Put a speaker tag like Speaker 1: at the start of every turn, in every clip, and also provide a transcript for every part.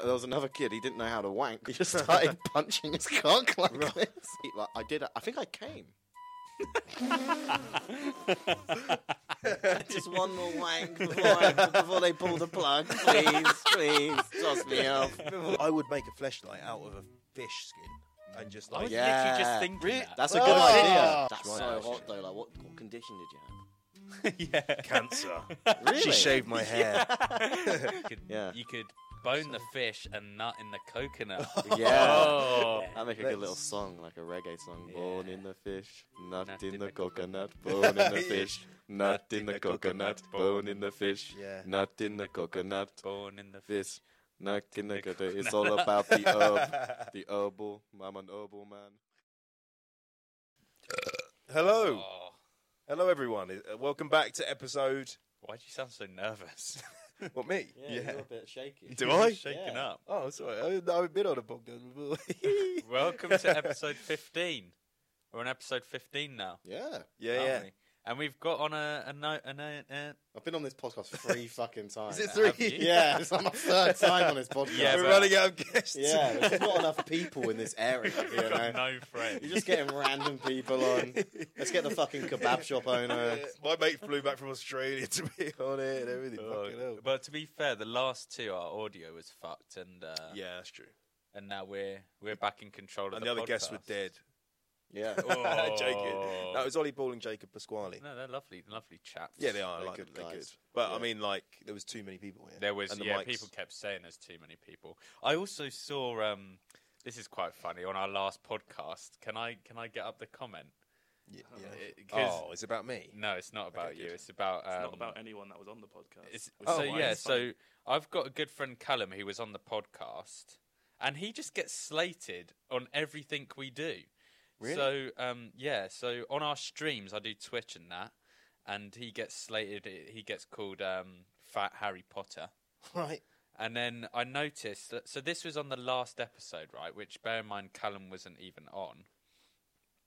Speaker 1: there was another kid. He didn't know how to wank. He just started punching his cock like this. He- like, I did. I think I came.
Speaker 2: Just one more wank before, I, before they pull the plug. Please, please, toss me off.
Speaker 3: I would make a fleshlight out of a fish skin and just
Speaker 4: I
Speaker 3: like
Speaker 4: was literally just
Speaker 1: Yeah.
Speaker 4: thinking
Speaker 1: That's a good
Speaker 2: Oh.
Speaker 1: idea.
Speaker 2: That's
Speaker 3: Right,
Speaker 2: so
Speaker 3: actually.
Speaker 2: hot though. Like, what, what condition did you
Speaker 4: that. yeah.
Speaker 3: cancer.
Speaker 1: That's really.
Speaker 3: She shaved my hair.
Speaker 4: You could,
Speaker 1: Yeah.
Speaker 4: you could bone the fish and nut in the coconut.
Speaker 1: Yeah.
Speaker 4: Oh.
Speaker 1: That make a good little
Speaker 3: Let's-
Speaker 1: song, like a reggae song.
Speaker 4: Yeah.
Speaker 1: Born in the fish, nut, in, the, coconut. Born in the fish, nut in the coconut. Bone in the fish,
Speaker 3: Yeah.
Speaker 1: nut in the coconut.
Speaker 4: Born in the fish.
Speaker 1: This, nut in the coconut. It's all about the herb, the herbal. I'm an herbal man.
Speaker 3: Hello,
Speaker 4: Oh,
Speaker 3: hello everyone. Uh, Welcome back to episode.
Speaker 4: why do you sound so nervous?
Speaker 3: What me?
Speaker 2: bit shaky.
Speaker 3: Do I?
Speaker 4: Shaken
Speaker 2: Yeah.
Speaker 4: up.
Speaker 3: Oh, sorry. I, I've been on a podcast before.
Speaker 4: Welcome to episode 15. We're on episode 15 now.
Speaker 1: Yeah.
Speaker 3: yeah,
Speaker 4: aren't
Speaker 3: yeah.
Speaker 4: we? And we've got on a, a note. A note uh,
Speaker 1: I've been on this podcast three fucking times.
Speaker 3: Is it
Speaker 4: Have
Speaker 3: three?
Speaker 4: you?
Speaker 1: Yeah, it's like my third time on this podcast.
Speaker 4: Yeah,
Speaker 3: We're
Speaker 4: but-
Speaker 3: running out of guests.
Speaker 1: Yeah, there's just not enough people in this area. You
Speaker 4: we've got
Speaker 1: know?
Speaker 4: no friends.
Speaker 1: You're just getting random people on. Let's get the fucking kebab shop owner.
Speaker 3: My mate flew back from Australia to be on it and everything.
Speaker 4: Oh,
Speaker 3: Fucking hell.
Speaker 4: but to be fair, the last two our audio was fucked, and uh,
Speaker 3: Yeah, that's true.
Speaker 4: and now we're we're back in control of
Speaker 3: And
Speaker 4: the
Speaker 3: the other guests were
Speaker 4: podcast.
Speaker 3: dead.
Speaker 1: Yeah.
Speaker 4: Oh.
Speaker 3: Joking. That was Ollie Ball and Jacob Pasquale.
Speaker 4: No, they're lovely, lovely chaps.
Speaker 3: Yeah, they are.
Speaker 1: They're
Speaker 3: like,
Speaker 1: good
Speaker 3: they're
Speaker 1: guys.
Speaker 3: good. But I
Speaker 1: Yeah.
Speaker 3: mean, like, there was too many people here.
Speaker 4: There was
Speaker 3: and the
Speaker 4: yeah,
Speaker 3: mics.
Speaker 4: people kept saying there's too many people. I also saw um, this is quite funny on our last podcast. Can I can I get up the comment?
Speaker 3: Yeah,
Speaker 4: It- 'cause-
Speaker 3: Oh, it's about me.
Speaker 4: No, it's not about you.
Speaker 3: good.
Speaker 4: It's about um,
Speaker 5: It's not about anyone that was on the podcast.
Speaker 4: It's,
Speaker 5: which is
Speaker 4: so
Speaker 5: why
Speaker 4: yeah,
Speaker 5: it's funny.
Speaker 4: so I've got a good friend Callum who was on the podcast, and he just gets slated on everything we do. So um, yeah, so on our streams I do Twitch and that, and he gets slated. He gets called um, Fat Harry Potter.
Speaker 3: Right.
Speaker 4: And then I noticed that. So this was on the last episode, right? Which bear in mind, Callum wasn't even on.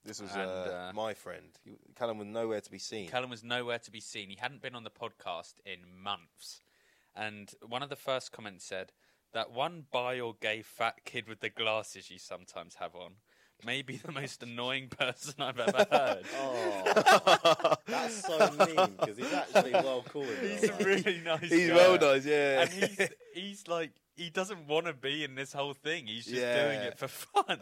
Speaker 3: This was
Speaker 4: And,
Speaker 3: uh,
Speaker 4: uh,
Speaker 3: my friend. You- Callum was nowhere to be seen.
Speaker 4: Callum was nowhere to be seen. He hadn't been on the podcast in months. And one of the first comments said, That one bi or gay fat kid with the glasses you sometimes have on may be the most annoying person I've ever heard.
Speaker 1: Oh, that's so mean because he's actually well cool. in real
Speaker 4: He's a
Speaker 1: life.
Speaker 4: really nice
Speaker 3: He's
Speaker 4: guy.
Speaker 3: well nice, yeah.
Speaker 4: And he's, he's like, he doesn't want to be in this whole thing. He's just doing
Speaker 3: Yeah.
Speaker 4: it for fun.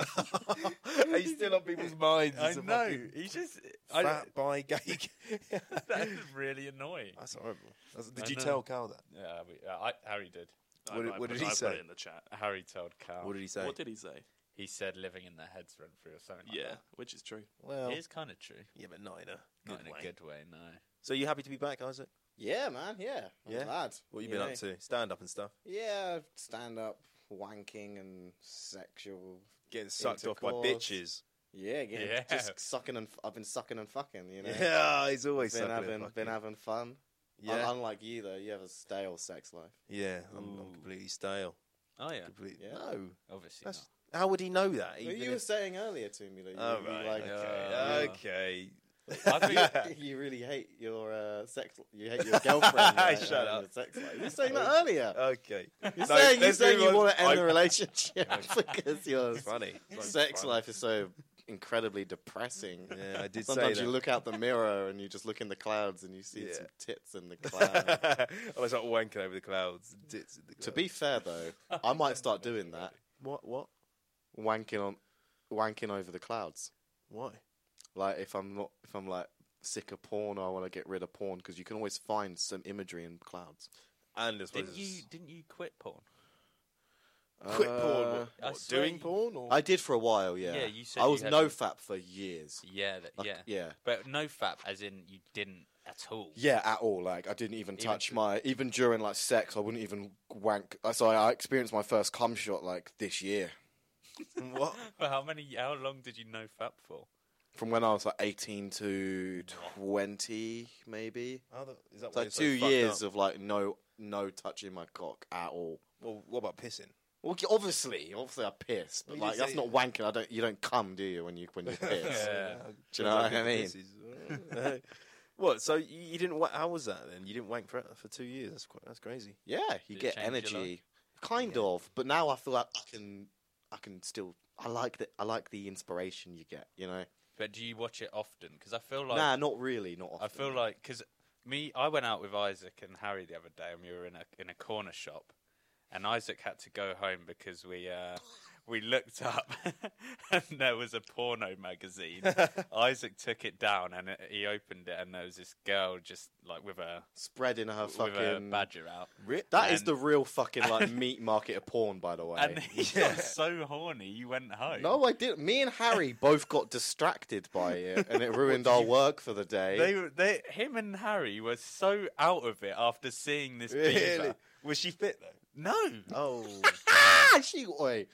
Speaker 3: He's still on people's minds.
Speaker 4: I
Speaker 3: as a
Speaker 4: know.
Speaker 3: fucking
Speaker 4: He's just. I,
Speaker 3: Fat by gay.
Speaker 4: that is really annoying.
Speaker 3: That's horrible. That's, did
Speaker 4: I
Speaker 3: you
Speaker 4: know.
Speaker 3: tell Cal that?
Speaker 4: Yeah, we, I, Harry did.
Speaker 5: I-
Speaker 3: what-
Speaker 5: I
Speaker 3: what
Speaker 5: put-
Speaker 3: did he
Speaker 5: I put
Speaker 3: say?
Speaker 5: it in the chat.
Speaker 4: Harry told Cal.
Speaker 3: What did he say?
Speaker 5: What did he say?
Speaker 4: He said living in their heads rent free or something like
Speaker 5: Yeah,
Speaker 4: that.
Speaker 5: which is true.
Speaker 3: well,
Speaker 4: It is kind of true.
Speaker 3: yeah, but not in a
Speaker 4: Not
Speaker 3: good
Speaker 4: in
Speaker 3: way.
Speaker 4: a good way, no.
Speaker 3: So you happy to be back, Isaac?
Speaker 1: Yeah, man. Yeah, I'm
Speaker 3: Yeah?
Speaker 1: glad.
Speaker 3: What you been
Speaker 1: know.
Speaker 3: up to? Stand up and stuff.
Speaker 1: Yeah, stand up, wanking, and sexual.
Speaker 3: Getting sucked off by
Speaker 1: Intercourse.
Speaker 3: bitches.
Speaker 1: Yeah, yeah,
Speaker 4: Yeah.
Speaker 1: just sucking and f- I've been sucking and fucking. You know,
Speaker 3: Yeah, he's always
Speaker 1: been
Speaker 3: sucking and
Speaker 1: having
Speaker 3: fucking.
Speaker 1: been having fun.
Speaker 3: Yeah,
Speaker 1: Un- unlike you though, you have a stale sex life.
Speaker 3: yeah. I'm, I'm
Speaker 4: Ooh.
Speaker 3: completely stale.
Speaker 4: Oh, yeah.
Speaker 3: Completely.
Speaker 1: Yeah.
Speaker 3: No,
Speaker 4: Obviously
Speaker 3: that's how would he know that?
Speaker 1: Well,
Speaker 3: even
Speaker 1: you were
Speaker 3: if-
Speaker 1: saying earlier to me that you,
Speaker 3: Oh,
Speaker 1: really
Speaker 3: right.
Speaker 1: like uh,
Speaker 4: Yeah.
Speaker 3: okay.
Speaker 4: not. I
Speaker 3: Yeah.
Speaker 4: think,
Speaker 1: you really hate your uh, sex. You hate your girlfriend. right,
Speaker 3: Shut
Speaker 1: and
Speaker 3: up.
Speaker 1: Your sex life. You were saying that earlier.
Speaker 3: Okay.
Speaker 1: You're
Speaker 3: No,
Speaker 1: saying, you're
Speaker 3: let's
Speaker 1: saying
Speaker 3: move
Speaker 1: you
Speaker 3: on.
Speaker 1: want to end
Speaker 3: I-
Speaker 1: the relationship because your
Speaker 3: It's funny.
Speaker 1: sex life is so incredibly depressing.
Speaker 3: Yeah, I did
Speaker 1: Sometimes
Speaker 3: say
Speaker 1: you
Speaker 3: that.
Speaker 1: look out the mirror and you just look in the clouds and you see
Speaker 3: Yeah.
Speaker 1: some tits in the clouds.
Speaker 3: I was like wanking over the clouds. Tits in the
Speaker 1: to
Speaker 3: clouds.
Speaker 1: be fair though, I might start doing that,
Speaker 3: what? What?
Speaker 1: wanking on, wanking over the clouds.
Speaker 3: Why?
Speaker 1: Like if I'm not, if I'm like sick of porn, or I want to get rid of porn because you can always find some imagery in clouds.
Speaker 3: And as well
Speaker 4: didn't, you, didn't you quit porn?
Speaker 3: quit porn. What,
Speaker 4: I
Speaker 3: what,
Speaker 4: swear
Speaker 3: doing
Speaker 4: you-
Speaker 3: porn or
Speaker 1: Uh, I did for a while, yeah.
Speaker 4: Yeah, you said
Speaker 1: I
Speaker 4: you
Speaker 1: was
Speaker 4: had
Speaker 1: no
Speaker 4: a-
Speaker 1: fap for years.
Speaker 4: Yeah, that,
Speaker 1: Like,
Speaker 4: yeah.
Speaker 1: yeah.
Speaker 4: But no fap, as in you didn't at all.
Speaker 1: Yeah, at all. Like I didn't even
Speaker 4: Even
Speaker 1: touch
Speaker 4: to-
Speaker 1: my even during like sex, I wouldn't even wank. Uh, So I, I experienced my first cum shot like this year
Speaker 3: what?
Speaker 4: But how many? How long did you no fap for?
Speaker 1: from when I was like 18 to 20 maybe.
Speaker 3: How the, is that
Speaker 1: It's
Speaker 3: why
Speaker 1: like
Speaker 3: you're so
Speaker 1: 2
Speaker 3: fucked
Speaker 1: years
Speaker 3: up?
Speaker 1: of like no no touching my cock at all.
Speaker 3: Well, what about pissing?
Speaker 1: Well, g- obviously, obviously I piss, but
Speaker 3: Well, you
Speaker 1: like
Speaker 3: did
Speaker 1: that's
Speaker 3: say-
Speaker 1: not wanking. I don't you don't cum, do you when you when you piss?
Speaker 4: Yeah.
Speaker 1: Do you know what I mean?
Speaker 3: Pisses. what? So you, you didn't? Wa- how was that then? You didn't wank for for two years. That's quite, that's crazy.
Speaker 1: Yeah, you
Speaker 4: Did it
Speaker 1: get
Speaker 4: change your
Speaker 1: energy. kind of. But now I feel like I can, I can still. I like the I like the inspiration you get. You know,
Speaker 4: But do you watch it often? Because I feel like
Speaker 1: nah, not really, not. Often.
Speaker 4: I feel like because me, I went out with Isaac and Harry the other day, and we were in a in a corner shop, and Isaac had to go home because we uh, we looked up and there was a porno magazine. Isaac took it down and it, he opened it, and there was this girl just like with a
Speaker 1: spreading her
Speaker 4: with a
Speaker 1: fucking.
Speaker 4: badger out,
Speaker 1: Ri- That is
Speaker 4: and-
Speaker 1: the real fucking like meat market of porn, by the way.
Speaker 4: and he got so horny you went home.
Speaker 1: No, I didn't. Me and Harry both got distracted by it, and it ruined our work for the day.
Speaker 4: They, were- they, him and Harry were so out of it after seeing this
Speaker 1: Really?
Speaker 4: beaver.
Speaker 3: Was she fit though?
Speaker 4: No,
Speaker 1: Oh, ah, she oi,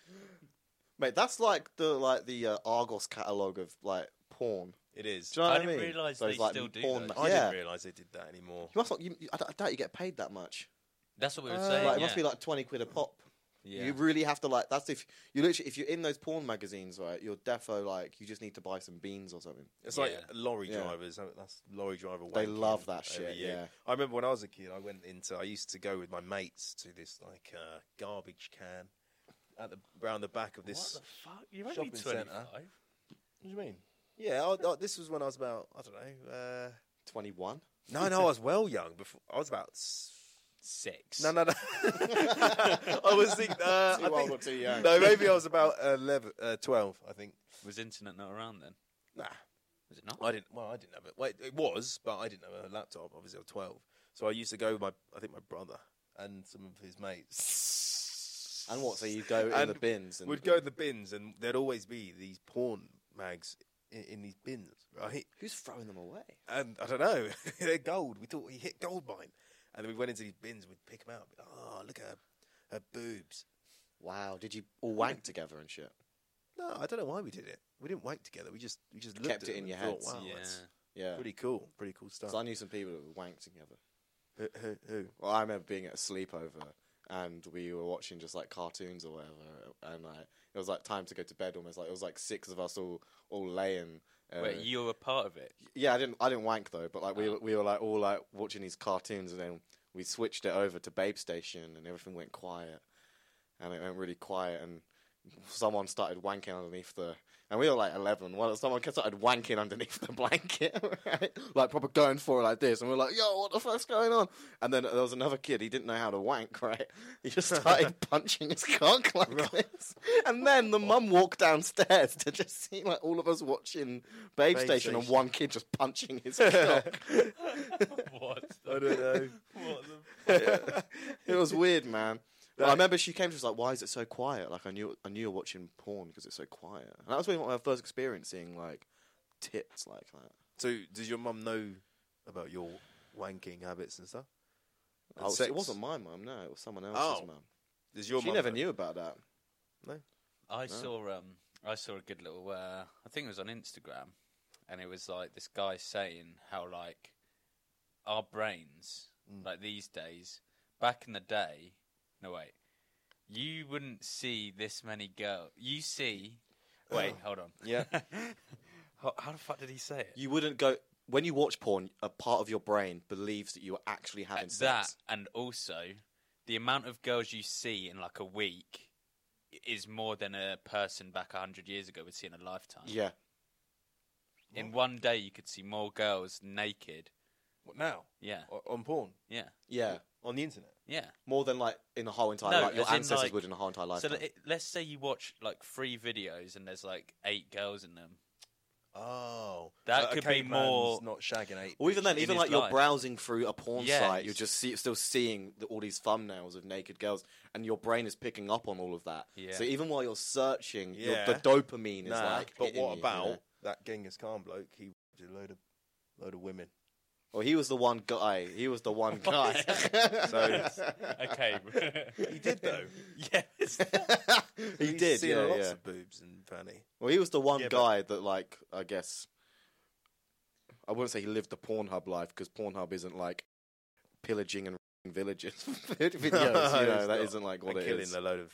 Speaker 1: mate. That's like the like the uh, Argos catalog of like porn.
Speaker 3: It is.
Speaker 1: Do you know what
Speaker 4: I
Speaker 1: I,
Speaker 4: didn't
Speaker 1: mean?
Speaker 4: realise
Speaker 1: Those,
Speaker 4: they
Speaker 1: like,
Speaker 4: still do
Speaker 1: porn
Speaker 4: those.
Speaker 1: ma-
Speaker 3: I
Speaker 1: yeah,
Speaker 3: didn't realise they did that anymore.
Speaker 1: you must not. You, I, d- I doubt you get paid that much.
Speaker 4: that's what we were
Speaker 3: Uh,
Speaker 4: saying.
Speaker 1: Oh. like it
Speaker 4: yeah.
Speaker 1: must be like twenty quid a pop.
Speaker 4: Yeah.
Speaker 1: You really have to like. That's if you literally if you're in those porn magazines, right? You're defo like you just need to buy some beans or something.
Speaker 3: It's like
Speaker 4: Yeah.
Speaker 3: lorry
Speaker 1: Yeah.
Speaker 3: drivers. that- That's lorry driver.
Speaker 1: They
Speaker 3: wanking
Speaker 1: love that
Speaker 3: over
Speaker 1: shit,
Speaker 3: you.
Speaker 1: yeah.
Speaker 3: I remember when I was a kid, I went into. I used to go with my mates to this like uh, garbage can at the round the back of this.
Speaker 4: What the fuck? You're only
Speaker 3: shopping centre.
Speaker 4: 25.
Speaker 3: What do you mean? Yeah, I, I, this was when I was about. I don't know. Uh,
Speaker 1: Twenty one.
Speaker 3: no, no, I was well young. Before I was about. s-
Speaker 4: Six.
Speaker 3: No, no, no. I was thinking. Uh,
Speaker 1: Too
Speaker 3: I
Speaker 1: old
Speaker 3: think-
Speaker 1: or too young.
Speaker 3: No, maybe I was about 11, uh, 12, I think.
Speaker 4: Was internet not around then?
Speaker 3: Nah,
Speaker 4: Was it not?
Speaker 3: I didn't. Well, I didn't have it. Wait, it was, but I didn't have a laptop. Obviously, I was twelve, so I used to go with my, I think my brother and some of his mates.
Speaker 1: And what? So you go in
Speaker 3: And
Speaker 1: the bins and
Speaker 3: We'd go to the bins, and there'd always be these porn mags in, in these bins, right?
Speaker 1: Who's throwing them away?
Speaker 3: And I don't know, they're gold. We thought we hit gold mine, and then we went into these bins. We'd pick them out. Be like, oh, look at her, her boobs.
Speaker 1: Wow, did you all wank together and shit?
Speaker 3: No, I don't know why we did it. We didn't wank together. We just we just looked
Speaker 1: Kept
Speaker 3: at
Speaker 1: it
Speaker 3: them
Speaker 1: in
Speaker 3: and
Speaker 1: your
Speaker 3: thought,
Speaker 1: heads.
Speaker 3: Wow,
Speaker 4: yeah.
Speaker 3: that's
Speaker 1: Yeah.
Speaker 3: pretty cool. Pretty cool stuff.
Speaker 1: So I knew some people that would wank together.
Speaker 3: Who, who, who?
Speaker 1: Well, I remember being at a sleepover and we were watching just like cartoons or whatever, and like it was like time to go to bed almost. Like it was like six of us all all laying. Uh,
Speaker 4: Wait, you were part of it.
Speaker 1: yeah, I didn't I didn't wank though, but like we were- we were like all like watching these cartoons, and then we switched it over to Babe Station, and everything went quiet, and it went really quiet, and someone started wanking underneath the. And we were like 11. Well, someone started wanking underneath the blanket, right? Like, proper going for it like this. And we were like, yo, what the fuck's going on? And then there was another kid, he didn't know how to wank, right? He just started punching his cock like this. And then the mum walked downstairs to just see, like, all of us watching Babe,
Speaker 3: Babe
Speaker 1: Station and
Speaker 3: Station.
Speaker 1: one kid just punching his cock.
Speaker 4: what? The,
Speaker 3: I don't know.
Speaker 4: What the?
Speaker 1: It was weird, man. But I remember she came. She was like, "Why is it so quiet?" Like I knew, I knew you're watching porn because it's so quiet. And that was really my first experience seeing like tits like that.
Speaker 3: So, does your mum know about your wanking habits and stuff?
Speaker 1: I was-
Speaker 3: sex?
Speaker 1: it wasn't my mum. No, it was someone else's
Speaker 3: Oh.
Speaker 1: mum.
Speaker 3: Does your
Speaker 1: She
Speaker 3: mum
Speaker 1: never
Speaker 3: know?
Speaker 1: knew about that.
Speaker 4: I saw um I saw a good little uh I think it was on Instagram and it was like this guy saying how like our brains
Speaker 3: Mm.
Speaker 4: like these days back in the day no wait you wouldn't see this many girls you see wait hold on
Speaker 1: Yeah.
Speaker 4: how, how the fuck did he say it
Speaker 1: You wouldn't go when you watch porn. A part of your brain believes that you are actually having
Speaker 4: At Uh, that
Speaker 1: sex.
Speaker 4: and also the amount of girls you see in like a week is more than a person back 100 years ago would see in a lifetime
Speaker 1: Yeah,
Speaker 4: In one day, you could see more girls naked.
Speaker 3: What, now?
Speaker 4: Yeah,
Speaker 3: O- on porn?
Speaker 4: yeah,
Speaker 1: yeah.
Speaker 3: On the internet?
Speaker 4: yeah.
Speaker 1: More than like in a whole entire
Speaker 4: No,
Speaker 1: like your
Speaker 4: as in,
Speaker 1: ancestors
Speaker 4: like-
Speaker 1: would in a whole entire lifetime.
Speaker 4: So it, let's say you watch like three videos and there's like eight girls in them.
Speaker 3: Oh.
Speaker 4: That
Speaker 3: a
Speaker 4: could be
Speaker 3: caveman's
Speaker 4: more-
Speaker 3: not shagging eight.
Speaker 1: Or even then,
Speaker 4: in
Speaker 1: even
Speaker 4: his
Speaker 1: like you're
Speaker 4: life.
Speaker 1: browsing through a porn
Speaker 4: Yeah,
Speaker 1: site, you're
Speaker 4: it's-
Speaker 1: just see, still seeing the, all these thumbnails of naked girls, and your brain is picking up on all of that.
Speaker 4: Yeah.
Speaker 1: So even while you're searching, your-
Speaker 3: Yeah.
Speaker 1: the dopamine is
Speaker 3: Nah,
Speaker 1: like.
Speaker 3: but
Speaker 1: hitting
Speaker 3: what
Speaker 1: you,
Speaker 3: about
Speaker 1: You know?
Speaker 3: that Genghis Khan bloke? He did a load of load of women.
Speaker 1: Well, he was the one guy. He was the one guy.
Speaker 3: So
Speaker 4: Okay.
Speaker 3: he did though.
Speaker 4: yes.
Speaker 1: he
Speaker 3: He's
Speaker 1: did,
Speaker 3: Seen
Speaker 1: yeah,
Speaker 3: lots
Speaker 1: yeah.
Speaker 3: of boobs and fanny.
Speaker 1: Well, he was the one
Speaker 3: Yeah, but-
Speaker 1: guy that, like, I guess, I wouldn't say he lived the Pornhub life because Pornhub isn't like pillaging and villages videos. You know, that
Speaker 3: It's not.
Speaker 1: isn't like what
Speaker 3: and
Speaker 1: it
Speaker 3: killing
Speaker 1: is.
Speaker 3: a load of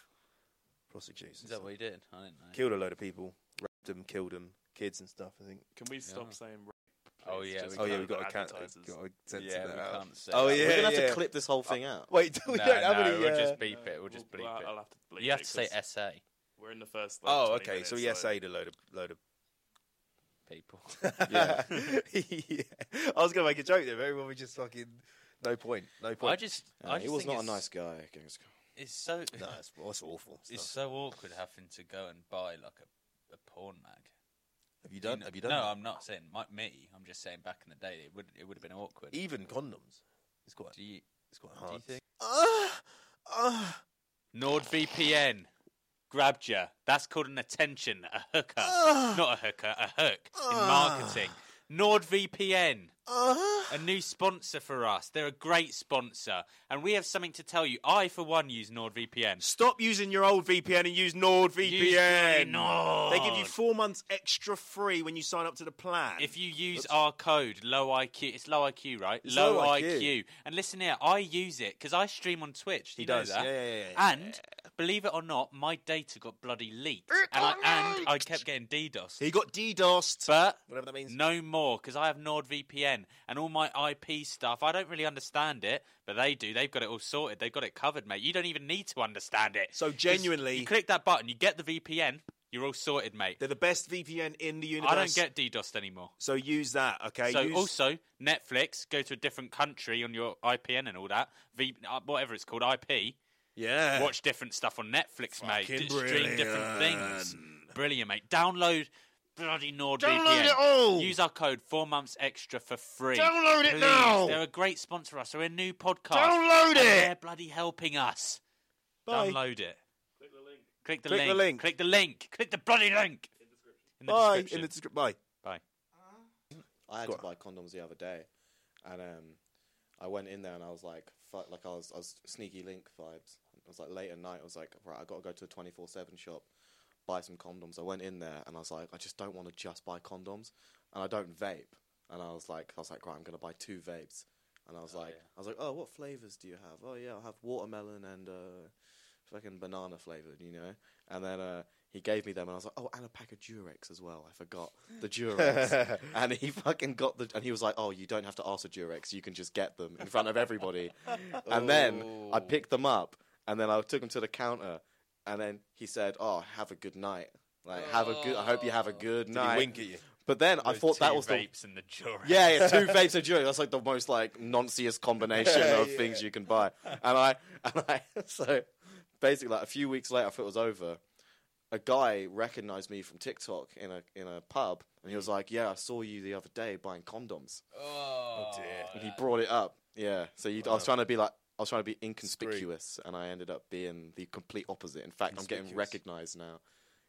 Speaker 3: prostitutes.
Speaker 4: Is
Speaker 3: and
Speaker 4: that
Speaker 3: stuff.
Speaker 4: what he did? I didn't know.
Speaker 3: Killed a load of people, raped them, killed them, kids and stuff. I think.
Speaker 5: Can we stop
Speaker 4: Yeah.
Speaker 5: saying rape,
Speaker 4: Oh,
Speaker 5: please,
Speaker 4: yeah, we
Speaker 5: just
Speaker 3: Oh yeah,
Speaker 5: for
Speaker 3: we've got a cat.
Speaker 5: advertisers.
Speaker 3: Got to censor
Speaker 4: Yeah,
Speaker 3: that
Speaker 4: we
Speaker 3: out.
Speaker 4: can't say
Speaker 3: oh
Speaker 4: that.
Speaker 1: We're
Speaker 3: yeah,
Speaker 1: gonna have
Speaker 3: yeah.
Speaker 1: to clip this whole thing out.
Speaker 3: Wait, we
Speaker 4: No,
Speaker 3: don't have
Speaker 4: no,
Speaker 3: any.
Speaker 4: we'll
Speaker 3: uh,
Speaker 4: just beep it. We'll just
Speaker 5: Well,
Speaker 4: bleep
Speaker 5: I'll- I'll
Speaker 4: it.
Speaker 5: have to bleep
Speaker 4: You have
Speaker 5: it
Speaker 4: to say
Speaker 5: 'cause
Speaker 4: SA,
Speaker 5: We're in the first. Like,
Speaker 3: Oh,
Speaker 5: 20
Speaker 3: okay. So
Speaker 5: minutes,
Speaker 3: we essayed a load of load of.
Speaker 4: people.
Speaker 3: Yeah. I was gonna make a joke there, but everyone was just fucking. No point. No point.
Speaker 4: I just,
Speaker 1: Uh,
Speaker 4: I just
Speaker 1: he was
Speaker 4: think
Speaker 1: not a
Speaker 4: it's-
Speaker 1: nice guy. Genghis Khan.
Speaker 4: It's so,
Speaker 3: No, it's, well, it's awful.
Speaker 4: it's
Speaker 3: stuff.
Speaker 4: so awkward having to go and buy like a, a porn mag.
Speaker 3: have you done?
Speaker 4: know-
Speaker 3: Have you done?
Speaker 4: No,
Speaker 3: that?
Speaker 4: I'm not saying my, me. I'm just saying back in the day, it would it would have been awkward.
Speaker 3: even condoms. It's quite.
Speaker 4: Do you,
Speaker 3: It's quite
Speaker 4: do
Speaker 3: hard.
Speaker 4: you think?
Speaker 3: Ah, ah,
Speaker 4: NordVPN grabbed you. That's called an attention, a hooker,
Speaker 3: Ah.
Speaker 4: not a hooker, a hook in
Speaker 3: Ah.
Speaker 4: marketing. NordVPN.
Speaker 3: ah.
Speaker 4: a new sponsor for us. They're a great sponsor, and we have something to tell you. I, for one, use NordVPN.
Speaker 3: Stop using your old VPN and use NordVPN.
Speaker 4: Use Nord.
Speaker 3: They give you four months extra free when you sign up to the plan.
Speaker 4: If you use our code low IQ, it's low IQ, right?
Speaker 3: It's
Speaker 4: low
Speaker 3: low
Speaker 4: IQ.
Speaker 3: IQ.
Speaker 4: And listen here, I use it because I stream on Twitch. Do
Speaker 3: he
Speaker 4: you know
Speaker 3: does,
Speaker 4: that? Ah,
Speaker 3: yeah, yeah, yeah,
Speaker 4: And believe it or not, my data got bloody leaked, and I and I kept getting DDoS.
Speaker 3: he got DDoSed.
Speaker 4: But
Speaker 3: Whatever that means.
Speaker 4: No more, because I have NordVPN and all my IP stuff. I don't really understand it, but they do. They've got it all sorted. They've got it covered, mate. You don't even need to understand it.
Speaker 3: So
Speaker 4: Just-
Speaker 3: genuinely-
Speaker 4: you click that button, you get the VPN, you're all sorted, mate.
Speaker 3: They're the best VPN in the universe.
Speaker 4: I don't get DDoSed anymore.
Speaker 3: So use that, okay?
Speaker 4: so
Speaker 3: Use-
Speaker 4: also Netflix, go to a different country on your IPN and all that, v- uh, whatever it's called, IP.
Speaker 3: yeah.
Speaker 4: Watch different stuff on Netflix, mate.
Speaker 3: Eh. Fucking
Speaker 4: D- Stream different things. Brilliant, mate. Download bloody NordVPN.
Speaker 3: Download it all.
Speaker 4: Use our code four months extra for free.
Speaker 3: Download it
Speaker 4: Please.
Speaker 3: now.
Speaker 4: They're a great sponsor. Us. They're a new podcast.
Speaker 3: Download
Speaker 4: and
Speaker 3: it.
Speaker 4: They're bloody helping us.
Speaker 3: Bye.
Speaker 4: Download it.
Speaker 5: Click the link.
Speaker 4: Click the
Speaker 3: Click
Speaker 4: link.
Speaker 3: the link.
Speaker 4: Click the link. Click the bloody link. In the
Speaker 3: Bye.
Speaker 4: description.
Speaker 3: In the description. Bye.
Speaker 4: Bye.
Speaker 1: I had
Speaker 3: Go
Speaker 1: to buy condoms the other day, and um, I went in there and I was like, fuck, like I was, I was sneaky link vibes. It was like late at night. I was like, right, I gotta go to a twenty four seven shop, buy some condoms. I went in there and I was like, I just don't want to just buy condoms, and I don't vape. And I was like, I was like, right, I'm gonna buy two vapes. And I was like, I was like, oh, what flavors do you have? Oh yeah, I'll have watermelon and uh, fucking banana flavored, you know. And then uh, he gave me them, and I was like, oh, and a pack of Durex as well. I forgot the Durex. and he fucking got the, and he was like, oh, you don't have to ask for Durex, you can just get them in front of everybody. and then
Speaker 3: Oh.
Speaker 1: I picked them up, and then I took them to the counter, and then he said, oh, have a good night. Like, have a good. I hope you have a good
Speaker 3: Oh. Did
Speaker 1: night.
Speaker 3: he wink at you?
Speaker 1: But then I
Speaker 4: Those
Speaker 1: thought that
Speaker 4: two
Speaker 1: was the
Speaker 4: vapes in the jury.
Speaker 1: yeah, yeah, two vapes and Durex. That's like the most like nonciest combination of
Speaker 3: Yeah.
Speaker 1: things you can buy. And I and I so basically like a few weeks later, after it was over, a guy recognized me from TikTok in a in a pub, and he was like, "Yeah, I saw you the other day buying condoms,"
Speaker 4: Oh,
Speaker 3: dear.
Speaker 1: and he brought it up. Yeah, so you, I was trying to be like. I was trying to be inconspicuous, and I ended up being the complete opposite. In fact, I'm getting
Speaker 3: Conspicuous.
Speaker 1: recognized now.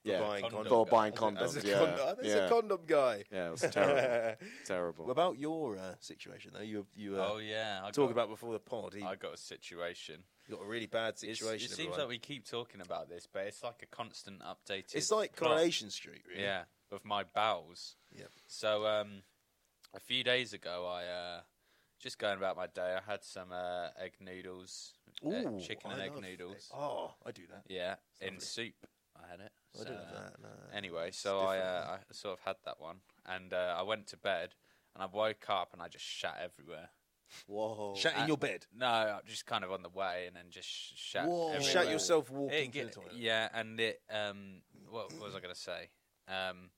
Speaker 1: Yeah,
Speaker 3: Buying
Speaker 4: Condom
Speaker 3: condoms.
Speaker 1: for
Speaker 4: guy.
Speaker 1: buying
Speaker 3: As
Speaker 1: condoms.
Speaker 3: a
Speaker 1: yeah,
Speaker 3: condom. There's
Speaker 1: yeah.
Speaker 3: a condom guy.
Speaker 1: yeah, it was terrible, terrible.
Speaker 3: about your uh, situation though, you you were
Speaker 4: Oh yeah. I
Speaker 3: talking
Speaker 4: got,
Speaker 3: about before the pod. He
Speaker 4: I got a situation.
Speaker 3: got a really bad
Speaker 4: It's-
Speaker 3: situation.
Speaker 4: it seems
Speaker 3: everyone.
Speaker 4: like we keep talking about this, but it's like a constant updated.
Speaker 3: it's like
Speaker 4: plot.
Speaker 3: Coronation Street, really.
Speaker 4: Yeah, of my bowels.
Speaker 3: Yep.
Speaker 4: So um, a few days ago, I uh, just going about my day. I had some uh, egg noodles, uh,
Speaker 3: Ooh,
Speaker 4: chicken
Speaker 3: I
Speaker 4: and egg
Speaker 3: love
Speaker 4: noodles.
Speaker 3: Oh, I do that.
Speaker 4: Yeah, in
Speaker 3: lovely.
Speaker 4: soup. I had it.
Speaker 3: I do
Speaker 4: So,
Speaker 3: love
Speaker 4: uh,
Speaker 3: that. no.
Speaker 4: Anyway,
Speaker 3: It's
Speaker 4: so I,
Speaker 3: different,
Speaker 4: uh, I sort of had that one, and uh, I went to bed, and I woke up, and I just shat everywhere.
Speaker 1: Whoa,
Speaker 3: Shat in
Speaker 4: uh,
Speaker 3: your bed.
Speaker 4: No, I just kind of on the way, and then just sh- shat.
Speaker 1: Whoa.
Speaker 3: You
Speaker 4: everywhere.
Speaker 3: shat yourself walking
Speaker 4: It
Speaker 3: to the
Speaker 4: get-
Speaker 3: toilet.
Speaker 4: yeah, and it. Um, what was I going to say? Um,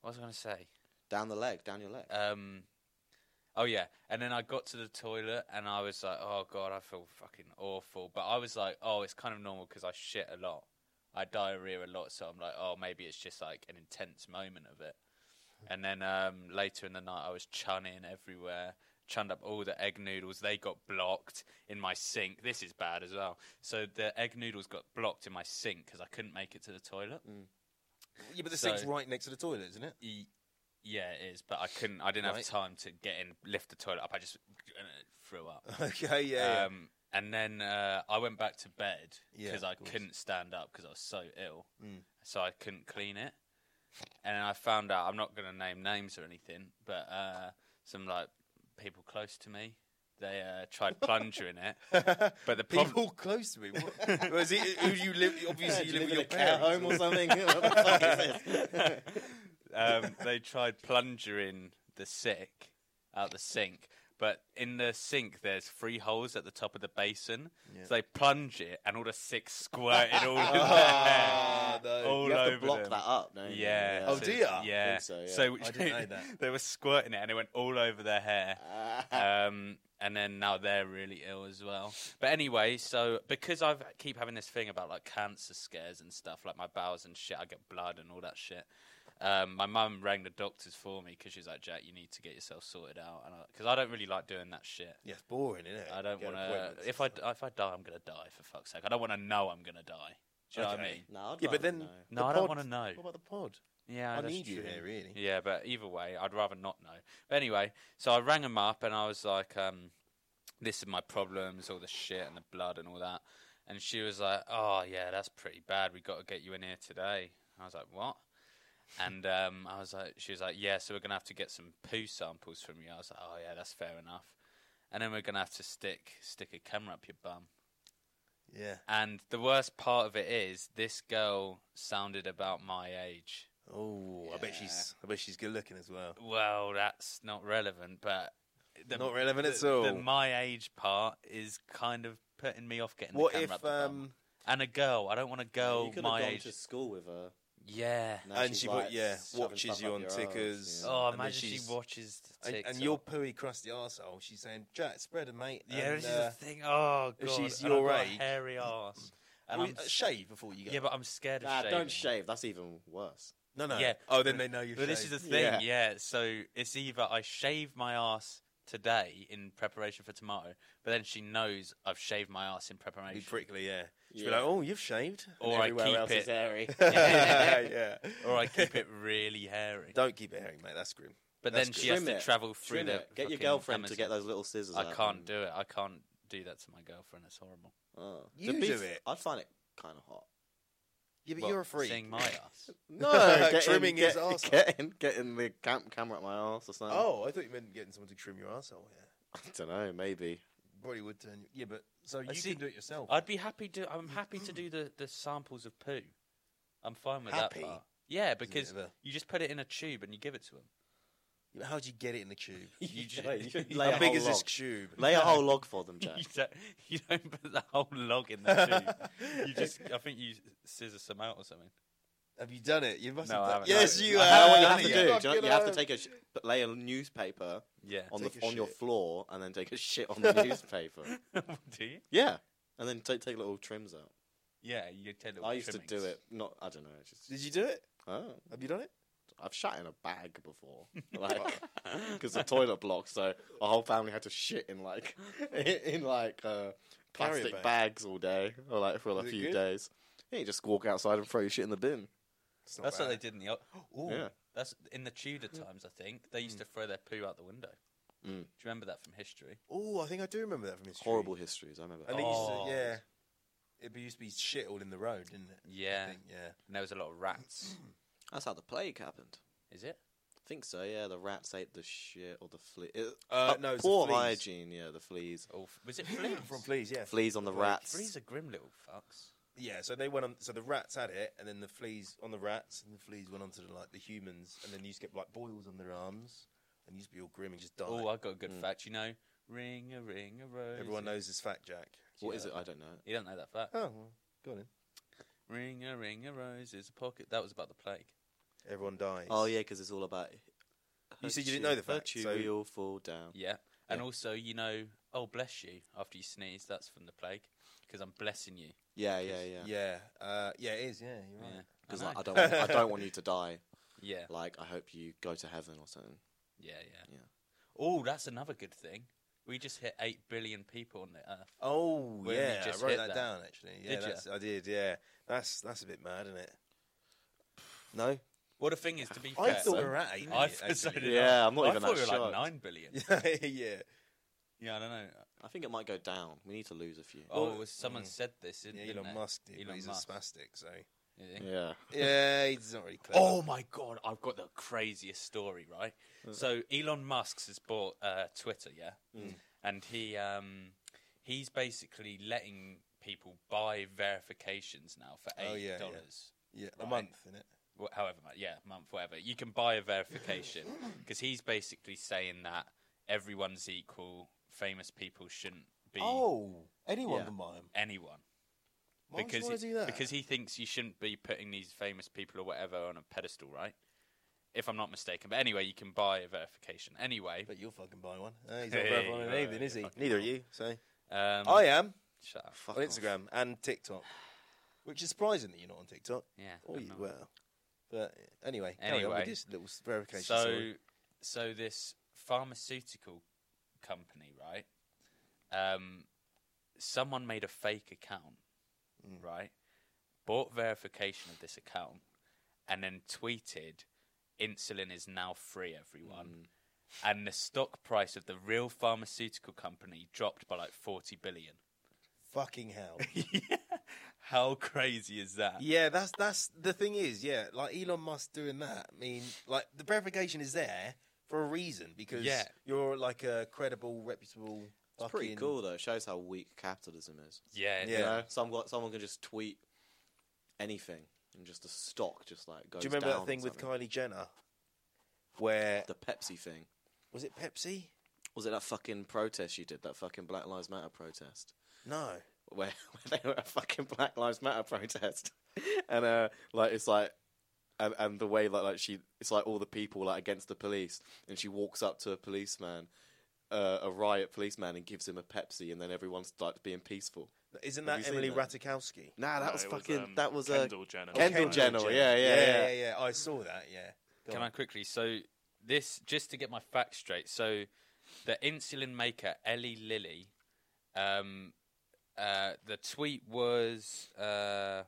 Speaker 4: what was I going to say?
Speaker 1: down the leg, down your leg.
Speaker 4: Um, oh yeah, and then I got to the toilet and I was like, oh god, I feel fucking awful. But I was like, oh, it's kind of normal because I shit a lot, I diarrhea a lot, so I'm like, oh, maybe it's just like an intense moment of it. And then um, later in the night, I was chunning everywhere, chunned up all the egg noodles. They got blocked in my sink. This is bad as well. So the egg noodles got blocked in my sink because I couldn't make it to the toilet.
Speaker 3: Yeah, but the
Speaker 4: so-
Speaker 3: sink's right next to the toilet, isn't it?
Speaker 4: Y- Yeah, it is, but I couldn't. I didn't
Speaker 3: Right.
Speaker 4: have time to get in, lift the toilet up. I just uh, threw up.
Speaker 3: okay, yeah.
Speaker 4: Um, and then uh, I went back to bed
Speaker 3: Yeah,
Speaker 4: because
Speaker 3: of
Speaker 4: I
Speaker 3: course.
Speaker 4: couldn't stand up because I was so ill,
Speaker 3: Mm.
Speaker 4: so I couldn't clean it. And then I found out I'm not going to name names or anything, but uh, some like people close to me, they uh, tried plunging it,
Speaker 3: yeah.
Speaker 4: but the
Speaker 3: People
Speaker 4: problem.
Speaker 3: close to me. What? was it, who do you live? Obviously, you live with your
Speaker 1: cat
Speaker 3: parents.
Speaker 1: home or something. What the fuck is this?
Speaker 4: um, they tried plunging the sick out the sink. But in the sink, there's three holes at the top of the basin.
Speaker 2: Yeah.
Speaker 4: So they plunge it, and all the sick squirted all over their hair.
Speaker 3: Ah, no.
Speaker 4: All
Speaker 2: you have
Speaker 4: over
Speaker 2: to block
Speaker 4: them.
Speaker 2: that up, don't you?
Speaker 4: Yeah.
Speaker 3: Oh,
Speaker 4: so-
Speaker 3: do ya?
Speaker 4: Yeah.
Speaker 1: Think so, yeah.
Speaker 3: I didn't know that.
Speaker 4: they were squirting it, and it went all over their hair.
Speaker 3: Uh,
Speaker 1: Ah.
Speaker 4: Um, and then now they're really ill as well. But anyway, so because I keep having this thing about like cancer scares and stuff, like my bowels and shit, I get blood and all that shit. Um, my mum rang the doctors for me because she's like, Jack, you need to get yourself sorted out. And because I, don't really like doing that shit.
Speaker 3: Yeah, it's boring, isn't it?
Speaker 4: I don't
Speaker 3: Get
Speaker 4: want
Speaker 3: appointments and
Speaker 4: to. If I
Speaker 3: stuff.
Speaker 4: d- if I die, I'm gonna die for fuck's sake. I don't want to know I'm gonna die. Do you know what I
Speaker 3: Okay.
Speaker 4: mean?
Speaker 2: No, I'd
Speaker 3: Yeah, but
Speaker 2: rather
Speaker 3: then
Speaker 2: know.
Speaker 4: No,
Speaker 3: the
Speaker 4: I don't
Speaker 3: pod-
Speaker 4: want to know.
Speaker 3: What about the pod?
Speaker 4: Yeah,
Speaker 3: I
Speaker 4: that's
Speaker 3: need you
Speaker 4: true.
Speaker 3: here, really.
Speaker 4: Yeah, but either way, I'd rather not know. But anyway, so I rang him up and I was like, um, "This is my problems, all the shit and the blood and all that." And she was like, "Oh yeah, that's pretty bad. We got to get you in here today." I was like, "What?" And um, I was like, "She was like, yeah, so we're gonna have to get some poo samples from you." I was like, "Oh yeah, that's fair enough." And then we're gonna have to stick stick a camera up your bum.
Speaker 3: Yeah.
Speaker 4: And the worst part of it is, this girl sounded about my age.
Speaker 3: Oh, I bet she's. I bet she's good looking as well.
Speaker 4: Well, that's not relevant, but the,
Speaker 3: Not relevant
Speaker 4: the-
Speaker 3: at all.
Speaker 4: The my age part is kind of putting me off getting
Speaker 3: What
Speaker 4: the camera
Speaker 3: if
Speaker 4: up the bum.
Speaker 3: um
Speaker 4: and a girl? I don't want a
Speaker 1: you
Speaker 4: girl
Speaker 1: could
Speaker 4: my
Speaker 1: have gone
Speaker 4: age.
Speaker 1: to school with her.
Speaker 4: Yeah.
Speaker 1: Now
Speaker 3: and
Speaker 1: she's,
Speaker 3: she
Speaker 1: like,
Speaker 3: put yeah
Speaker 1: shoving
Speaker 3: watches
Speaker 1: stuff
Speaker 3: you
Speaker 1: up
Speaker 3: on
Speaker 1: your
Speaker 3: tickers?
Speaker 1: arse,
Speaker 4: Oh,
Speaker 3: and then
Speaker 4: imagine she
Speaker 3: she's-
Speaker 4: watches the
Speaker 3: And,
Speaker 4: TikTok.
Speaker 3: and your pooey crusty arsehole, she's saying, Jack, spread it, mate.
Speaker 4: yeah,
Speaker 3: and,
Speaker 4: this
Speaker 3: uh,
Speaker 4: is the thing. Oh
Speaker 3: if
Speaker 4: god,
Speaker 3: she's
Speaker 4: and I've
Speaker 3: your
Speaker 4: got a
Speaker 3: age-
Speaker 4: hairy ass, and
Speaker 3: well,
Speaker 4: I'm
Speaker 3: uh,
Speaker 4: s-
Speaker 3: shave before you go.
Speaker 4: yeah, but I'm scared of
Speaker 1: Nah,
Speaker 4: shaving.
Speaker 1: don't shave. That's even worse.
Speaker 3: no, no.
Speaker 4: yeah.
Speaker 3: Oh, then they know you.
Speaker 4: But this is the thing, yeah.
Speaker 1: Yeah.
Speaker 4: So it's either I shave my ass today in preparation for tomorrow, but then she knows I've shaved my ass in
Speaker 3: be
Speaker 4: preparation.
Speaker 3: prickly. Yeah. She'll be
Speaker 1: Yeah.
Speaker 3: like, oh, you've shaved.
Speaker 4: or I
Speaker 1: Everywhere
Speaker 4: keep
Speaker 1: else is
Speaker 4: it,
Speaker 1: hairy.
Speaker 3: yeah.
Speaker 4: or I keep it really hairy.
Speaker 3: Don't keep it hairy, mate. That's grim.
Speaker 4: But
Speaker 3: That's
Speaker 4: then
Speaker 3: good.
Speaker 4: she has
Speaker 1: Trim
Speaker 4: to
Speaker 1: it.
Speaker 4: travel through
Speaker 1: Trim
Speaker 4: the.
Speaker 1: it. Get your
Speaker 4: fucking
Speaker 1: girlfriend to
Speaker 4: Amazon.
Speaker 1: get those little scissors.
Speaker 4: I
Speaker 1: out
Speaker 4: can't
Speaker 1: and-
Speaker 4: do it. I can't do that to my girlfriend. It's horrible.
Speaker 1: Oh.
Speaker 3: You
Speaker 1: To
Speaker 3: do it.
Speaker 1: I'd find it kind of hot.
Speaker 3: Yeah, but
Speaker 4: What,
Speaker 3: you're a freak.
Speaker 4: Seeing my ass.
Speaker 1: No,
Speaker 3: Trimming his
Speaker 1: get,
Speaker 3: arse.
Speaker 1: Getting, getting the cam- camera up my arse or something.
Speaker 3: Oh, I thought you meant getting someone to trim your arsehole. Yeah.
Speaker 1: I don't know. Maybe.
Speaker 3: Probably would turn. You. Yeah, but so you
Speaker 4: see-
Speaker 3: can do it yourself.
Speaker 4: I'd be happy to. I'm happy to do the the samples of poo. I'm fine with
Speaker 3: Happy?
Speaker 4: that part. Yeah,
Speaker 3: Isn't it
Speaker 4: because
Speaker 3: the-
Speaker 4: you just put it in a tube and you give it to him.
Speaker 3: How do you get it in the tube?
Speaker 4: You ju-
Speaker 1: Yeah, you could
Speaker 4: you
Speaker 1: lay
Speaker 3: How
Speaker 1: a
Speaker 3: big
Speaker 1: whole
Speaker 3: is this
Speaker 1: log.
Speaker 3: tube?
Speaker 1: Lay a whole log for them, Jack.
Speaker 4: You don't, you don't put the whole log in the tube. You just, I think you scissor some out or something.
Speaker 3: Have you done it? You must
Speaker 4: No,
Speaker 3: have
Speaker 4: I
Speaker 3: done
Speaker 4: haven't.
Speaker 3: Yes,
Speaker 4: No.
Speaker 1: I
Speaker 3: you
Speaker 1: know
Speaker 3: have.
Speaker 1: what you have to do.
Speaker 3: Fucking
Speaker 1: do you, know, you have to
Speaker 3: hell.
Speaker 1: take a sh- but lay a newspaper
Speaker 4: Yeah.
Speaker 1: on
Speaker 3: Take
Speaker 1: the
Speaker 3: a
Speaker 1: on your
Speaker 3: shit.
Speaker 1: floor and then take a shit on the newspaper.
Speaker 4: do you?
Speaker 1: Yeah, and then take take little trims out.
Speaker 4: Yeah, you take little
Speaker 1: I used to
Speaker 4: trimmings.
Speaker 1: do it. Not I don't know. it's Just
Speaker 3: Did you do it?
Speaker 1: oh,
Speaker 3: Have you done it?
Speaker 1: I've shat in a bag before, like because the toilet blocked, so our whole family had to shit in like in like uh,
Speaker 3: Carrier
Speaker 1: plastic
Speaker 3: bag.
Speaker 1: bags all day or like for
Speaker 3: Was
Speaker 1: a
Speaker 3: it
Speaker 1: few
Speaker 3: good?
Speaker 1: days. Yeah, you just walk outside and throw your shit in the bin.
Speaker 3: It's not
Speaker 4: That's what
Speaker 3: bad.
Speaker 4: they did in the. Oh,
Speaker 1: Yeah.
Speaker 4: that's in the Tudor times. I think they used to throw their poo out the window.
Speaker 1: Mm.
Speaker 4: Do you remember that from history?
Speaker 3: Oh, I think I do remember that from history.
Speaker 1: Horrible histories. I remember.
Speaker 3: And it used
Speaker 4: Oh.
Speaker 3: to, yeah. It used to be shit all in the road, didn't it? I
Speaker 4: Yeah,
Speaker 3: think, yeah.
Speaker 4: and there was a lot of rats.
Speaker 1: That's how the plague happened.
Speaker 4: Is it?
Speaker 1: I think so. Yeah, the rats ate the shit or the flea. it-
Speaker 3: Uh,
Speaker 1: uh,
Speaker 3: no, it's the
Speaker 1: poor
Speaker 3: fleas.
Speaker 1: hygiene. Yeah, the fleas.
Speaker 4: Or f- was it fleas?
Speaker 3: From fleas, yeah.
Speaker 1: Fleas on the
Speaker 3: Plague.
Speaker 1: rats.
Speaker 4: fleas are grim little fucks.
Speaker 3: Yeah, so they went on. So the rats had it, and then the fleas on the rats, and the fleas went on to the, like the humans, and then you used to get like boils on their arms, and you used to be all grim and just die.
Speaker 4: Oh, I got a good
Speaker 1: Mm.
Speaker 4: fact. You know, ring a ring a rose.
Speaker 3: Everyone knows this fact, Jack.
Speaker 1: What is it? I don't know.
Speaker 4: You don't know that fact.
Speaker 3: Oh, well, go on in.
Speaker 4: Ring a ring a rose is a pocket. That was about the plague.
Speaker 3: Everyone dies.
Speaker 1: Oh yeah, because it's all about.
Speaker 3: You said you didn't know the fact,
Speaker 1: Virtue
Speaker 3: so-
Speaker 1: we all fall down.
Speaker 4: Yeah. And also, you know, oh bless you after you sneeze. That's from the plague because I'm blessing you.
Speaker 1: Yeah, yeah, yeah.
Speaker 3: Yeah, uh, yeah, it is. Yeah, you're right.
Speaker 4: Yeah.
Speaker 1: Because
Speaker 4: I
Speaker 1: like,
Speaker 4: know.
Speaker 1: I don't, want, I don't want you to die.
Speaker 4: Yeah.
Speaker 1: Like, I hope you go to heaven or something.
Speaker 4: Yeah, yeah.
Speaker 1: Yeah.
Speaker 4: Oh, that's another good thing. We just hit 8 billion people on the earth.
Speaker 3: Oh
Speaker 4: When you
Speaker 3: yeah,
Speaker 4: just
Speaker 3: I wrote
Speaker 4: hit
Speaker 3: that,
Speaker 4: that.
Speaker 3: down actually. Yeah,
Speaker 4: Did ya?
Speaker 3: that's, I did. Yeah, that's that's a bit mad, isn't it? No,
Speaker 4: Well, the thing is, to be fair,
Speaker 3: I thought we
Speaker 4: though,
Speaker 3: were at eight.
Speaker 4: I
Speaker 3: million,
Speaker 4: thought so
Speaker 3: actually.
Speaker 4: did
Speaker 1: Yeah,
Speaker 4: I.
Speaker 1: I'm not
Speaker 4: I
Speaker 1: even
Speaker 4: thought
Speaker 1: that
Speaker 4: we were like
Speaker 1: shocked.
Speaker 4: 9 billion.
Speaker 3: yeah, yeah.
Speaker 4: yeah, I don't know.
Speaker 1: I think it might go down. We need to lose a few.
Speaker 4: Oh,
Speaker 3: Well,
Speaker 4: was- someone
Speaker 3: mm.
Speaker 4: said this, didn't
Speaker 3: Yeah,
Speaker 4: didn't
Speaker 3: Elon
Speaker 4: they?
Speaker 3: Musk did, but
Speaker 4: Elon
Speaker 3: he's
Speaker 4: Musk.
Speaker 3: a spastic, so
Speaker 4: You think?
Speaker 1: Yeah.
Speaker 3: yeah, he's not really clever.
Speaker 4: Oh my god, I've got the craziest story, right? So Elon Musk's has bought uh, Twitter, yeah, and he um, he's basically letting people buy verifications now for
Speaker 3: Oh, yeah,
Speaker 4: eight
Speaker 3: yeah.
Speaker 4: dollars.
Speaker 3: yeah, a
Speaker 4: right.
Speaker 3: month, isn't it?
Speaker 4: wh- however much, yeah, month, whatever, you can buy a verification because he's basically saying that everyone's equal. Famous people shouldn't be
Speaker 3: Oh, anyone
Speaker 1: Yeah.
Speaker 3: can buy him.
Speaker 4: anyone
Speaker 3: Why
Speaker 4: because
Speaker 3: would
Speaker 4: he,
Speaker 3: you wanna do that?
Speaker 4: because he thinks you shouldn't be putting these famous people or whatever on a pedestal, right? If I'm not mistaken, but anyway, you can buy a verification. Anyway,
Speaker 3: But you'll fucking buy one. Eh, he's not
Speaker 4: Hey,
Speaker 3: verified in
Speaker 4: right,
Speaker 3: anything, is he?
Speaker 4: fucking
Speaker 3: Neither are
Speaker 4: not.
Speaker 3: you. So
Speaker 4: um,
Speaker 3: I am
Speaker 4: shut up.
Speaker 1: Fuck
Speaker 3: on
Speaker 1: off.
Speaker 3: Instagram and TikTok, which is surprising that you're not on TikTok.
Speaker 4: Yeah.
Speaker 3: Or
Speaker 4: I'm
Speaker 3: you
Speaker 4: not.
Speaker 3: were. But anyway, carry on with
Speaker 4: Anyway.
Speaker 3: this little s- verification.
Speaker 4: So,
Speaker 3: story.
Speaker 4: so this pharmaceutical company, right? Um, someone made a fake account, right? Bought verification of this account, and then tweeted, "Insulin is now free, everyone." And the stock price of the real pharmaceutical company dropped by like forty billion.
Speaker 3: fucking hell.
Speaker 4: How crazy is that?
Speaker 3: Yeah, that's that's the thing is, yeah, like Elon Musk doing that. I mean, like the verification is there for a reason because
Speaker 4: Yeah.
Speaker 3: you're like a credible, reputable.
Speaker 1: It's pretty
Speaker 3: fucking-
Speaker 1: cool though. It shows how weak capitalism is.
Speaker 4: Yeah,
Speaker 1: You
Speaker 3: Yeah.
Speaker 1: know, someone someone can just tweet anything and just the stock just like goes.
Speaker 3: Do you remember
Speaker 1: down
Speaker 3: that
Speaker 1: or
Speaker 3: thing with
Speaker 1: something.
Speaker 3: Kylie Jenner, where
Speaker 1: the Pepsi thing?
Speaker 3: was it Pepsi?
Speaker 1: Was it that fucking protest you did? That fucking Black Lives Matter protest?
Speaker 3: No,
Speaker 1: where, where they were at a fucking Black Lives Matter protest, and uh, like it's like, and, and the way like like she, it's like all the people like against the police, and she walks up to a policeman, uh, a riot policeman, and gives him a Pepsi, and then everyone starts being peaceful.
Speaker 3: isn't
Speaker 1: Have
Speaker 3: that
Speaker 1: you seen
Speaker 3: Emily
Speaker 1: that?
Speaker 3: Ratajkowski?
Speaker 1: Nah, Ah, that
Speaker 5: No,
Speaker 1: was
Speaker 5: it
Speaker 1: fucking
Speaker 5: um,
Speaker 1: that was uh, a
Speaker 5: Kendall Jenner.
Speaker 1: Kendall
Speaker 5: wasn't it?
Speaker 1: Jenner. yeah, yeah,
Speaker 3: yeah, yeah. I saw that. Yeah. Go
Speaker 4: Can
Speaker 3: on.
Speaker 4: I quickly? So this, just to get my facts straight. So the insulin maker Ellie Lilly, um, uh, the tweet was, uh,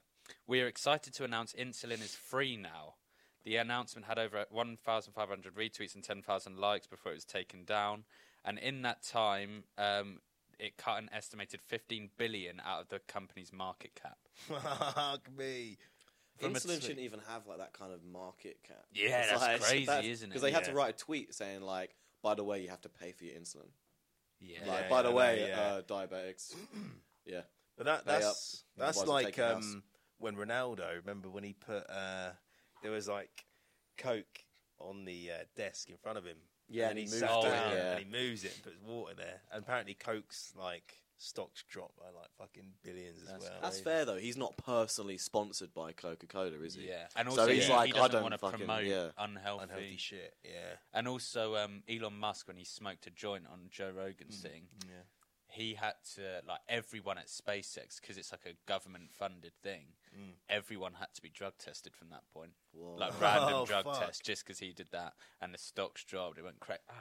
Speaker 4: "We are excited to announce insulin is free now." The announcement had over 1,500 retweets and 10,000 likes before it was taken down, and in that time, um, it cut an estimated 15 billion out of the company's market cap.
Speaker 3: Fuck me. From a
Speaker 1: Insulin
Speaker 3: tweet.
Speaker 1: shouldn't even have like that kind of market cap.
Speaker 4: Yeah, that's crazy, isn't it?
Speaker 1: Because they had to
Speaker 4: Yeah.
Speaker 1: write a tweet saying like, by the way, you have to pay for your insulin.
Speaker 4: Yeah,
Speaker 1: Like,
Speaker 3: Yeah,
Speaker 1: by the
Speaker 3: I know,
Speaker 1: way,
Speaker 3: yeah.
Speaker 1: uh, diabetics. yeah.
Speaker 3: But that,
Speaker 1: Pay up,
Speaker 3: that's that's
Speaker 1: otherwise we'll
Speaker 3: like
Speaker 1: take your house.
Speaker 3: um, when Ronaldo. Remember when he put uh, there was like Coke on the uh, desk in front of him.
Speaker 1: Yeah, and
Speaker 3: and he
Speaker 1: he moved
Speaker 3: sat
Speaker 4: it,
Speaker 3: down
Speaker 1: yeah.
Speaker 3: and he moves it and puts water there. And apparently Coke's like stocks drop by like fucking billions as well.
Speaker 1: That's fair though. He's not personally sponsored by Coca Cola, is he?
Speaker 4: Yeah, and
Speaker 1: So
Speaker 4: also
Speaker 1: he's
Speaker 4: he,
Speaker 1: like,
Speaker 4: he
Speaker 1: I
Speaker 4: doesn't
Speaker 1: don't
Speaker 4: want to
Speaker 1: fucking-
Speaker 4: promote
Speaker 1: yeah.
Speaker 4: unhealthy.
Speaker 3: Unhealthy shit. Yeah.
Speaker 4: And also, um, Elon Musk, when he smoked a joint on Joe Rogan's
Speaker 3: Hmm.
Speaker 4: thing,
Speaker 3: yeah.
Speaker 4: he had to, like, everyone at SpaceX, because it's like a government funded thing,
Speaker 1: Hmm.
Speaker 4: everyone had to be drug tested from that point.
Speaker 1: Whoa.
Speaker 4: Like, random
Speaker 3: Oh,
Speaker 4: drug
Speaker 3: fuck.
Speaker 4: test, just because he did that. And the stocks dropped. It went, cra- ah,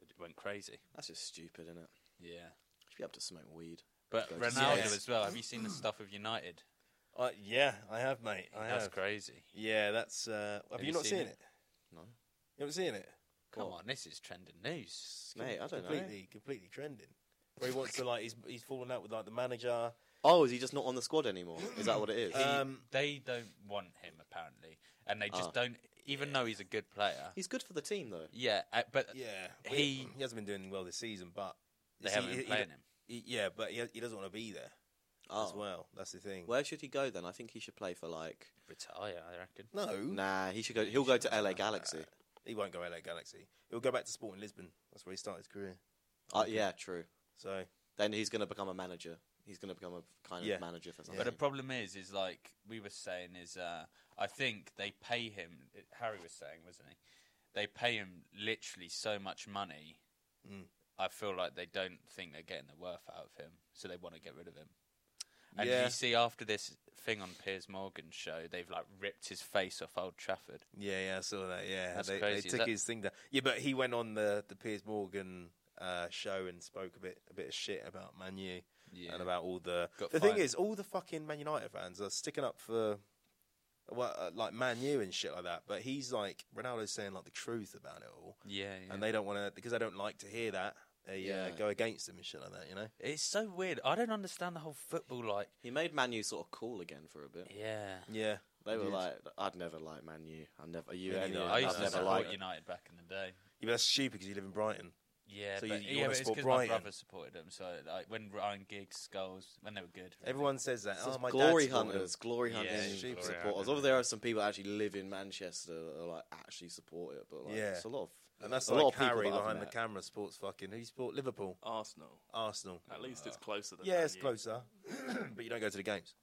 Speaker 4: it went crazy.
Speaker 1: That's just stupid, isn't it?
Speaker 4: Yeah.
Speaker 1: Should be able to smoke weed.
Speaker 4: But
Speaker 1: Go to
Speaker 4: Ronaldo
Speaker 3: space.
Speaker 4: as well. Have you seen the stuff of United?
Speaker 3: I Uh, yeah, I have, mate. I
Speaker 4: That's
Speaker 3: have.
Speaker 4: crazy.
Speaker 3: Yeah, that's. Uh, have,
Speaker 4: Have
Speaker 3: you,
Speaker 4: you
Speaker 3: not
Speaker 4: seen
Speaker 3: seen,
Speaker 4: it?
Speaker 3: it?
Speaker 1: No.
Speaker 3: You haven't seen it?
Speaker 4: Come on, this is trending news.
Speaker 1: Mate, I don't know.
Speaker 3: completely, completely trending. Where he wants to like, he's he's fallen out with like the manager.
Speaker 1: Oh, is he just not on the squad anymore? Is that what it is?
Speaker 4: He-
Speaker 3: Um,
Speaker 4: they don't want him, apparently. And they just
Speaker 1: Ah.
Speaker 4: don't, even though he's a good player.
Speaker 1: He's good for the team though.
Speaker 4: Yeah, uh, but
Speaker 3: Yeah,
Speaker 4: He-
Speaker 3: he he hasn't been doing well this season, but
Speaker 4: they
Speaker 3: see,
Speaker 4: haven't
Speaker 3: he-
Speaker 4: been
Speaker 3: he-
Speaker 4: playing him.
Speaker 3: he- yeah, but he, he doesn't want to be there as
Speaker 1: Oh,
Speaker 3: well. That's the thing.
Speaker 1: where should he go then? I think he should play for like.
Speaker 4: Retire, I reckon.
Speaker 3: no,
Speaker 1: Nah, he should go. He'll go to LA Galaxy.
Speaker 3: he won't go LA Galaxy. He'll go back to Sporting Lisbon. That's where he started his career.
Speaker 1: Uh, yeah, true.
Speaker 3: So
Speaker 1: Then he's gonna become a manager. He's gonna become a kind of
Speaker 3: Yeah.
Speaker 1: manager for something.
Speaker 4: But the problem is, is like we were saying, is uh, I think they pay him. Harry was saying, wasn't he? They pay him literally so much money.
Speaker 3: Mm.
Speaker 4: I feel like they don't think they're getting the worth out of him, so they want to get rid of him. And
Speaker 3: Yeah.
Speaker 4: you see, after this thing on Piers Morgan's show, they've like ripped his face off Old Trafford.
Speaker 3: yeah, yeah, I saw that. Yeah,
Speaker 4: That's
Speaker 3: they, they
Speaker 4: crazy, is
Speaker 3: took
Speaker 4: that-
Speaker 3: his thing down. Yeah, but he went on the the Piers Morgan uh, show and spoke a bit a bit of shit about Manu
Speaker 4: Yeah,
Speaker 3: and about all the.
Speaker 4: Got
Speaker 3: the thing
Speaker 4: fined.
Speaker 3: is, all the fucking Man United fans are sticking up for. Well, uh, like Man U and shit like that, but he's like Ronaldo's saying like the truth about it all,
Speaker 4: yeah, yeah.
Speaker 3: and they don't want to because they don't like to hear that. They uh,
Speaker 1: Yeah.
Speaker 3: go against them and shit like that, you know.
Speaker 4: it's so weird. I don't understand the whole football. Like,
Speaker 1: he made Manu sort of cool again for a bit.
Speaker 4: yeah,
Speaker 3: Yeah,
Speaker 1: They were
Speaker 3: Dude.
Speaker 1: like, I'd never like Manu. I never. Are you
Speaker 3: Me
Speaker 1: any?
Speaker 3: neither.
Speaker 4: I
Speaker 1: I've
Speaker 4: used to
Speaker 1: never
Speaker 4: support
Speaker 1: liked.
Speaker 4: United back in the day.
Speaker 3: yeah but that's stupid because you live in Brighton.
Speaker 4: Yeah,
Speaker 3: So
Speaker 4: but,
Speaker 3: you- you
Speaker 4: yeah,
Speaker 3: wanna
Speaker 4: but it's
Speaker 3: support
Speaker 4: because my
Speaker 3: Brighton.
Speaker 4: brother supported them. So like when Ryan Giggs, Skulls, when they were good. really.
Speaker 3: Everyone says that.
Speaker 1: It's
Speaker 3: Oh, my
Speaker 1: glory
Speaker 3: dad's supported
Speaker 1: hunters,
Speaker 3: them."
Speaker 1: glory
Speaker 4: Yeah,
Speaker 1: hunters,
Speaker 4: yeah,
Speaker 1: sheep
Speaker 4: glory
Speaker 1: supporters.
Speaker 4: hunters.
Speaker 1: Although there are some people that actually live in Manchester that are, like actually support it, but like,
Speaker 3: Yeah.
Speaker 1: it's a lot of
Speaker 3: And that's
Speaker 1: a lot
Speaker 3: like
Speaker 1: of people
Speaker 3: Harry
Speaker 1: that I've
Speaker 3: behind the
Speaker 1: met.
Speaker 3: camera sports fucking. Who sport Liverpool,
Speaker 5: Arsenal.
Speaker 3: Arsenal. Uh,
Speaker 5: At least it's closer than.
Speaker 3: Yeah, it's
Speaker 5: Man U.
Speaker 3: closer, but you don't go to the games.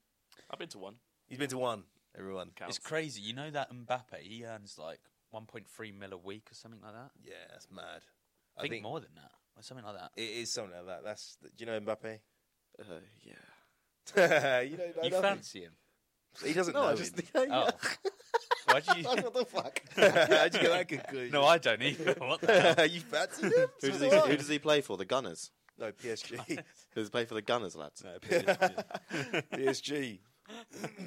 Speaker 5: I've been to one.
Speaker 3: You've been to one. Everyone.
Speaker 5: Counts.
Speaker 4: It's crazy. You know that Mbappe, he earns like 1.3 mil a week or something like that.
Speaker 3: Yeah, that's mad.
Speaker 4: I, think, more than that, or something like that.
Speaker 3: It is something like that. That's. Do you know Mbappe?
Speaker 1: Uh, yeah.
Speaker 3: you don't know
Speaker 4: You
Speaker 3: nothing.
Speaker 4: fancy him?
Speaker 3: He doesn't
Speaker 1: No,
Speaker 3: know.
Speaker 1: I
Speaker 3: him.
Speaker 1: just
Speaker 4: Oh, why'd you?
Speaker 1: what the fuck?
Speaker 3: How'd you get that conclusion?
Speaker 4: no, I don't either. What the hell?
Speaker 3: you fancied him?
Speaker 1: who, does he, who does he play for? The Gunners.
Speaker 3: No, PSG.
Speaker 1: Who does he play for? The Gunners, lads.
Speaker 3: PSG.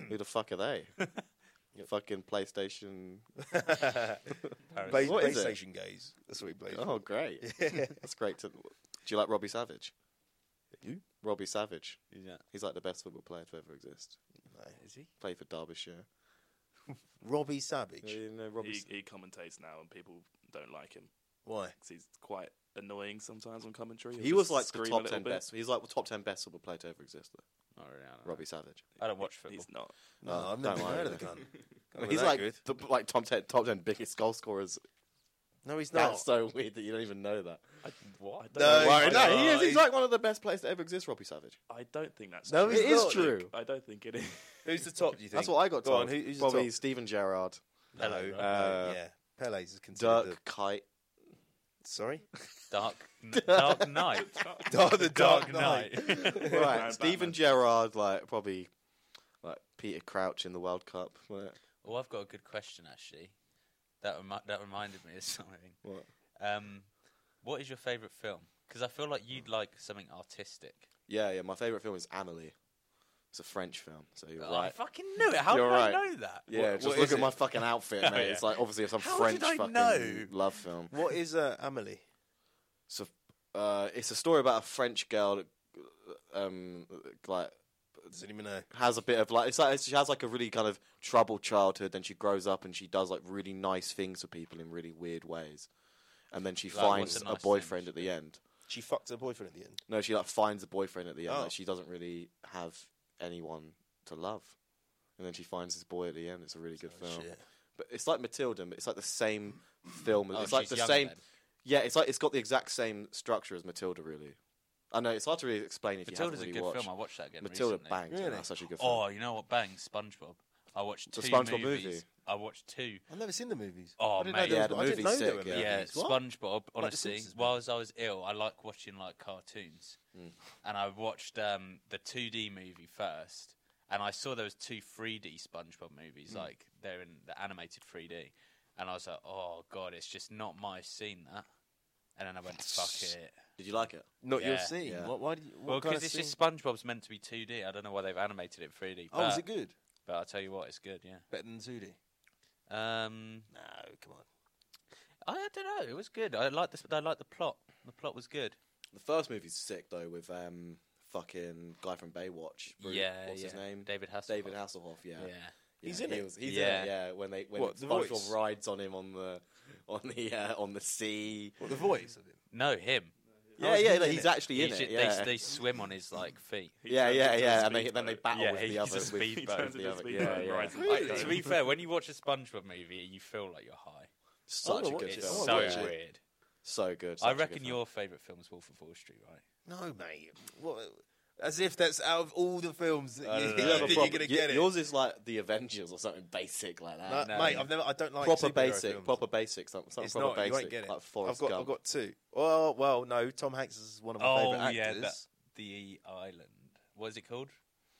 Speaker 1: Who the fuck are they? Fucking PlayStation.
Speaker 4: Paris.
Speaker 3: Play,
Speaker 1: What is it?
Speaker 3: PlayStation gays. That's what he plays.
Speaker 1: Oh, great.
Speaker 3: Yeah.
Speaker 1: That's great. To... Do you like Robbie Savage?
Speaker 3: Who?
Speaker 1: Robbie Savage.
Speaker 4: Is that-
Speaker 1: He's like the best football player to ever exist.
Speaker 4: is he?
Speaker 1: Played for Derbyshire.
Speaker 3: Robbie Savage.
Speaker 1: You know, Robbie
Speaker 5: He, he commentates now, and people don't like him
Speaker 3: Why?
Speaker 5: 'cause he's quite annoying sometimes on commentary. He'll
Speaker 1: He was
Speaker 5: just
Speaker 1: like the
Speaker 5: scream a
Speaker 1: top
Speaker 5: little
Speaker 1: ten
Speaker 5: bit.
Speaker 1: best. He's like the top ten best football player to ever exist. Though.
Speaker 4: Not really, I don't know.
Speaker 1: Robbie Savage.
Speaker 4: I don't watch football.
Speaker 5: He's not.
Speaker 3: No,
Speaker 1: Oh,
Speaker 3: I've never
Speaker 1: don't
Speaker 3: even
Speaker 1: worry,
Speaker 3: heard of the
Speaker 1: then.
Speaker 3: gun. Oh,
Speaker 1: he's like the like top ten top ten biggest goal scorers.
Speaker 3: no, he's not.
Speaker 1: That's so weird that you don't even know that.
Speaker 5: What? I don't,
Speaker 3: No,
Speaker 1: Don't worry.
Speaker 3: he's
Speaker 1: no,
Speaker 3: not.
Speaker 1: he is. He's
Speaker 3: He's-
Speaker 1: like one of the best players to ever exist. Robbie Savage.
Speaker 5: I don't think that's.
Speaker 3: No,
Speaker 5: true.
Speaker 3: he's It is not.
Speaker 1: true.
Speaker 5: I don't think it is.
Speaker 3: Who's the top? Do you think?
Speaker 1: That's what I got
Speaker 3: Go
Speaker 1: told.
Speaker 3: on, who- who's the
Speaker 1: Probably
Speaker 3: top?
Speaker 1: Steven Gerrard,
Speaker 3: No,
Speaker 4: Hello,
Speaker 3: no,
Speaker 1: uh,
Speaker 3: yeah, Pele's is considered.
Speaker 1: Dirk
Speaker 3: The,
Speaker 1: Kite.
Speaker 3: sorry,
Speaker 4: Dark, Dark Knight.
Speaker 3: Dark, Oh, the
Speaker 4: Dark Knight.
Speaker 1: right,
Speaker 5: Batman.
Speaker 1: Steven Gerrard, like probably like Peter Crouch in the World Cup. What?
Speaker 4: oh, I've got a good question actually. That remi- that reminded me of something.
Speaker 1: What?
Speaker 4: Um, what is your favourite film? Because I feel like you'd like something artistic.
Speaker 1: Yeah, yeah. My favorite film is Amelie. It's a French film, so you're
Speaker 4: Oh, I
Speaker 1: right.
Speaker 4: fucking knew it. How
Speaker 1: You're
Speaker 4: did
Speaker 1: right.
Speaker 4: I know that?
Speaker 1: Yeah, just
Speaker 3: what
Speaker 1: look
Speaker 3: is
Speaker 1: at
Speaker 3: it?
Speaker 1: my fucking outfit, mate. It's like obviously some
Speaker 4: How
Speaker 1: French
Speaker 4: did I
Speaker 1: fucking
Speaker 4: know?
Speaker 1: love film.
Speaker 3: What is uh, Amelie?
Speaker 1: So, uh, it's a story about a French girl that um, like
Speaker 3: Does anyone know?
Speaker 1: has a bit of like it's like she has like a really kind of troubled childhood. Then she grows up and she does like really nice things for people in really weird ways, and then she
Speaker 4: Like, what's
Speaker 1: finds
Speaker 4: a
Speaker 1: a,
Speaker 4: nice thing
Speaker 1: boyfriend
Speaker 4: she
Speaker 1: at the end.
Speaker 3: She fucked her boyfriend at the end.
Speaker 1: No, she like finds a boyfriend at the end.
Speaker 3: Oh.
Speaker 1: Like, she doesn't really have anyone to love, and then she finds this boy at the end. It's a really good film.
Speaker 3: Oh, Shit.
Speaker 1: But it's like Matilda. but It's like the same film.
Speaker 4: Oh,
Speaker 1: it's like
Speaker 4: she's
Speaker 1: the
Speaker 4: younger
Speaker 1: same.
Speaker 4: then.
Speaker 1: Yeah, it's like it's got the exact same structure as Matilda. Really, I know it's hard to really explain if
Speaker 4: Matilda's
Speaker 1: you
Speaker 4: a
Speaker 1: haven't
Speaker 4: good
Speaker 1: really watched.
Speaker 4: film. I watched that again.
Speaker 1: Matilda
Speaker 4: recently.
Speaker 1: bangs. man,
Speaker 3: Really?
Speaker 1: That's such a good film.
Speaker 4: Oh, you know what? Bang, SpongeBob. I watched two
Speaker 1: The SpongeBob
Speaker 4: movies.
Speaker 1: movie.
Speaker 4: I watched two.
Speaker 3: I've never seen the movies.
Speaker 4: Oh,
Speaker 3: I didn't
Speaker 4: mate.
Speaker 3: know
Speaker 1: Yeah,
Speaker 3: there
Speaker 1: the
Speaker 3: was, I didn't know
Speaker 1: movie's
Speaker 3: there were
Speaker 1: sick, yeah.
Speaker 4: Yeah,
Speaker 3: movies. What?
Speaker 4: SpongeBob. Honestly,
Speaker 3: Simpsons, man.
Speaker 4: whilst I was ill, I like watching like cartoons,
Speaker 3: Hmm.
Speaker 4: and I watched um, the 2D movie first, and I saw there was two 3D SpongeBob
Speaker 3: Hmm.
Speaker 4: movies, like they're in the animated 3D, and I was like, oh god, it's just not my scene that. And then I went, fuck it.
Speaker 1: Did you like it?
Speaker 3: Not your
Speaker 4: Yeah.
Speaker 3: scene.
Speaker 1: Yeah.
Speaker 3: What? Why? Did you, what
Speaker 4: Well,
Speaker 3: kind
Speaker 4: because
Speaker 3: of
Speaker 4: it's
Speaker 3: scene?
Speaker 4: just SpongeBob's meant to be 2D. I don't know why they've animated it 3D.
Speaker 3: Oh,
Speaker 4: But,
Speaker 3: is it good?
Speaker 4: but I'll tell you what, it's good. Yeah.
Speaker 3: Better than Zudi?
Speaker 4: Um,
Speaker 3: No, come on.
Speaker 4: I, I don't know. It was good. I liked this. I liked the plot. The plot was good.
Speaker 1: The first movie's sick though, with um fucking guy from Baywatch. Bru-
Speaker 4: yeah.
Speaker 1: what's his
Speaker 4: yeah.
Speaker 1: name?
Speaker 4: David Hasselhoff.
Speaker 1: David Hasselhoff. Yeah,
Speaker 4: Yeah.
Speaker 1: Yeah,
Speaker 3: He's in
Speaker 1: he
Speaker 3: it?
Speaker 1: was- he's
Speaker 4: Yeah.
Speaker 1: in it. Yeah, when they when
Speaker 3: What, The
Speaker 1: SpongeBob
Speaker 3: Voice?
Speaker 1: rides on him on the on the uh, on the sea.
Speaker 3: What the voice? of him?
Speaker 4: No, him.
Speaker 1: Yeah,
Speaker 3: is
Speaker 1: yeah,
Speaker 3: he
Speaker 1: like,
Speaker 3: Oh, in
Speaker 1: he's
Speaker 3: it?
Speaker 1: actually in
Speaker 4: He's-
Speaker 1: it.
Speaker 4: they-
Speaker 1: Yeah.
Speaker 4: They, swim on his like feet.
Speaker 5: He
Speaker 1: yeah,
Speaker 5: turns
Speaker 1: yeah,
Speaker 5: into a
Speaker 1: yeah, and they, then they
Speaker 5: speedboat.
Speaker 1: battle
Speaker 4: Yeah,
Speaker 1: with
Speaker 4: he's
Speaker 1: the
Speaker 4: a
Speaker 1: other. with-
Speaker 5: He
Speaker 4: speedboat.
Speaker 1: with
Speaker 5: turns
Speaker 1: the
Speaker 5: into a
Speaker 1: other-
Speaker 5: speedboat
Speaker 1: yeah,
Speaker 5: and
Speaker 1: yeah.
Speaker 5: rides
Speaker 3: Really?
Speaker 5: back
Speaker 4: to
Speaker 5: home.
Speaker 4: be fair, when you watch a SpongeBob movie, you feel like you're high.
Speaker 1: Such a
Speaker 3: wanna
Speaker 1: good
Speaker 3: watch it.
Speaker 4: It's
Speaker 1: film.
Speaker 4: so
Speaker 3: I wanna watch it.
Speaker 4: weird.
Speaker 1: So good. such
Speaker 4: I
Speaker 1: a good
Speaker 4: reckon
Speaker 1: film.
Speaker 4: your favourite film is Wolf of Wall Street, right?
Speaker 3: No, mate. What? As if that's out of all the films that you,
Speaker 4: don't
Speaker 3: you
Speaker 4: know.
Speaker 1: have a
Speaker 3: think you're
Speaker 1: proper-
Speaker 3: going to
Speaker 1: y-
Speaker 3: get it.
Speaker 1: Yours is like the Avengers or something basic like that.
Speaker 3: No,
Speaker 4: no.
Speaker 3: mate, I've never. I don't like
Speaker 1: proper
Speaker 3: superhero
Speaker 1: basic,
Speaker 3: films.
Speaker 1: proper basic, something, something
Speaker 3: It's
Speaker 1: proper
Speaker 3: not.
Speaker 1: basic.
Speaker 3: You won't get it.
Speaker 1: Like Forrest
Speaker 3: I've got.
Speaker 1: Gump.
Speaker 3: I've got two. Oh well, no. Tom Hanks is one of my favorite actors.
Speaker 4: Oh, that- the Island. What is it called?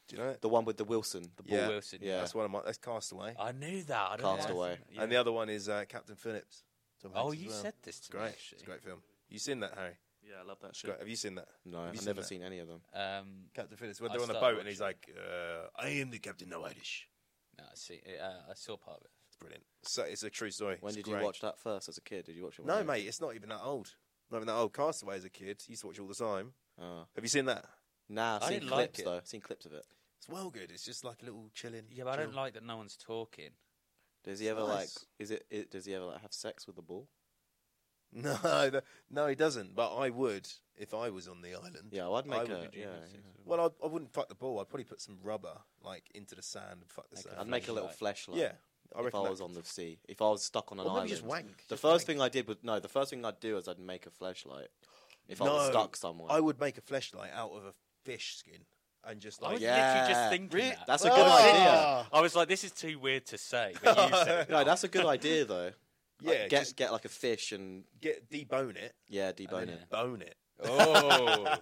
Speaker 3: Do you know it?
Speaker 1: The one with the Wilson. The
Speaker 4: Paul
Speaker 3: Yeah.
Speaker 4: Wilson.
Speaker 1: Yeah.
Speaker 3: That's one of my. That's Castaway.
Speaker 4: I knew that. I don't know why I
Speaker 1: Castaway.
Speaker 4: said that, Oh, yeah.
Speaker 3: And the other one is uh, Captain Phillips. Tom
Speaker 4: Oh,
Speaker 3: Hanks as
Speaker 4: you
Speaker 3: well.
Speaker 4: said this to
Speaker 3: It's
Speaker 4: me,
Speaker 3: great.
Speaker 4: actually.
Speaker 3: It's a great film. You seen that, Harry?
Speaker 5: Yeah, I love that
Speaker 3: It's
Speaker 5: shit.
Speaker 3: great. Have you seen that?
Speaker 1: No,
Speaker 3: Have you
Speaker 1: I've
Speaker 3: seen
Speaker 1: never
Speaker 3: that?
Speaker 1: seen any of them.
Speaker 4: Um,
Speaker 3: Captain Phillips. When
Speaker 4: I
Speaker 3: they're on the boat
Speaker 4: started
Speaker 3: and he's like, uh, "I am the captain, no Irish."
Speaker 4: no, I see. Uh, I saw part of it.
Speaker 3: It's brilliant. So it's a true story.
Speaker 1: When
Speaker 3: It's
Speaker 1: did
Speaker 3: great.
Speaker 1: you watch that first as a kid? Did you watch it? when
Speaker 3: No,
Speaker 1: you were-
Speaker 3: mate. It's not even that old. Not even that old. Castaway as a kid, used to watch it all the time.
Speaker 1: Oh.
Speaker 3: Have you seen that?
Speaker 1: Nah, I've
Speaker 4: I
Speaker 1: seen
Speaker 4: didn't like
Speaker 1: clips
Speaker 4: it.
Speaker 1: though. I've seen clips of it.
Speaker 3: It's well good. It's just like a little chilling.
Speaker 4: Yeah, but I don't
Speaker 3: chill.
Speaker 4: like that no one's talking.
Speaker 1: Does he ever
Speaker 3: nice.
Speaker 1: like? Is it, it? Does he ever like have sex with the ball?
Speaker 3: No, th- no, he doesn't. But I would if I was on the island.
Speaker 1: Yeah, well, I'd
Speaker 3: I
Speaker 1: make
Speaker 3: would
Speaker 1: a
Speaker 3: do
Speaker 1: yeah,
Speaker 4: gymnastics
Speaker 1: yeah.
Speaker 4: as well.
Speaker 3: Well, I, I wouldn't fuck the ball. I'd probably put some rubber like into the sand and fuck the
Speaker 4: Make a
Speaker 3: sand.
Speaker 1: I'd make a little fleshlight.
Speaker 3: Yeah, I
Speaker 1: if I
Speaker 3: reckon that
Speaker 1: was
Speaker 3: could-
Speaker 1: on the sea, if I was stuck on an
Speaker 3: Or maybe
Speaker 1: island,
Speaker 3: just wank.
Speaker 1: the first
Speaker 3: Just wank.
Speaker 1: thing I did was no. The first thing I'd do is I'd make a flashlight. If I was
Speaker 3: No,
Speaker 1: stuck somewhere,
Speaker 3: I would make a fleshlight out of a fish skin and just
Speaker 4: I
Speaker 3: like
Speaker 4: was
Speaker 1: Oh, yeah.
Speaker 4: literally just thinking
Speaker 1: Really?
Speaker 4: that.
Speaker 1: That's a
Speaker 3: Oh.
Speaker 1: good idea.
Speaker 3: Ah.
Speaker 4: I was like, this is too weird to say. But you said it.
Speaker 1: No, that's a good idea though.
Speaker 3: yeah,
Speaker 1: Like, get
Speaker 3: just
Speaker 1: get like a fish and
Speaker 3: get debone it,
Speaker 1: yeah, debone
Speaker 4: then-
Speaker 1: it.
Speaker 3: bone it.
Speaker 4: Oh,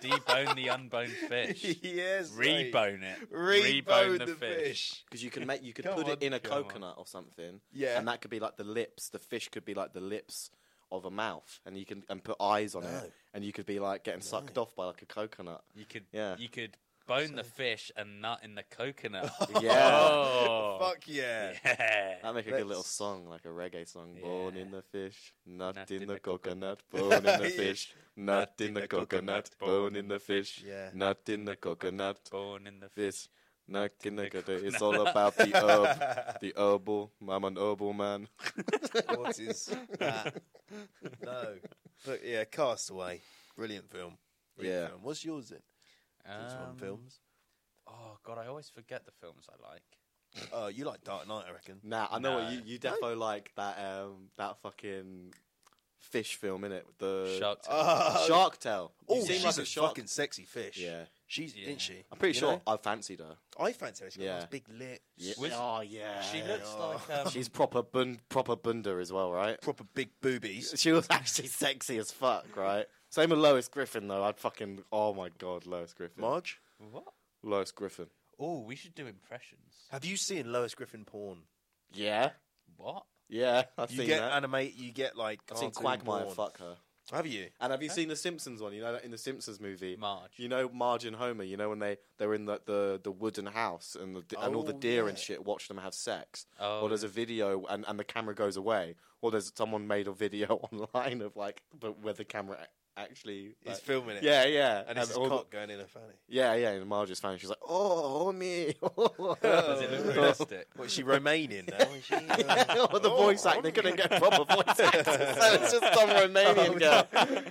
Speaker 4: debone the unboned fish.
Speaker 3: yes, mate.
Speaker 4: Rebone it.
Speaker 3: Rebone,
Speaker 4: Rebone
Speaker 3: the,
Speaker 4: the
Speaker 3: fish.
Speaker 1: Because you can make you could
Speaker 3: Come
Speaker 1: put it
Speaker 3: on,
Speaker 1: in a
Speaker 4: come on.
Speaker 1: coconut or something.
Speaker 3: Yeah.
Speaker 1: and that could be like the lips. The fish could be like the lips of a mouth, and you can and put eyes on
Speaker 3: No.
Speaker 1: it, and you could be like getting sucked off by like a coconut.
Speaker 4: You could,
Speaker 1: Yeah.
Speaker 4: you could bone the fish and nut in the coconut.
Speaker 1: Yeah,
Speaker 4: Oh,
Speaker 3: Fuck yeah.
Speaker 4: yeah.
Speaker 1: that'd make a good little
Speaker 3: Let's-
Speaker 1: song, like a reggae song. Born
Speaker 4: Yeah.
Speaker 1: in the fish, nut, in, the, coconut. Born in the fish, nut in the coconut. Bone in the fish,
Speaker 3: Yeah.
Speaker 1: nut in the coconut.
Speaker 4: Born in the fish.
Speaker 1: This, nut in the
Speaker 4: the
Speaker 1: coconut. It's all about the herb, the herbal. I'm an herbal man.
Speaker 3: what is that? no. But yeah, Castaway. Brilliant film. Brilliant
Speaker 1: Yeah.
Speaker 3: Film. What's yours then? Just one
Speaker 4: Um,
Speaker 3: films.
Speaker 4: Oh god, I always forget the films I like.
Speaker 3: Oh, you like Dark Knight, I reckon.
Speaker 1: Nah, I know what you
Speaker 4: No.
Speaker 1: you defo like that um that fucking fish film in it the
Speaker 4: Shark Tale.
Speaker 3: Oh,
Speaker 1: Shark Tale.
Speaker 3: Oh,
Speaker 1: You seem
Speaker 3: she's
Speaker 1: like
Speaker 3: a,
Speaker 1: a shark.
Speaker 3: fucking sexy fish.
Speaker 1: Yeah.
Speaker 3: She's,
Speaker 4: Yeah.
Speaker 3: didn't she?
Speaker 1: I'm pretty
Speaker 3: You
Speaker 1: sure
Speaker 3: know?
Speaker 1: I fancied her.
Speaker 3: I fancy her. She's got
Speaker 1: Yeah.
Speaker 3: those big lips.
Speaker 1: Yeah.
Speaker 4: Was-
Speaker 3: oh, yeah.
Speaker 4: she looks
Speaker 3: Oh.
Speaker 4: like um,
Speaker 1: She's proper bun proper bunda as well, right?
Speaker 3: Proper big boobies.
Speaker 1: She was actually sexy as fuck, right? Same with Lois Griffin though. I'd fucking oh my god, Lois Griffin.
Speaker 3: Marge?
Speaker 4: what?
Speaker 1: Lois Griffin.
Speaker 4: Oh, we should do impressions.
Speaker 3: Have you seen Lois Griffin porn?
Speaker 1: Yeah,
Speaker 4: What?
Speaker 1: yeah, I've
Speaker 3: You
Speaker 1: seen
Speaker 3: get
Speaker 1: that.
Speaker 3: animate. You get like.
Speaker 1: I've seen
Speaker 3: cartoon
Speaker 1: Quagmire
Speaker 3: porn.
Speaker 1: fuck her.
Speaker 3: Have you?
Speaker 1: And have you seen the Simpsons one? You know that in the Simpsons movie,
Speaker 4: Marge.
Speaker 1: You know Marge and Homer. You know when they they were in the the, the wooden house and the, and all the
Speaker 3: Oh,
Speaker 1: deer and
Speaker 3: yeah.
Speaker 1: shit watch them have sex.
Speaker 4: Oh,
Speaker 1: or there's a video and, and the camera goes away. Or there's someone made a video online of like the, where the camera a- actually.
Speaker 3: He's
Speaker 1: like-
Speaker 3: filming it.
Speaker 1: yeah, yeah,
Speaker 3: And it's his
Speaker 1: all the-
Speaker 3: cock going in her fanny.
Speaker 1: yeah, yeah. And Marge is funny. She's like, "Oh, me."
Speaker 4: Does it
Speaker 3: Uh,
Speaker 4: look
Speaker 1: Or
Speaker 4: realistic?
Speaker 3: What, is she Romanian now? Is she, uh,
Speaker 1: the voice act, they couldn't get proper voice actors, so it's just some Romanian girl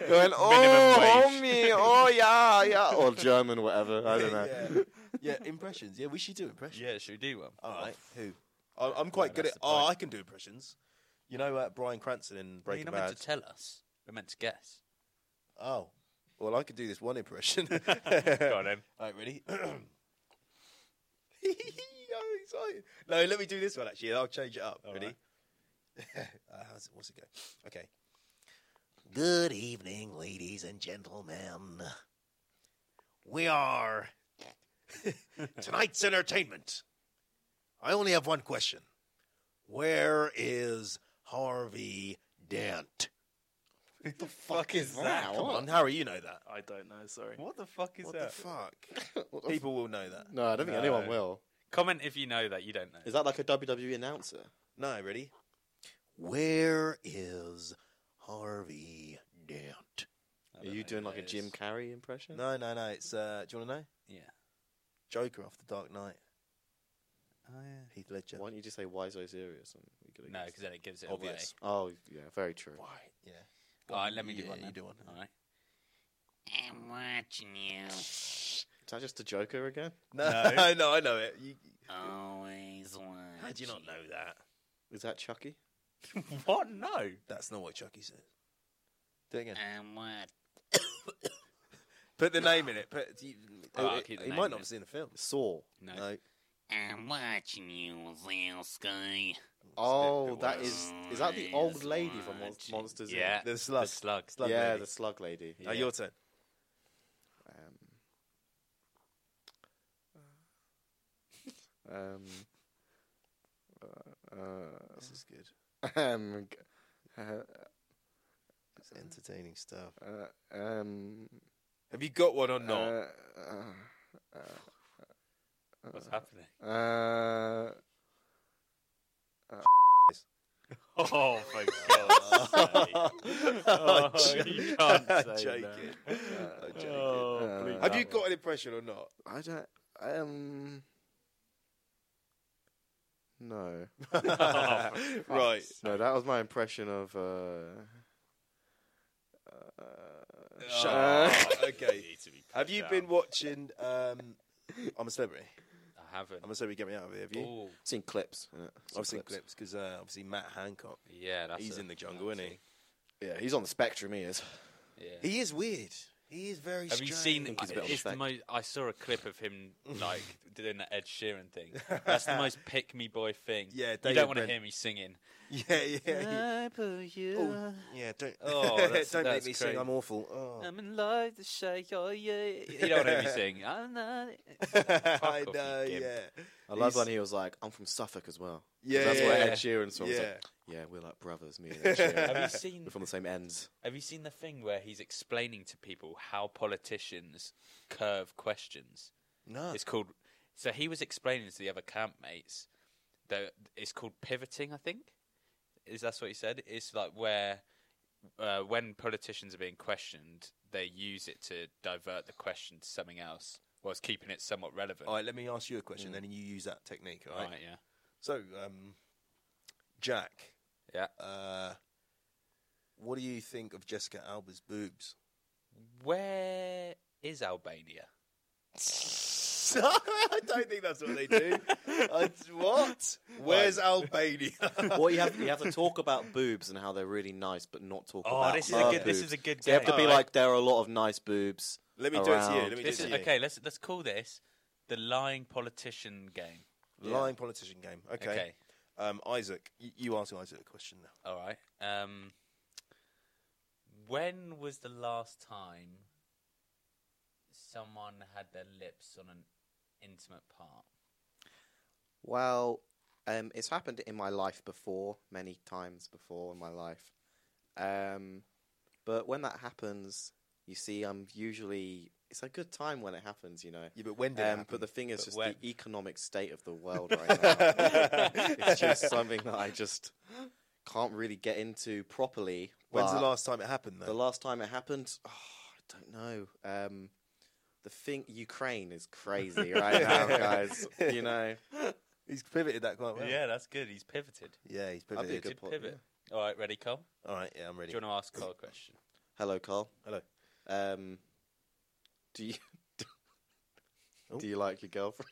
Speaker 1: going, "Oh,
Speaker 3: Minimum
Speaker 1: me, oh yeah, yeah," or German, whatever. I don't know.
Speaker 3: Yeah. yeah, impressions. Yeah, we should do impressions.
Speaker 4: Yeah, should we do one?
Speaker 3: All right. Who? I, I'm quite
Speaker 4: No,
Speaker 3: good at.
Speaker 4: that's the
Speaker 3: Oh,
Speaker 4: point.
Speaker 3: I can do impressions. You know, uh, Brian Cranston in
Speaker 4: Well, You're
Speaker 3: Breaking
Speaker 4: not
Speaker 3: Bad.
Speaker 4: meant to tell us. We're meant to guess.
Speaker 3: oh, well, I could do this one impression. All
Speaker 4: Go on,
Speaker 3: right,
Speaker 4: then.
Speaker 3: ready? I'm excited. No, let me do this one actually. and I'll change it up. ready? uh, how's it, what's it go? Okay. Good evening, ladies and gentlemen. We are tonight's entertainment. I only have one question. Where is Harvey Dent?
Speaker 1: the fuck is that?
Speaker 3: Come on, Harry, you know that.
Speaker 5: I don't know. Sorry.
Speaker 4: What the fuck is
Speaker 3: What the fuck? People will know that.
Speaker 1: No, I don't think
Speaker 3: No.
Speaker 1: anyone will.
Speaker 4: Comment if you know that you don't know.
Speaker 1: Is that like a WWE announcer?
Speaker 3: No, ready? Where is Harvey Dent?
Speaker 4: I
Speaker 1: Are
Speaker 4: don't
Speaker 1: you
Speaker 4: know
Speaker 1: doing
Speaker 4: who
Speaker 1: like a
Speaker 4: that
Speaker 1: Jim
Speaker 4: is.
Speaker 1: Carrey impression?
Speaker 3: No, no, no. It's uh, do you want to know?
Speaker 4: Yeah.
Speaker 3: Joker off the Dark Knight.
Speaker 4: Oh yeah.
Speaker 3: Heath Ledger.
Speaker 1: Why don't you just say "Why so serious"? And we could
Speaker 4: No,
Speaker 1: have
Speaker 4: because
Speaker 1: guessed.
Speaker 4: then it gives it
Speaker 3: Obvious.
Speaker 1: oh yeah, very true.
Speaker 3: Why? Yeah.
Speaker 4: away. All right, let me do
Speaker 3: Yeah,
Speaker 4: one.
Speaker 3: you
Speaker 4: then.
Speaker 3: do one.
Speaker 4: All right.
Speaker 6: I'm watching you.
Speaker 1: Is that just the Joker again?
Speaker 3: No, no, I know it. You,
Speaker 6: Always watching.
Speaker 3: how do you not know that?
Speaker 1: Is that Chucky?
Speaker 4: What? No.
Speaker 3: That's not what Chucky says. Do it again.
Speaker 6: I'm watching.
Speaker 3: Put the name in it. Put. You,
Speaker 4: Oh,
Speaker 3: it-
Speaker 4: I'll keep the
Speaker 3: he
Speaker 4: name
Speaker 3: might
Speaker 4: in
Speaker 3: not
Speaker 4: it.
Speaker 3: have seen the film.
Speaker 1: Saw.
Speaker 4: No.
Speaker 3: No.
Speaker 6: I'm watching you, Zelsky.
Speaker 1: Oh,
Speaker 3: It
Speaker 1: that
Speaker 3: was.
Speaker 1: is. Is that the old lady from Mon-
Speaker 6: Watching.
Speaker 1: Monsters? Inc?
Speaker 4: Yeah.
Speaker 3: The slug.
Speaker 4: The slug.
Speaker 3: Slug
Speaker 1: yeah,
Speaker 3: lady.
Speaker 1: the slug lady.
Speaker 3: Oh, your turn.
Speaker 1: Um. um uh, uh,
Speaker 3: This is good.
Speaker 1: um, g- uh,
Speaker 3: It's entertaining stuff.
Speaker 1: uh, um,
Speaker 3: Have you got one or not?
Speaker 1: uh, uh,
Speaker 4: What's happening?
Speaker 1: Uh,
Speaker 4: Oh my god. oh,
Speaker 3: Joking.
Speaker 4: you can't say
Speaker 3: I'm
Speaker 4: that.
Speaker 3: joking.
Speaker 4: Oh, bleep
Speaker 1: Have
Speaker 3: Have you
Speaker 4: that
Speaker 3: got an impression or not?
Speaker 1: I uh, don't. Um. No,
Speaker 4: Oh,
Speaker 3: right.
Speaker 1: no, that was my impression of. Uh,
Speaker 3: uh,
Speaker 4: Oh.
Speaker 1: Shut
Speaker 3: up. Okay.
Speaker 4: You need to be
Speaker 3: Have
Speaker 4: put
Speaker 3: you
Speaker 4: down.
Speaker 3: been watching? Um, I'm a celebrity.
Speaker 4: I haven't.
Speaker 3: I'm a celebrity. Get me out of here. Have you?
Speaker 4: Ooh,
Speaker 1: seen clips. innit?
Speaker 3: I've seen clips because uh, obviously Matt Hancock.
Speaker 4: yeah, that's
Speaker 3: he's
Speaker 4: a-
Speaker 3: in the jungle, isn't he?
Speaker 1: Yeah, he's on the spectrum. He is.
Speaker 4: Yeah.
Speaker 3: He is weird. He is very.
Speaker 4: Have you seen?
Speaker 1: think he's a bit on
Speaker 4: it's the
Speaker 1: the
Speaker 4: most, I saw a clip of him like doing that Ed Sheeran thing. That's the most pick me boy thing.
Speaker 3: Yeah,
Speaker 4: you
Speaker 3: David
Speaker 4: don't want to
Speaker 3: Brent.
Speaker 4: hear me singing.
Speaker 3: Yeah, yeah. yeah.
Speaker 2: I put you.
Speaker 3: Oh, yeah. Don't.
Speaker 4: Oh, that's-
Speaker 3: don't make
Speaker 4: that's
Speaker 3: me
Speaker 4: crazy. Um,
Speaker 3: sing. I'm awful. Oh.
Speaker 4: I'm in love to shake your yeah. You don't want to hear me sing. I'm not.
Speaker 3: I
Speaker 4: off, you
Speaker 3: know.
Speaker 4: gimp.
Speaker 3: Yeah.
Speaker 1: I love
Speaker 3: He's-
Speaker 1: when he was like, "I'm from Suffolk as well." 'Cause
Speaker 3: Yeah,
Speaker 1: that's
Speaker 3: yeah,
Speaker 1: where
Speaker 3: yeah.
Speaker 1: Ed Sheeran's from. He's
Speaker 3: Yeah.
Speaker 1: like, yeah, we're like brothers, me and Ed Sheeran.
Speaker 4: Have you seen?
Speaker 1: we're from the same ends.
Speaker 4: Have you seen the thing where he's explaining to people how politicians curve questions?
Speaker 3: No.
Speaker 4: It's called. So he was explaining to the other campmates that it's called pivoting. I think is that's what he said. It's like where uh, when politicians are being questioned, they use it to divert the question to something else, whilst keeping it somewhat relevant.
Speaker 3: All right. Let me ask you a
Speaker 4: Mm.
Speaker 3: question, then you use that technique. All right.
Speaker 4: Right, yeah,
Speaker 3: So, um, Jack.
Speaker 4: yeah.
Speaker 3: Uh, what do you think of Jessica Alba's boobs?
Speaker 4: Where is Albania?
Speaker 3: I don't think that's what they do. I, what? Where's Albania?
Speaker 1: well, you have you have to talk about boobs and how they're really nice, but not talk
Speaker 4: Oh,
Speaker 1: about.
Speaker 4: this is
Speaker 1: her
Speaker 4: a good. This
Speaker 1: boobs.
Speaker 4: is a good.
Speaker 1: So you have to
Speaker 4: game. Oh,
Speaker 1: be
Speaker 3: Alright.
Speaker 1: like, there are a lot of nice boobs.
Speaker 3: Let me do it to you.
Speaker 1: Around.
Speaker 3: Let me do it
Speaker 4: This
Speaker 3: to
Speaker 4: is
Speaker 3: you.
Speaker 4: okay. Let's let's call this the lying politician game.
Speaker 3: Lying politician game. Okay.
Speaker 4: Okay.
Speaker 3: Um, Isaac, you, you ask Isaac a question now.
Speaker 4: All right. Um, when was the last time someone had their lips on an intimate part?
Speaker 1: Well, um, it's happened in my life before, many times before in my life. Um, but when that happens, you see, I'm usually it's a good time when it happens, you know.
Speaker 3: Yeah, but when did it
Speaker 1: Um,
Speaker 3: happen?
Speaker 1: but the thing is,
Speaker 4: But
Speaker 1: just
Speaker 4: when?
Speaker 1: the economic state of the world right now. it's just something that I just can't really get into properly.
Speaker 3: When's the
Speaker 1: but-
Speaker 3: last time it happened? Though
Speaker 1: the last time it happened, oh, I don't know. Um, the thing, Ukraine is crazy right now, guys. You know,
Speaker 3: he's pivoted that quite well.
Speaker 4: Oh, Yeah, that's good. He's pivoted.
Speaker 3: yeah, he's
Speaker 1: That'd be
Speaker 3: pivoted.
Speaker 1: a good
Speaker 4: Good
Speaker 1: point,
Speaker 4: pivot. All right, ready, Cole?
Speaker 3: All right, yeah, I'm ready.
Speaker 4: Do you want to ask Cole a question?
Speaker 1: hello, Carl.
Speaker 3: Hello.
Speaker 1: Um, do you do you like your girlfriend?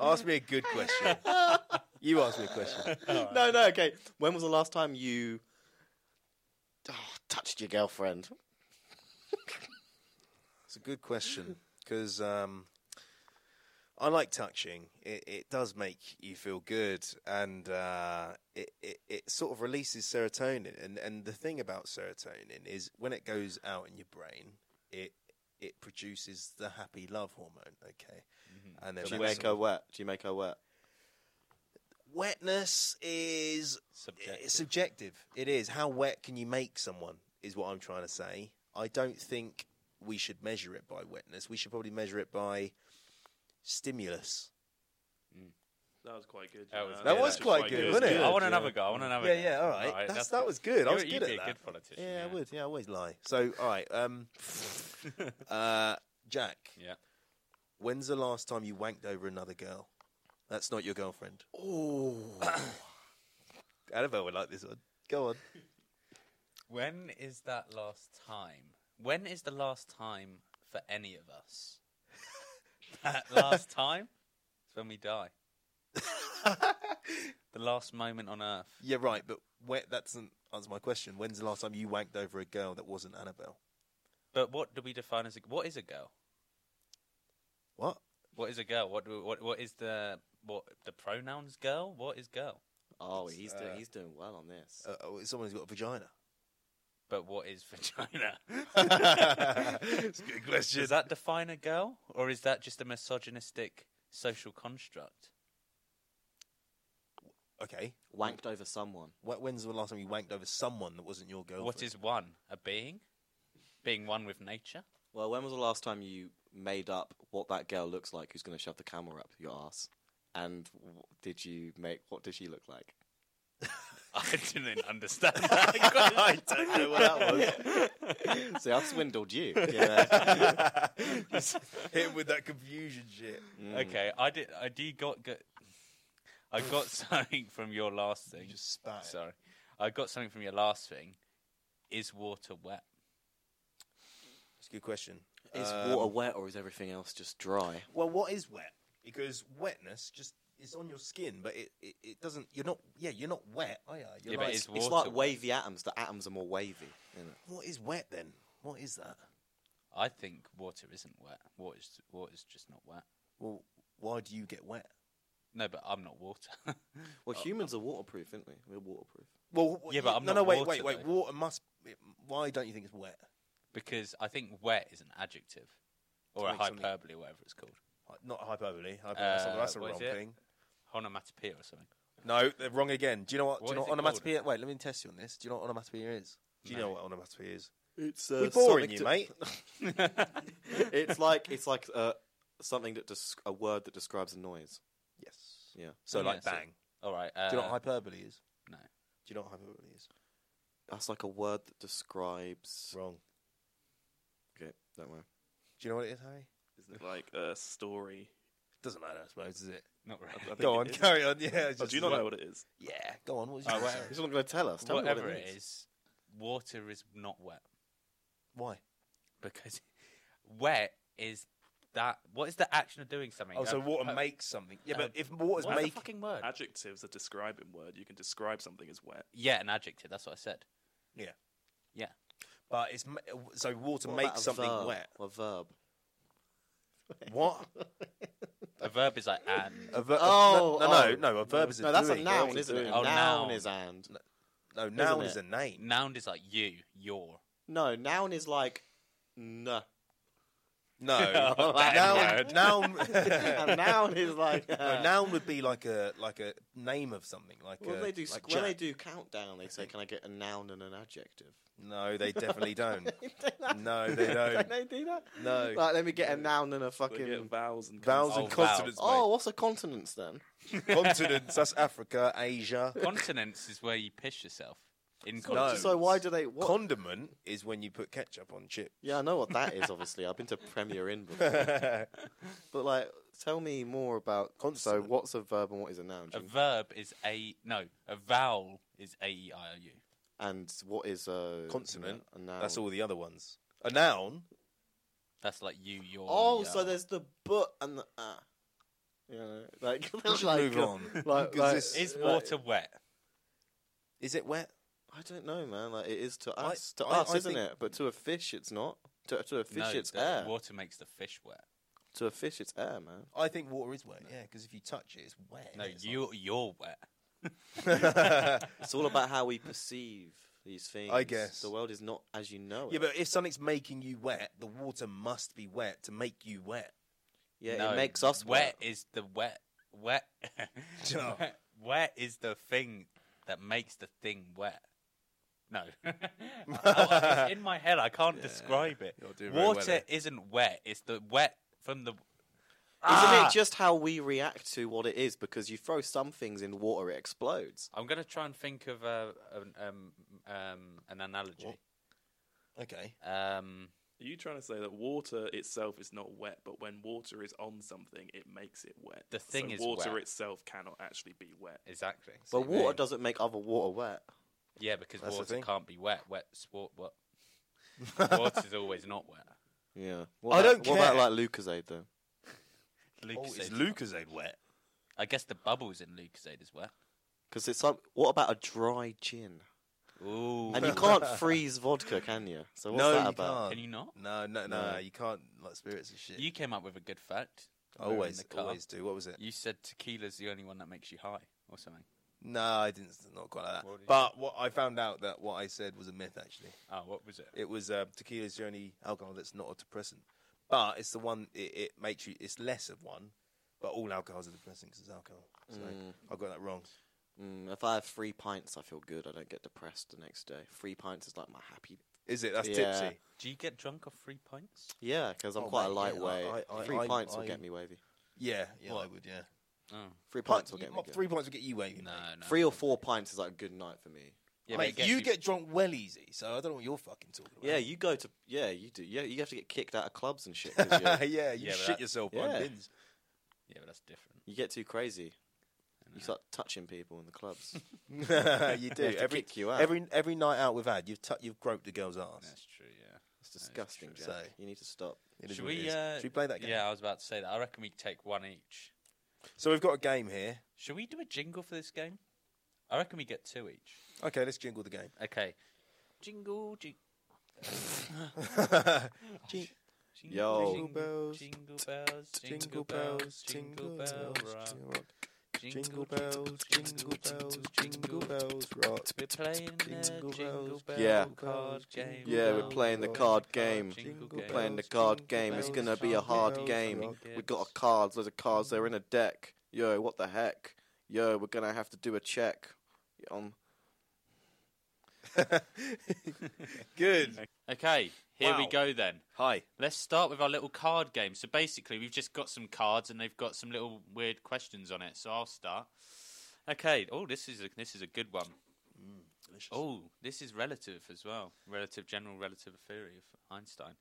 Speaker 3: Ask me a good question. you ask me a question.
Speaker 1: No, no. Okay. When was the last time you oh, touched your girlfriend?
Speaker 3: It's a good question because um, I like touching. It, it does make you feel good, and uh, it, it it sort of releases serotonin. And and the thing about serotonin is when it goes out in your brain, it it produces the happy love hormone. Okay, and then
Speaker 1: Do you
Speaker 3: that's-
Speaker 1: make her wet? Do you make her wet?
Speaker 3: wetness is
Speaker 4: Subjective.
Speaker 3: It's subjective. It is. How wet can you make someone is what I'm trying to say. I don't think we should measure it by wetness. We should probably measure it by stimulus.
Speaker 5: That was quite good.
Speaker 4: That was
Speaker 5: yeah.
Speaker 4: That
Speaker 3: was
Speaker 5: That's
Speaker 3: quite good,
Speaker 5: yeah.
Speaker 3: wasn't it?
Speaker 4: I want another go. I want another.
Speaker 3: Yeah,
Speaker 4: go.
Speaker 3: yeah, all right. That's- that was good. I
Speaker 4: You're-
Speaker 3: was
Speaker 4: you'd
Speaker 3: good at
Speaker 4: be a
Speaker 3: that.
Speaker 4: good politician.
Speaker 3: Yeah, I would. Yeah, I always lie. So, all right. Um, uh, Jack,
Speaker 4: Yeah.
Speaker 3: when's the last time you wanked over another girl? That's not your girlfriend. Oh. Annabelle would like this one. Go on.
Speaker 4: When is that last time? When is the last time for any of us? that last time is when we die. the last moment on earth.
Speaker 3: Yeah, right. But where, that doesn't answer my question. When's the last time you wanked over a girl that wasn't Annabelle?
Speaker 4: But what do we define as a what is a girl?
Speaker 3: What?
Speaker 4: What is a girl? What do, what what is the what the pronouns girl? What is girl?
Speaker 1: Oh, he's doing he's doing well on this.
Speaker 3: Uh, oh, someone who's got a vagina.
Speaker 4: But what is vagina?
Speaker 3: It's a good question.
Speaker 4: Does that define a girl or is that just a misogynistic social construct?
Speaker 3: Okay.
Speaker 1: Wanked over someone.
Speaker 3: Wh- When's the last time you wanked over someone that wasn't your girlfriend?
Speaker 4: What is one? A being? Being one with nature?
Speaker 1: Well, when was the last time you made up what that girl looks like who's going to shove the camera up your ass? And w- did you make what does she look like?
Speaker 4: I didn't understand that.
Speaker 3: I don't know what that was.
Speaker 1: See, I've swindled you.
Speaker 3: Hit with that confusion shit.
Speaker 4: okay, I did. I do got. got I got something from your last thing.
Speaker 3: You just spat. it.
Speaker 4: Sorry, I got something from your last thing. Is water wet?
Speaker 3: It's a good question.
Speaker 1: Is
Speaker 3: Um,
Speaker 1: water wet or is everything else just dry?
Speaker 3: Well, what is wet? Because wetness just is on your skin, but it, it, it doesn't. You're not. Yeah, you're not wet. Are you? You're
Speaker 4: Yeah, but
Speaker 3: like,
Speaker 4: it's
Speaker 1: It's
Speaker 4: water
Speaker 1: like
Speaker 4: wet?
Speaker 1: wavy atoms. The atoms are more wavy. innit?
Speaker 3: what is wet then? What is that?
Speaker 4: I think water isn't wet. Water's water's just not wet.
Speaker 3: Well, why do you get wet?
Speaker 4: No, but I'm not water.
Speaker 1: Well, humans are waterproof, aren't we? We're waterproof.
Speaker 3: Well,
Speaker 4: Yeah, but I'm
Speaker 3: no,
Speaker 4: not
Speaker 3: no. Wait,
Speaker 4: water,
Speaker 3: wait, wait.
Speaker 4: though.
Speaker 3: Water must. It, why don't you think it's wet?
Speaker 4: because I think wet is an adjective or a
Speaker 3: Something- something-
Speaker 4: hyperbole, whatever it's called.
Speaker 3: Hy- Not hyperbole. hyperbole that's a-
Speaker 4: Uh,
Speaker 3: that's a
Speaker 4: what
Speaker 3: wrong
Speaker 4: is it?
Speaker 3: thing.
Speaker 4: Onomatopoeia or something.
Speaker 3: No, they're wrong again. Do you know what?
Speaker 4: What
Speaker 3: do you know
Speaker 4: is
Speaker 3: what
Speaker 4: it called?
Speaker 3: onomatopoeia? Wait, let me test you on this. Do you know what onomatopoeia is? Do you
Speaker 4: No.
Speaker 3: know what onomatopoeia is?
Speaker 1: It's
Speaker 3: We're boring you, uh, mate.
Speaker 1: it's like it's like uh, something that des- a word that describes a noise.
Speaker 3: yes.
Speaker 1: Yeah.
Speaker 3: So
Speaker 4: Yeah,
Speaker 3: like
Speaker 4: so-
Speaker 3: bang.
Speaker 4: All right. Uh,
Speaker 3: do you know what hyperbole is?
Speaker 4: no.
Speaker 3: Do you know what hyperbole is?
Speaker 1: That's like a word that describes.
Speaker 3: Wrong.
Speaker 1: Okay, don't worry.
Speaker 3: Do you know what it is, Harry?
Speaker 5: Isn't it like a story?
Speaker 3: Doesn't matter, I suppose, does it?
Speaker 4: not
Speaker 5: I, I
Speaker 4: really.
Speaker 5: think
Speaker 3: Go
Speaker 5: it
Speaker 3: on,
Speaker 5: is.
Speaker 3: carry on. Yeah.
Speaker 5: Oh, do you not know what it is?
Speaker 3: Yeah, go on. What was
Speaker 4: Oh,
Speaker 3: your
Speaker 4: well,
Speaker 3: answer?
Speaker 1: He's not going to tell us. Tell me what
Speaker 4: Whatever
Speaker 1: it
Speaker 4: it is, water is not wet
Speaker 3: Why?
Speaker 4: because wet is that. What is the action of doing something?
Speaker 3: Oh, so
Speaker 4: Uh,
Speaker 3: water
Speaker 4: uh,
Speaker 3: makes something. Yeah,
Speaker 4: uh,
Speaker 3: but if water's
Speaker 4: What's the
Speaker 3: making.
Speaker 4: fucking word?
Speaker 5: Adjectives are describing word. You can describe something as wet.
Speaker 4: yeah, an adjective. That's what I said.
Speaker 3: But it's. ma- So water
Speaker 1: What about
Speaker 3: makes
Speaker 1: a
Speaker 3: something
Speaker 1: verb?
Speaker 3: wet.
Speaker 1: A verb.
Speaker 3: What?
Speaker 4: A verb is like and.
Speaker 3: A ver-
Speaker 1: Oh,
Speaker 3: no, no,
Speaker 1: oh.
Speaker 3: no, a verb is a
Speaker 1: no, that's a
Speaker 3: doing.
Speaker 1: noun,
Speaker 5: Verbs are
Speaker 1: isn't it?
Speaker 5: doing.
Speaker 1: A
Speaker 4: Oh,
Speaker 1: noun,
Speaker 4: noun.
Speaker 1: is and.
Speaker 3: No,
Speaker 1: Isn't
Speaker 3: noun is
Speaker 1: it?
Speaker 3: a name.
Speaker 4: Noun is like you, your.
Speaker 1: No, noun is like. Nah.
Speaker 3: No,
Speaker 4: Oh, that
Speaker 3: noun. Noun.
Speaker 1: a noun is like. uh,
Speaker 3: No, noun would be like a like a name of something. Like
Speaker 1: When
Speaker 3: a,
Speaker 1: they do
Speaker 3: like
Speaker 1: when they
Speaker 3: Jack.
Speaker 1: do countdown, they say, "Can I get a noun and an adjective?"
Speaker 3: No, they definitely don't.
Speaker 1: They do that?
Speaker 3: No, they don't.
Speaker 1: don't they do that?
Speaker 3: No.
Speaker 1: Like, let me get a noun and a
Speaker 5: They get
Speaker 1: fucking.
Speaker 5: vowels and
Speaker 3: Vowels and
Speaker 5: consonants.
Speaker 4: Oh,
Speaker 3: consonants.
Speaker 1: Oh, what's a consonants then?
Speaker 3: mate. continents. That's Africa, Asia.
Speaker 4: Continents is where you piss yourself. In
Speaker 3: No.
Speaker 4: continents.
Speaker 1: So why do they? What?
Speaker 3: Condiment is when you put ketchup on chips.
Speaker 1: yeah, I know what that is. Obviously, I've been to Premier Inn before.
Speaker 3: Consonant.
Speaker 1: But like, tell me more about. So,
Speaker 3: Consonant.
Speaker 1: what's a verb and what is a noun?
Speaker 4: A
Speaker 1: Jim?
Speaker 4: verb is a no. A vowel is a e i o u.
Speaker 1: and what is a
Speaker 3: Consonant,
Speaker 1: A noun.
Speaker 3: That's all the other ones. A noun.
Speaker 4: That's like you, your.
Speaker 1: Oh,
Speaker 4: your.
Speaker 1: so there's the but and the ah. You know, like,
Speaker 3: We should
Speaker 1: like,
Speaker 3: move
Speaker 1: uh,
Speaker 3: on.
Speaker 1: like-
Speaker 3: Because
Speaker 1: like-
Speaker 3: this-
Speaker 4: is
Speaker 1: like-
Speaker 4: water wet?
Speaker 3: is it wet?
Speaker 1: I don't know, man. Like it is to
Speaker 3: I-
Speaker 1: us, to
Speaker 3: I-
Speaker 1: us,
Speaker 3: I
Speaker 1: isn't
Speaker 3: think-
Speaker 1: it? But to a fish, it's not. To, to a fish,
Speaker 4: no,
Speaker 1: it's
Speaker 4: the
Speaker 1: air.
Speaker 4: Water makes the fish wet.
Speaker 1: To a fish, it's air, man.
Speaker 3: I think water is wet. Yeah, because if you touch it, it's wet.
Speaker 4: No,
Speaker 3: It's
Speaker 4: you, you're wet.
Speaker 3: like-
Speaker 1: It's all about how we perceive these things.
Speaker 3: guess.
Speaker 1: the world is not as you know it.
Speaker 3: Yeah, but if something's making you wet, the water must be wet to make you wet.
Speaker 1: yeah,
Speaker 4: No,
Speaker 1: it makes us wet.
Speaker 4: is the wet wet.
Speaker 3: Shut
Speaker 4: wet. Wet is the thing that makes the thing wet. No, I- I- it's in my head I can't describe it.
Speaker 3: You're doing very well
Speaker 4: Water
Speaker 3: there.
Speaker 4: isn't wet. It's the wet from the.
Speaker 1: Isn't
Speaker 3: Ah!
Speaker 1: it just how we react to what it is? Because you throw some things in water, it explodes.
Speaker 4: I'm gonna try and think of uh, an, um, um, an analogy.
Speaker 3: Okay.
Speaker 4: Um,
Speaker 5: Are you trying to say that water itself is not wet, but when water is on something, it makes it wet?
Speaker 4: The thing
Speaker 5: so
Speaker 4: is
Speaker 5: water
Speaker 4: wet.
Speaker 5: itself cannot actually be wet.
Speaker 4: exactly.
Speaker 1: But
Speaker 3: what you
Speaker 1: water
Speaker 3: mean.
Speaker 1: doesn't make other water wet.
Speaker 4: Yeah, because
Speaker 3: That's the
Speaker 4: water
Speaker 3: thing.
Speaker 4: can't be wet. Wet sport. What? Water's always not wet.
Speaker 1: Yeah. What
Speaker 3: I
Speaker 1: about,
Speaker 3: don't
Speaker 1: What
Speaker 3: care.
Speaker 1: about like Lucasade though?
Speaker 4: Lucasade.
Speaker 3: Oh, is Lucasade wet?
Speaker 4: I guess the bubbles in Lucasade is wet.
Speaker 1: Because it's like, what about a dry gin?
Speaker 4: Ooh.
Speaker 1: And you can't freeze vodka, can you? So what's
Speaker 3: No,
Speaker 1: that
Speaker 3: you
Speaker 1: about?
Speaker 3: can't.
Speaker 4: Can you not?
Speaker 3: No, no, no,
Speaker 1: No.
Speaker 3: You can't like spirits and shit.
Speaker 4: You came up with a good fact.
Speaker 3: I
Speaker 4: We were in
Speaker 3: always,
Speaker 4: the car.
Speaker 3: always do. What was it?
Speaker 4: You said tequila's the only one that makes you high or something.
Speaker 3: No, I didn't. Not quite like that.
Speaker 4: What did you-
Speaker 3: but what I found out that what I said was a myth. Actually,
Speaker 4: Oh, what was it?
Speaker 3: it was uh, tequila's the only alcohol that's not a depressant, but it's the one it, it makes you. It's less of one, but all alcohols are depressants. It's alcohol. So I got that wrong.
Speaker 1: Mm, if I have three pints, I feel good. I don't get depressed the next day. Three pints is like my happy.
Speaker 3: Is it? That's
Speaker 1: Yeah.
Speaker 3: tipsy.
Speaker 4: Do you get drunk off three pints?
Speaker 1: Yeah, because I'm
Speaker 3: Oh,
Speaker 1: quite a
Speaker 3: mate, yeah,
Speaker 1: lightweight.
Speaker 3: I- I-
Speaker 1: three
Speaker 3: I-
Speaker 1: pints
Speaker 3: I-
Speaker 1: will get me wavy.
Speaker 3: Yeah, yeah, I would. Yeah,
Speaker 4: Oh.
Speaker 1: Three pints
Speaker 3: pints.
Speaker 1: will get
Speaker 3: you-
Speaker 1: me.
Speaker 3: not
Speaker 1: Good.
Speaker 3: three pints will get you wavy.
Speaker 4: No,
Speaker 3: mate.
Speaker 4: no.
Speaker 1: Three or four pints is like a good night for me.
Speaker 4: Yeah, but
Speaker 3: Mate,
Speaker 4: it gets
Speaker 3: you get drunk well easy, so I don't know what you're fucking talking about.
Speaker 1: Yeah, you go to yeah, you do. Yeah, you have to get kicked out of clubs and shit. 'cause you,
Speaker 3: yeah, you
Speaker 4: Yeah, but
Speaker 3: shit
Speaker 4: that-
Speaker 3: yourself
Speaker 1: Yeah.
Speaker 3: on bins.
Speaker 4: Yeah, but that's different.
Speaker 1: you get too crazy. You start touching people in the clubs.
Speaker 3: you do
Speaker 1: They have to
Speaker 3: every
Speaker 1: kick you out.
Speaker 3: every every night out we've had. You've tu- you've groped a girl's ass.
Speaker 4: That's true. Yeah.
Speaker 1: it's disgusting, Jack.
Speaker 3: true. So-
Speaker 1: you need to stop.
Speaker 3: It is
Speaker 4: Should
Speaker 3: what it
Speaker 4: we,
Speaker 3: is.
Speaker 4: uh,
Speaker 3: Should we play that game?
Speaker 4: Yeah, I was about to say that. I reckon we take one each.
Speaker 3: So we've got a game here.
Speaker 4: Should we do a jingle for this game? I reckon we get two each.
Speaker 3: Okay, let's jingle the game.
Speaker 4: Okay. Jingle, jing-
Speaker 3: Jing-
Speaker 4: jingle,
Speaker 1: Yo.
Speaker 4: jingle
Speaker 3: bells,
Speaker 4: jingle bells, jingle bells, jingle bell rock.
Speaker 3: rock. Jingle
Speaker 4: Jingle
Speaker 3: bells, jingle bells, jingle bells rock.
Speaker 4: We're playing the
Speaker 3: Jingle
Speaker 4: jingle,
Speaker 3: bells,
Speaker 4: bell
Speaker 1: Yeah.
Speaker 4: card game.
Speaker 1: Yeah, we're
Speaker 4: now.
Speaker 1: playing the
Speaker 3: Jingle
Speaker 1: card
Speaker 4: card
Speaker 1: game.
Speaker 4: game. Jingle
Speaker 1: We're playing the
Speaker 3: bells,
Speaker 1: card
Speaker 3: jingle
Speaker 1: game. It's
Speaker 3: bells,
Speaker 1: gonna be a
Speaker 3: jingle
Speaker 1: hard
Speaker 3: bells
Speaker 1: game.
Speaker 3: rock.
Speaker 1: We got our cards. Loads of cards. They're in a deck. Yo, what the heck? Yo, we're gonna have to do a check. Um,
Speaker 3: Good.
Speaker 4: Okay, here we
Speaker 5: Wow.
Speaker 4: go then.
Speaker 3: Hi.
Speaker 4: Let's start with our little card game. So basically, we've just got some cards and they've got some little weird questions on it. So I'll start. Okay. Oh, this is a, this is a good one. Oh, this is relative as well. Relative general relative theory of Einstein.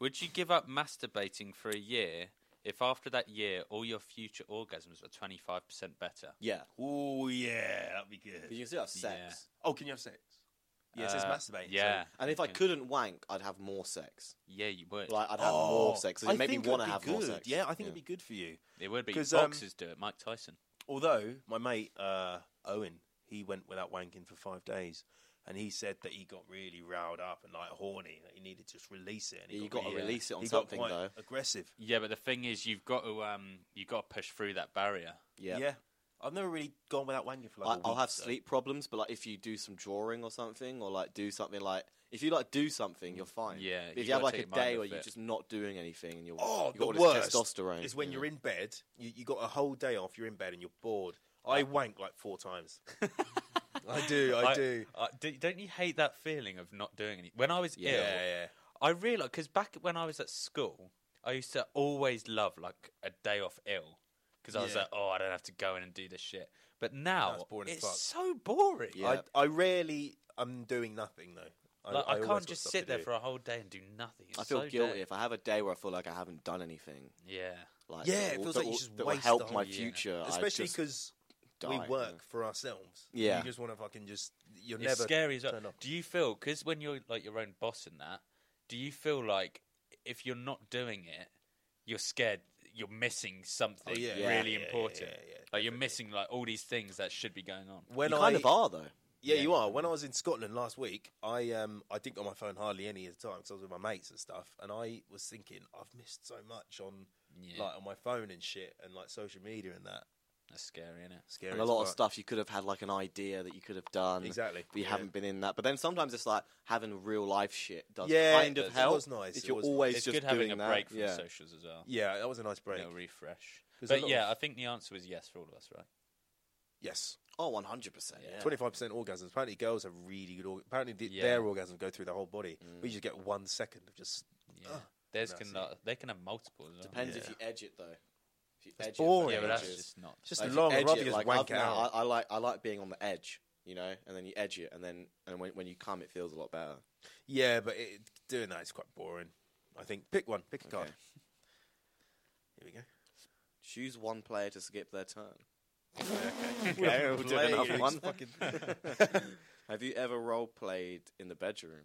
Speaker 4: Would you give up masturbating for a year if after that year all your future orgasms are 25% better?
Speaker 1: yeah.
Speaker 3: Oh yeah, that'd be
Speaker 1: But you
Speaker 3: good.
Speaker 1: can still have
Speaker 4: sex.
Speaker 1: sex.
Speaker 3: Oh, can you have sex? Yes, it's
Speaker 4: Uh,
Speaker 3: masturbating.
Speaker 4: Yeah.
Speaker 1: And if I
Speaker 4: can-
Speaker 1: couldn't wank, I'd have more sex.
Speaker 4: Yeah, you would.
Speaker 1: Like I'd have more sex. It
Speaker 3: Oh, I
Speaker 1: made me
Speaker 3: think
Speaker 1: want to
Speaker 3: it'd be
Speaker 1: have more
Speaker 3: good.
Speaker 1: sex.
Speaker 3: Yeah, I think it'd be good for you.
Speaker 4: it would be.
Speaker 3: 'cause, um,
Speaker 4: Boxers do it. Mike Tyson.
Speaker 3: Although my mate uh, Owen, he went without wanking for five days, and he said that he got really riled up and like horny, that he needed to just release it. And he
Speaker 1: You
Speaker 3: got
Speaker 1: gotta
Speaker 3: really- uh,
Speaker 1: release it on
Speaker 3: he
Speaker 1: something,
Speaker 3: got quite
Speaker 1: though.
Speaker 3: Aggressive.
Speaker 4: Yeah, but the thing is, you've got to um, you've got to push through that barrier.
Speaker 1: Yeah.
Speaker 3: Yeah. I've never really gone without wanking for
Speaker 1: I,
Speaker 3: like. a
Speaker 1: I'll
Speaker 3: week,
Speaker 1: have
Speaker 3: so-
Speaker 1: sleep problems, but like if you do some drawing or something, or like do something like if you like do something, you're fine.
Speaker 4: Yeah,
Speaker 1: But
Speaker 4: you
Speaker 1: if you have
Speaker 4: gotta
Speaker 1: like a
Speaker 4: take your mind
Speaker 1: day
Speaker 4: off
Speaker 1: where you're
Speaker 4: it.
Speaker 1: just not doing anything and you're
Speaker 3: Oh,
Speaker 1: you've got all
Speaker 3: the
Speaker 1: this
Speaker 3: worst
Speaker 1: testosterone.
Speaker 3: is when you're in bed. You you got a whole day off. You're in bed and you're bored. I wank like four times. I do. I, do.
Speaker 4: I, do. Don't you hate that feeling of not doing any? When I was
Speaker 1: Yeah.
Speaker 4: ill,
Speaker 3: yeah.
Speaker 4: I realized because back when I was at school, I used to always love like a day off ill because I was
Speaker 3: Yeah.
Speaker 4: like, oh, I don't have to go in and do this shit. But
Speaker 3: That's
Speaker 4: now
Speaker 3: boring as
Speaker 4: it's
Speaker 3: fuck.
Speaker 4: so boring.
Speaker 1: Yeah.
Speaker 3: I I rarely am doing nothing though.
Speaker 4: Like, I,
Speaker 3: always
Speaker 4: can't
Speaker 3: got
Speaker 4: just
Speaker 3: stuff
Speaker 4: sit
Speaker 3: to
Speaker 4: there
Speaker 3: do.
Speaker 4: for a whole day and do nothing. It's
Speaker 1: I feel
Speaker 4: so
Speaker 1: guilty
Speaker 4: dead.
Speaker 1: if I have a day where I feel like I haven't done anything.
Speaker 4: Yeah,
Speaker 1: Like
Speaker 3: Yeah,
Speaker 1: that
Speaker 3: it
Speaker 1: will-
Speaker 3: feels
Speaker 1: that
Speaker 3: like you
Speaker 1: will-
Speaker 3: just
Speaker 1: that will
Speaker 3: waste the
Speaker 1: help
Speaker 3: whole
Speaker 1: my
Speaker 4: year.
Speaker 1: future. I
Speaker 3: especially
Speaker 1: just
Speaker 3: because
Speaker 1: die,
Speaker 3: we
Speaker 1: you know.
Speaker 3: work for ourselves.
Speaker 1: Yeah.
Speaker 3: you just want to fucking just you're
Speaker 4: it's
Speaker 3: never
Speaker 4: scary as well.
Speaker 3: turn off.
Speaker 4: Do you feel because when you're like your own boss and that, do you feel like if you're not doing it, you're scared you're missing something
Speaker 3: Oh, yeah. Yeah,
Speaker 4: really
Speaker 3: yeah, yeah,
Speaker 4: important?
Speaker 3: yeah, yeah,
Speaker 4: like you're missing like all these things that should be going on.
Speaker 3: When
Speaker 1: you
Speaker 3: I
Speaker 1: kind of are though.
Speaker 3: yeah,
Speaker 4: Yeah.
Speaker 3: you are. When I was in Scotland last week, I um I didn't go on my phone hardly any of the time because I was with my mates and stuff, and I was thinking I've missed so much on
Speaker 4: Yeah,
Speaker 3: like on my phone and shit and like social media and that.
Speaker 4: that's scary, isn't it?
Speaker 3: Scary
Speaker 1: And a
Speaker 3: as
Speaker 1: lot of
Speaker 3: fuck.
Speaker 1: stuff you could have had like an idea that you could have done.
Speaker 3: Exactly.
Speaker 1: But you
Speaker 3: Yeah.
Speaker 1: haven't been in that. But then sometimes it's like having real life shit does
Speaker 3: Yeah,
Speaker 1: kind of
Speaker 3: it does.
Speaker 1: help.
Speaker 3: It was nice.
Speaker 1: If
Speaker 3: It
Speaker 1: you're
Speaker 3: was-
Speaker 1: always
Speaker 4: it's
Speaker 1: just
Speaker 4: good having
Speaker 1: doing
Speaker 4: a
Speaker 1: that,
Speaker 4: break from
Speaker 1: yeah.
Speaker 4: socials as well.
Speaker 3: Yeah, that was a nice break.
Speaker 4: No refresh.
Speaker 3: 'Cause a
Speaker 4: But
Speaker 3: lot
Speaker 4: yeah,
Speaker 3: of-
Speaker 4: I think the answer was yes for all of us, right?
Speaker 3: Yes,
Speaker 1: Oh, one hundred percent.
Speaker 4: Yeah.
Speaker 3: twenty five percent orgasms. Apparently, girls have really good. Org- apparently, th-
Speaker 4: Yeah. Mm.
Speaker 3: their orgasms go through the whole body. We just get one second of just.
Speaker 4: Yeah.
Speaker 3: Ugh.
Speaker 4: Theirs
Speaker 3: no,
Speaker 4: can
Speaker 3: see.
Speaker 4: not, they can have multiple as well.
Speaker 1: Depends if
Speaker 3: Yeah.
Speaker 1: you edge it though. If you
Speaker 3: That's
Speaker 1: edge
Speaker 3: boring.
Speaker 1: it,
Speaker 4: Yeah, but
Speaker 1: then
Speaker 4: that's
Speaker 1: edges.
Speaker 4: just not.
Speaker 3: Just
Speaker 1: Like, if you
Speaker 3: long
Speaker 1: edge
Speaker 3: rather
Speaker 1: it,
Speaker 3: just
Speaker 1: like,
Speaker 3: wank
Speaker 1: I've-
Speaker 3: out.
Speaker 1: I, I like I like being on the edge, you know, and then you edge it, and then and when when you come, it feels a lot better.
Speaker 3: Yeah, but it, doing that is quite boring. I think pick one, pick a card.
Speaker 1: Okay.
Speaker 3: Here we go.
Speaker 1: Choose one player to skip their turn.
Speaker 3: Okay,
Speaker 1: we'll do another one. have you ever role played in the bedroom?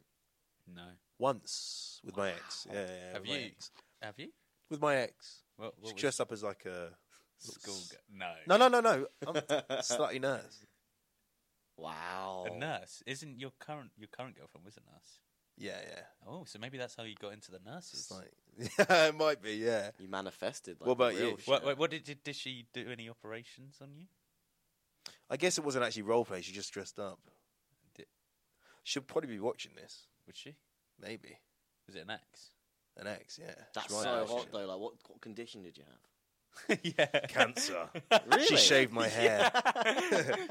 Speaker 4: no.
Speaker 3: Once with my ex. Yeah, yeah, yeah,
Speaker 4: Have
Speaker 3: with my
Speaker 4: you?
Speaker 3: ex.
Speaker 4: Have you?
Speaker 3: With my ex.
Speaker 4: What, what
Speaker 3: She
Speaker 4: was
Speaker 3: dressed up as like a.
Speaker 4: school? Go- no.
Speaker 3: No, no, no, no. I'm slightly nervous.
Speaker 1: Wow.
Speaker 4: A nurse isn't your current your current girlfriend was a nurse.
Speaker 3: Yeah, yeah.
Speaker 4: Oh, so maybe that's how you got into the nurses.
Speaker 3: It's like. Yeah, it might be, yeah.
Speaker 1: You manifested. Like,
Speaker 3: What about
Speaker 1: real
Speaker 3: you?
Speaker 1: shit.
Speaker 4: what, what, what did, did did she do any operations on you?
Speaker 3: I guess it wasn't actually role play. She just dressed up.
Speaker 4: Di-
Speaker 3: She'll probably be watching this.
Speaker 4: Was she?
Speaker 3: Maybe.
Speaker 4: Was it an ex?
Speaker 3: An ex, yeah. She
Speaker 1: That's
Speaker 3: might
Speaker 1: so
Speaker 3: actually.
Speaker 1: hot though. Like, what, what condition did you have?
Speaker 4: yeah.
Speaker 3: Cancer.
Speaker 1: Really?
Speaker 3: She shaved my hair.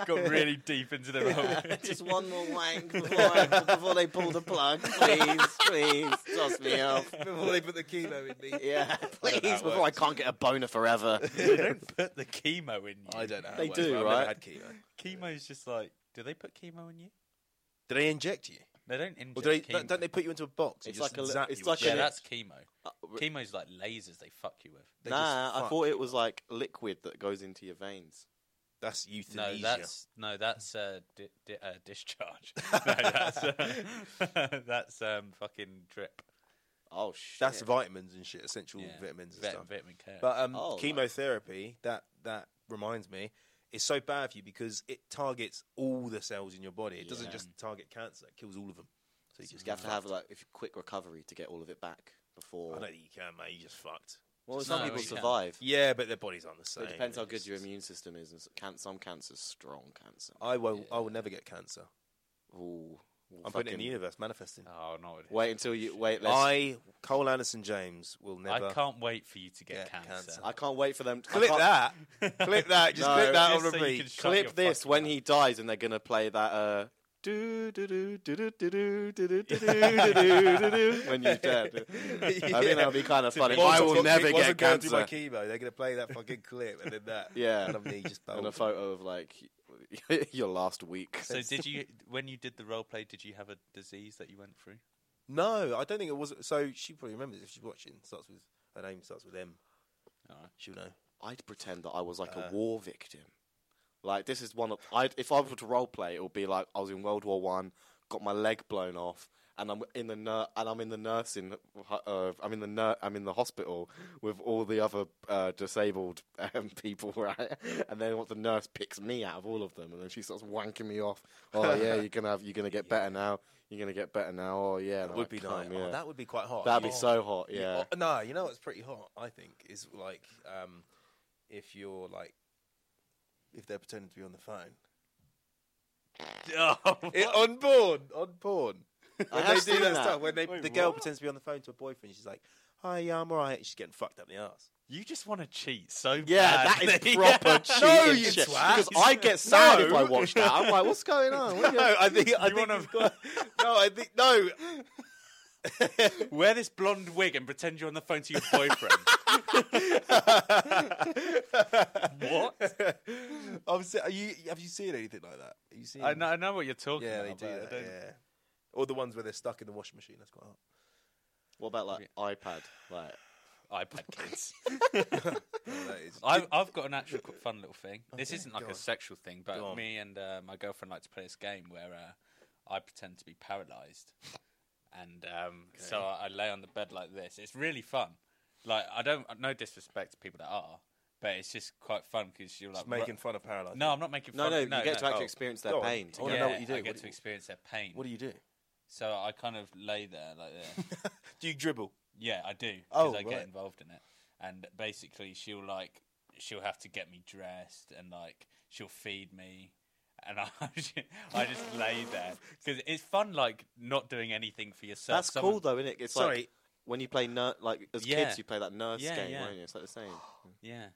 Speaker 4: got really deep into the role.
Speaker 2: Just one more wank before, I, before they pull the plug, please, please. Toss me off.
Speaker 3: Before they put the chemo in me.
Speaker 1: Yeah, please.
Speaker 4: that
Speaker 1: Before I can't get a boner forever. Uh,
Speaker 4: they don't put the chemo in you.
Speaker 3: I don't know. how
Speaker 1: They
Speaker 3: it works,
Speaker 1: do,
Speaker 3: but I've never
Speaker 1: right?
Speaker 3: had chemo.
Speaker 4: Chemo's just like, do they put chemo in you?
Speaker 3: Do they inject you?
Speaker 4: They don't inject
Speaker 3: Or do they,
Speaker 4: chemo.
Speaker 3: don't don't they put you into a box? and
Speaker 1: It's
Speaker 3: just
Speaker 1: like a li-
Speaker 3: zap
Speaker 1: it's
Speaker 3: you
Speaker 1: like
Speaker 3: with
Speaker 4: yeah,
Speaker 3: shit?
Speaker 1: a-
Speaker 4: that's chemo.
Speaker 1: Uh, re-
Speaker 4: Chemo's like lasers they fuck you with.
Speaker 3: They just
Speaker 1: nah, I
Speaker 3: fuck.
Speaker 1: thought it was like liquid that goes into your veins.
Speaker 3: That's
Speaker 4: No,
Speaker 3: euthanasia.
Speaker 4: that's no, that's uh, di- di- uh, discharge. no, that's uh, that's um, fucking drip.
Speaker 1: Oh shit.
Speaker 3: That's vitamins and shit, essential
Speaker 4: Yeah.
Speaker 3: vitamins and
Speaker 4: Vit-
Speaker 3: stuff.
Speaker 4: vitamin care.
Speaker 3: But um,
Speaker 1: Oh, like-
Speaker 3: chemotherapy, that that reminds me, is so bad for you because it targets all the cells in your body. It doesn't
Speaker 1: Yeah.
Speaker 3: just target cancer; it kills all of them. So you
Speaker 1: you
Speaker 3: just
Speaker 1: have to have like if quick recovery to get all of it back
Speaker 3: I
Speaker 1: before.
Speaker 3: don't think you can, mate. You just fucked.
Speaker 1: Well,
Speaker 4: just
Speaker 1: some
Speaker 4: no,
Speaker 1: people
Speaker 4: we can.
Speaker 1: survive.
Speaker 3: Yeah, but their bodies aren't the
Speaker 1: So
Speaker 3: same.
Speaker 1: it depends how good
Speaker 3: It's
Speaker 1: your
Speaker 3: just-
Speaker 1: immune system is. And s- can- some cancers, strong cancer.
Speaker 3: I will. I will never get cancer.
Speaker 1: Ooh, Well,
Speaker 3: I'm putting it in
Speaker 1: fucking-
Speaker 3: the universe, manifesting.
Speaker 4: oh no! it-
Speaker 1: Wait until you wait. Let's, I
Speaker 3: I, Cole Anderson James, will never.
Speaker 4: I can't wait for you to get
Speaker 3: get
Speaker 4: cancer.
Speaker 1: can't wait for them. I
Speaker 3: Clip
Speaker 1: can't-
Speaker 3: that. clip that. Just
Speaker 1: No,
Speaker 3: clip that
Speaker 4: just
Speaker 3: on
Speaker 4: so you
Speaker 3: repeat.
Speaker 4: can shut your
Speaker 1: Clip this
Speaker 4: fucking
Speaker 1: when
Speaker 4: mouth.
Speaker 1: he dies, and they're gonna play that. uh do do do do do do do do do do do do do do when you're dead. I think
Speaker 3: Yeah.
Speaker 1: that'll be kind of funny.
Speaker 3: Once
Speaker 1: I
Speaker 3: I've
Speaker 1: will
Speaker 3: got-
Speaker 1: never
Speaker 3: once
Speaker 1: get
Speaker 3: I've gone through
Speaker 1: cancer.
Speaker 3: my chemo, they're gonna play that fucking clip and then that.
Speaker 1: Yeah.
Speaker 3: and I'm me just
Speaker 1: And
Speaker 3: bowling.
Speaker 1: a photo of like your last week.
Speaker 4: So did you when you did the role play? Did you have a disease that you went through?
Speaker 3: No, I don't think it was. So she probably remembers if she's watching. Starts with her name starts with M.
Speaker 4: Alright.
Speaker 3: She'll know.
Speaker 1: I'd pretend that I was like
Speaker 3: Uh.
Speaker 1: a war victim. Like this is one of I'd, if I were to role play, it would be like I was in World War One, got my leg blown off, and I'm in the nur- and I'm in the nursing, uh, I'm in the nur- I'm in the hospital with all the other uh, disabled um, people, right? And then what the nurse picks me out of all of them, and then she starts wanking me off. Oh yeah, you're gonna have, you're gonna get better now. You're gonna get better now. Oh yeah, and
Speaker 3: That
Speaker 1: I'm
Speaker 3: would
Speaker 1: like,
Speaker 3: be
Speaker 1: "Come,
Speaker 3: nice.
Speaker 1: yeah."
Speaker 3: Oh, that would be quite hot.
Speaker 1: That'd be
Speaker 3: Oh.
Speaker 1: so hot. Yeah.
Speaker 3: Oh, no, you know what's pretty hot. I think is like um, if you're like if they're pretending to be on the phone.
Speaker 4: Oh,
Speaker 3: It, on porn, on porn. When
Speaker 1: have
Speaker 3: they do
Speaker 1: seen
Speaker 3: that,
Speaker 1: that.
Speaker 3: stuff, when they, the girl pretends to be on the phone to her boyfriend, she's like, "Hi, yeah, I'm alright." She's getting fucked up the arse.
Speaker 4: You just want to cheat so
Speaker 1: Yeah, that
Speaker 4: badly.
Speaker 1: is proper cheating
Speaker 3: No, you
Speaker 1: shit.
Speaker 3: twat.
Speaker 1: Because I get sad if
Speaker 3: No.
Speaker 1: I watch that. I'm like, what's going on? What are you-
Speaker 3: No, I think I
Speaker 4: You
Speaker 3: think
Speaker 4: wanna-
Speaker 3: he's got, no, I think no.
Speaker 4: Wear this blonde wig and pretend you're on the phone to your boyfriend.
Speaker 3: what? I'm se- are you, have you seen anything like that? Have you seen?
Speaker 4: I know, I know what you're talking
Speaker 3: Yeah, they
Speaker 4: about.
Speaker 3: do.
Speaker 4: but I
Speaker 3: That,
Speaker 4: don't-
Speaker 3: yeah. Or the ones where they're stuck in the washing machine. That's quite hot.
Speaker 1: What about like iPad? Like,
Speaker 4: iPad kids.
Speaker 3: Yeah, that is-
Speaker 4: I've, I've got an actual qu- fun little thing. This
Speaker 3: Okay,
Speaker 4: isn't like
Speaker 3: go
Speaker 4: a
Speaker 3: on.
Speaker 4: sexual thing, but
Speaker 3: Go on.
Speaker 4: me and uh, my girlfriend like to play this game where uh, I pretend to be paralyzed, and um, so I, I lay on the bed like this. It's really fun. Like I don't no disrespect to people that are, but it's just quite fun because you're like
Speaker 3: Just making
Speaker 4: ru-
Speaker 3: fun of paralysis.
Speaker 4: No, I'm not making
Speaker 1: no,
Speaker 4: fun.
Speaker 1: no, you get to
Speaker 4: no.
Speaker 1: actually
Speaker 3: Oh.
Speaker 1: experience their
Speaker 3: Go on.
Speaker 1: pain.
Speaker 3: I wanna
Speaker 4: yeah,
Speaker 3: know what you do.
Speaker 4: I get
Speaker 3: What do
Speaker 4: to
Speaker 3: you-
Speaker 4: experience their pain.
Speaker 3: What do you do?
Speaker 4: so I kind of lay there like this.
Speaker 3: Do you dribble?
Speaker 4: Yeah, I do because
Speaker 3: Oh,
Speaker 4: I
Speaker 3: right.
Speaker 4: get involved in it, and basically she'll like she'll have to get me dressed and like she'll feed me, and I I just lay there because it's fun like not doing anything for yourself.
Speaker 1: That's
Speaker 4: Someone-
Speaker 1: cool though, isn't it? It's like
Speaker 3: Sorry.
Speaker 1: when you play ner- like as
Speaker 4: Yeah.
Speaker 1: kids, you play that nurse
Speaker 4: Yeah,
Speaker 1: game,
Speaker 4: yeah.
Speaker 1: won't you? It's like the same.
Speaker 4: Yeah.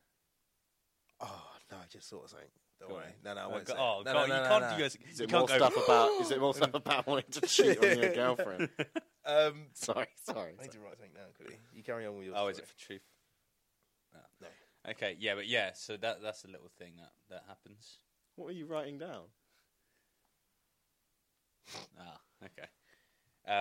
Speaker 3: Oh no, I just thought of something. Don't
Speaker 4: Go
Speaker 3: worry.
Speaker 4: on.
Speaker 3: No, no, I
Speaker 4: Oh,
Speaker 3: won't.
Speaker 4: go-
Speaker 3: say it.
Speaker 4: oh
Speaker 3: no,
Speaker 4: God,
Speaker 3: no,
Speaker 4: you
Speaker 3: no,
Speaker 4: can't
Speaker 3: no.
Speaker 4: do us.
Speaker 1: Is
Speaker 4: You
Speaker 1: it
Speaker 4: can't
Speaker 1: more
Speaker 4: go.
Speaker 1: stuff about? Is it more stuff about wanting to cheat on your girlfriend?
Speaker 3: Um,
Speaker 1: Sorry, sorry.
Speaker 3: I need to write something down quickly. You carry on with your.
Speaker 4: Oh, is it
Speaker 3: story.
Speaker 4: for truth? No.
Speaker 3: No.
Speaker 4: Okay. Yeah, but yeah. So that that's a little thing that that happens.
Speaker 1: What are you writing down?
Speaker 4: Ah. Okay.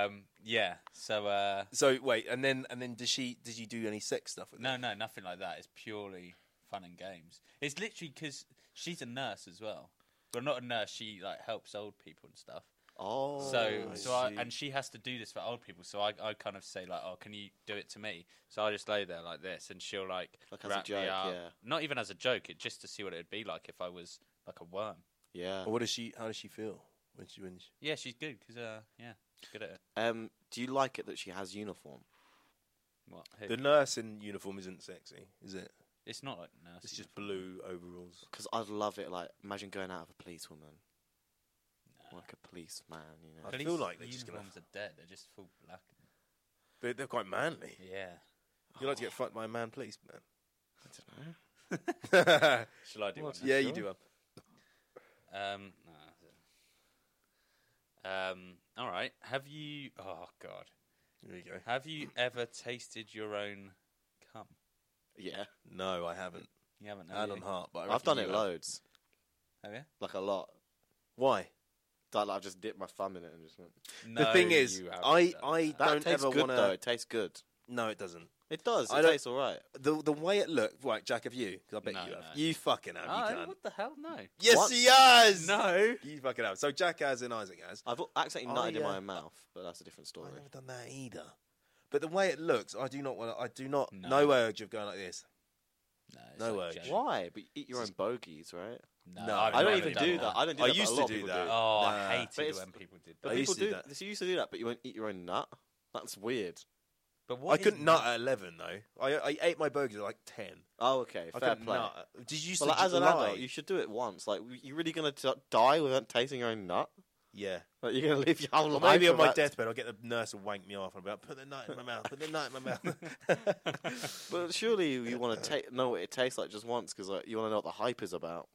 Speaker 4: Um. Yeah. So. uh
Speaker 3: So wait, and then and then does she? Did you do any sex stuff with
Speaker 4: No,
Speaker 3: her?
Speaker 4: no, nothing like that. It's purely fun and games. It's literally because she's a nurse as well. Well, not a nurse. She like helps old people and stuff.
Speaker 1: Oh,
Speaker 4: So,
Speaker 3: I
Speaker 4: so I,
Speaker 3: see.
Speaker 4: and she has to do this for old people. So I, I kind of say like, oh, can you do it to me? So I just lay there like this, and she'll like,
Speaker 1: Like as a
Speaker 4: wrap me
Speaker 1: joke,
Speaker 4: up.
Speaker 1: yeah.
Speaker 4: Not even as a joke. It just to see what it'd be like if I was like a worm.
Speaker 1: yeah.
Speaker 3: Or what does she? How does she feel when she when she?
Speaker 4: Yeah, she's good because uh, yeah, good at it.
Speaker 1: Um, do you like it that she has uniform?
Speaker 4: What? Who?
Speaker 3: The nurse in uniform isn't sexy, is it?
Speaker 4: it's not like nurse.
Speaker 3: It's just blue overalls.
Speaker 1: Because I'd love it. Like, imagine going out with a policewoman, like a policeman. You know,
Speaker 3: I feel like they're just gonna-
Speaker 4: uniforms are dead. They're just full black.
Speaker 3: They're, they're quite manly.
Speaker 4: Yeah.
Speaker 3: You like to get fucked by a man policeman?
Speaker 1: I don't know.
Speaker 3: yeah,
Speaker 4: Shall I do one? now?
Speaker 3: you do.
Speaker 4: Um, no, I don't. um, all right. Have you? Oh God.
Speaker 3: There you go.
Speaker 4: Have you ever tasted your own cum?
Speaker 1: Yeah,
Speaker 3: No, I haven't.
Speaker 4: You haven't. have
Speaker 3: Hand
Speaker 4: you?
Speaker 3: on heart, but I
Speaker 1: I've
Speaker 3: reckon
Speaker 1: done
Speaker 3: you
Speaker 1: it
Speaker 3: have.
Speaker 1: loads,
Speaker 4: Have you?
Speaker 1: like a lot.
Speaker 3: Why?
Speaker 1: Like, like, I've just dipped my thumb in it and just went.
Speaker 4: No,
Speaker 3: the thing is,
Speaker 4: you haven't
Speaker 3: I
Speaker 4: done
Speaker 3: I
Speaker 4: that.
Speaker 1: That
Speaker 3: don't
Speaker 1: tastes
Speaker 3: ever
Speaker 1: good
Speaker 3: want
Speaker 1: though.
Speaker 3: to.
Speaker 1: It tastes good.
Speaker 3: No, it doesn't.
Speaker 1: It does.
Speaker 3: I
Speaker 1: It
Speaker 3: don't-
Speaker 1: tastes all right.
Speaker 3: The the way it looked, right, Jack? Have you? 'Cause I bet
Speaker 4: No,
Speaker 3: you have.
Speaker 4: no.
Speaker 3: You fucking have. you
Speaker 4: Oh,
Speaker 3: can't.
Speaker 4: what the hell? No.
Speaker 3: Yes,
Speaker 1: What?
Speaker 3: he has.
Speaker 4: No.
Speaker 3: You fucking have. So Jack has and Isaac has.
Speaker 1: I've accidentally
Speaker 3: I,
Speaker 1: nutted in
Speaker 3: uh,
Speaker 1: my own mouth, but that's a different story.
Speaker 3: I've never done that either. But the way it looks, I do not want. to I do not. No,
Speaker 4: No.
Speaker 3: urge of going like this.
Speaker 4: No, it's
Speaker 3: No
Speaker 4: like
Speaker 3: way.
Speaker 4: joking.
Speaker 1: Why? But you eat your own bogeys, right?
Speaker 4: No,
Speaker 3: No,
Speaker 4: I've
Speaker 3: I
Speaker 1: I don't
Speaker 4: never
Speaker 1: even
Speaker 4: done
Speaker 1: do that. I don't do
Speaker 3: I
Speaker 1: that. but
Speaker 3: used
Speaker 1: a
Speaker 3: to
Speaker 1: lot of
Speaker 3: do
Speaker 1: people
Speaker 3: that.
Speaker 1: do.
Speaker 4: Oh,
Speaker 3: Nah,
Speaker 4: I
Speaker 1: but
Speaker 4: hated
Speaker 1: it's-
Speaker 4: when people did
Speaker 1: But
Speaker 3: I
Speaker 4: that.
Speaker 3: used
Speaker 1: people
Speaker 3: to do
Speaker 1: do.
Speaker 3: that.
Speaker 1: So you used to do that, but you won't eat your own nut. That's weird.
Speaker 4: But what
Speaker 3: I
Speaker 4: is
Speaker 3: couldn't
Speaker 4: nut?
Speaker 3: nut at eleven though. I I ate my burgers at like ten.
Speaker 1: Oh, okay,
Speaker 3: I
Speaker 1: fair
Speaker 3: couldn't
Speaker 1: play.
Speaker 3: nut. Did you used
Speaker 1: But
Speaker 3: to
Speaker 1: like, as an
Speaker 3: lie?
Speaker 1: adult, you should do it once. Like, w- you really gonna t- die without tasting your own nut?
Speaker 3: Yeah.
Speaker 1: Like, you're gonna live your whole
Speaker 3: Or
Speaker 1: life?
Speaker 3: maybe on my
Speaker 1: without-
Speaker 3: deathbed, I'll get the nurse to wank me off and be like, "Put the nut in my mouth. Put the nut in my mouth."
Speaker 1: But surely you want to ta- know what it tastes like just once, because like, you want to know what the hype is about.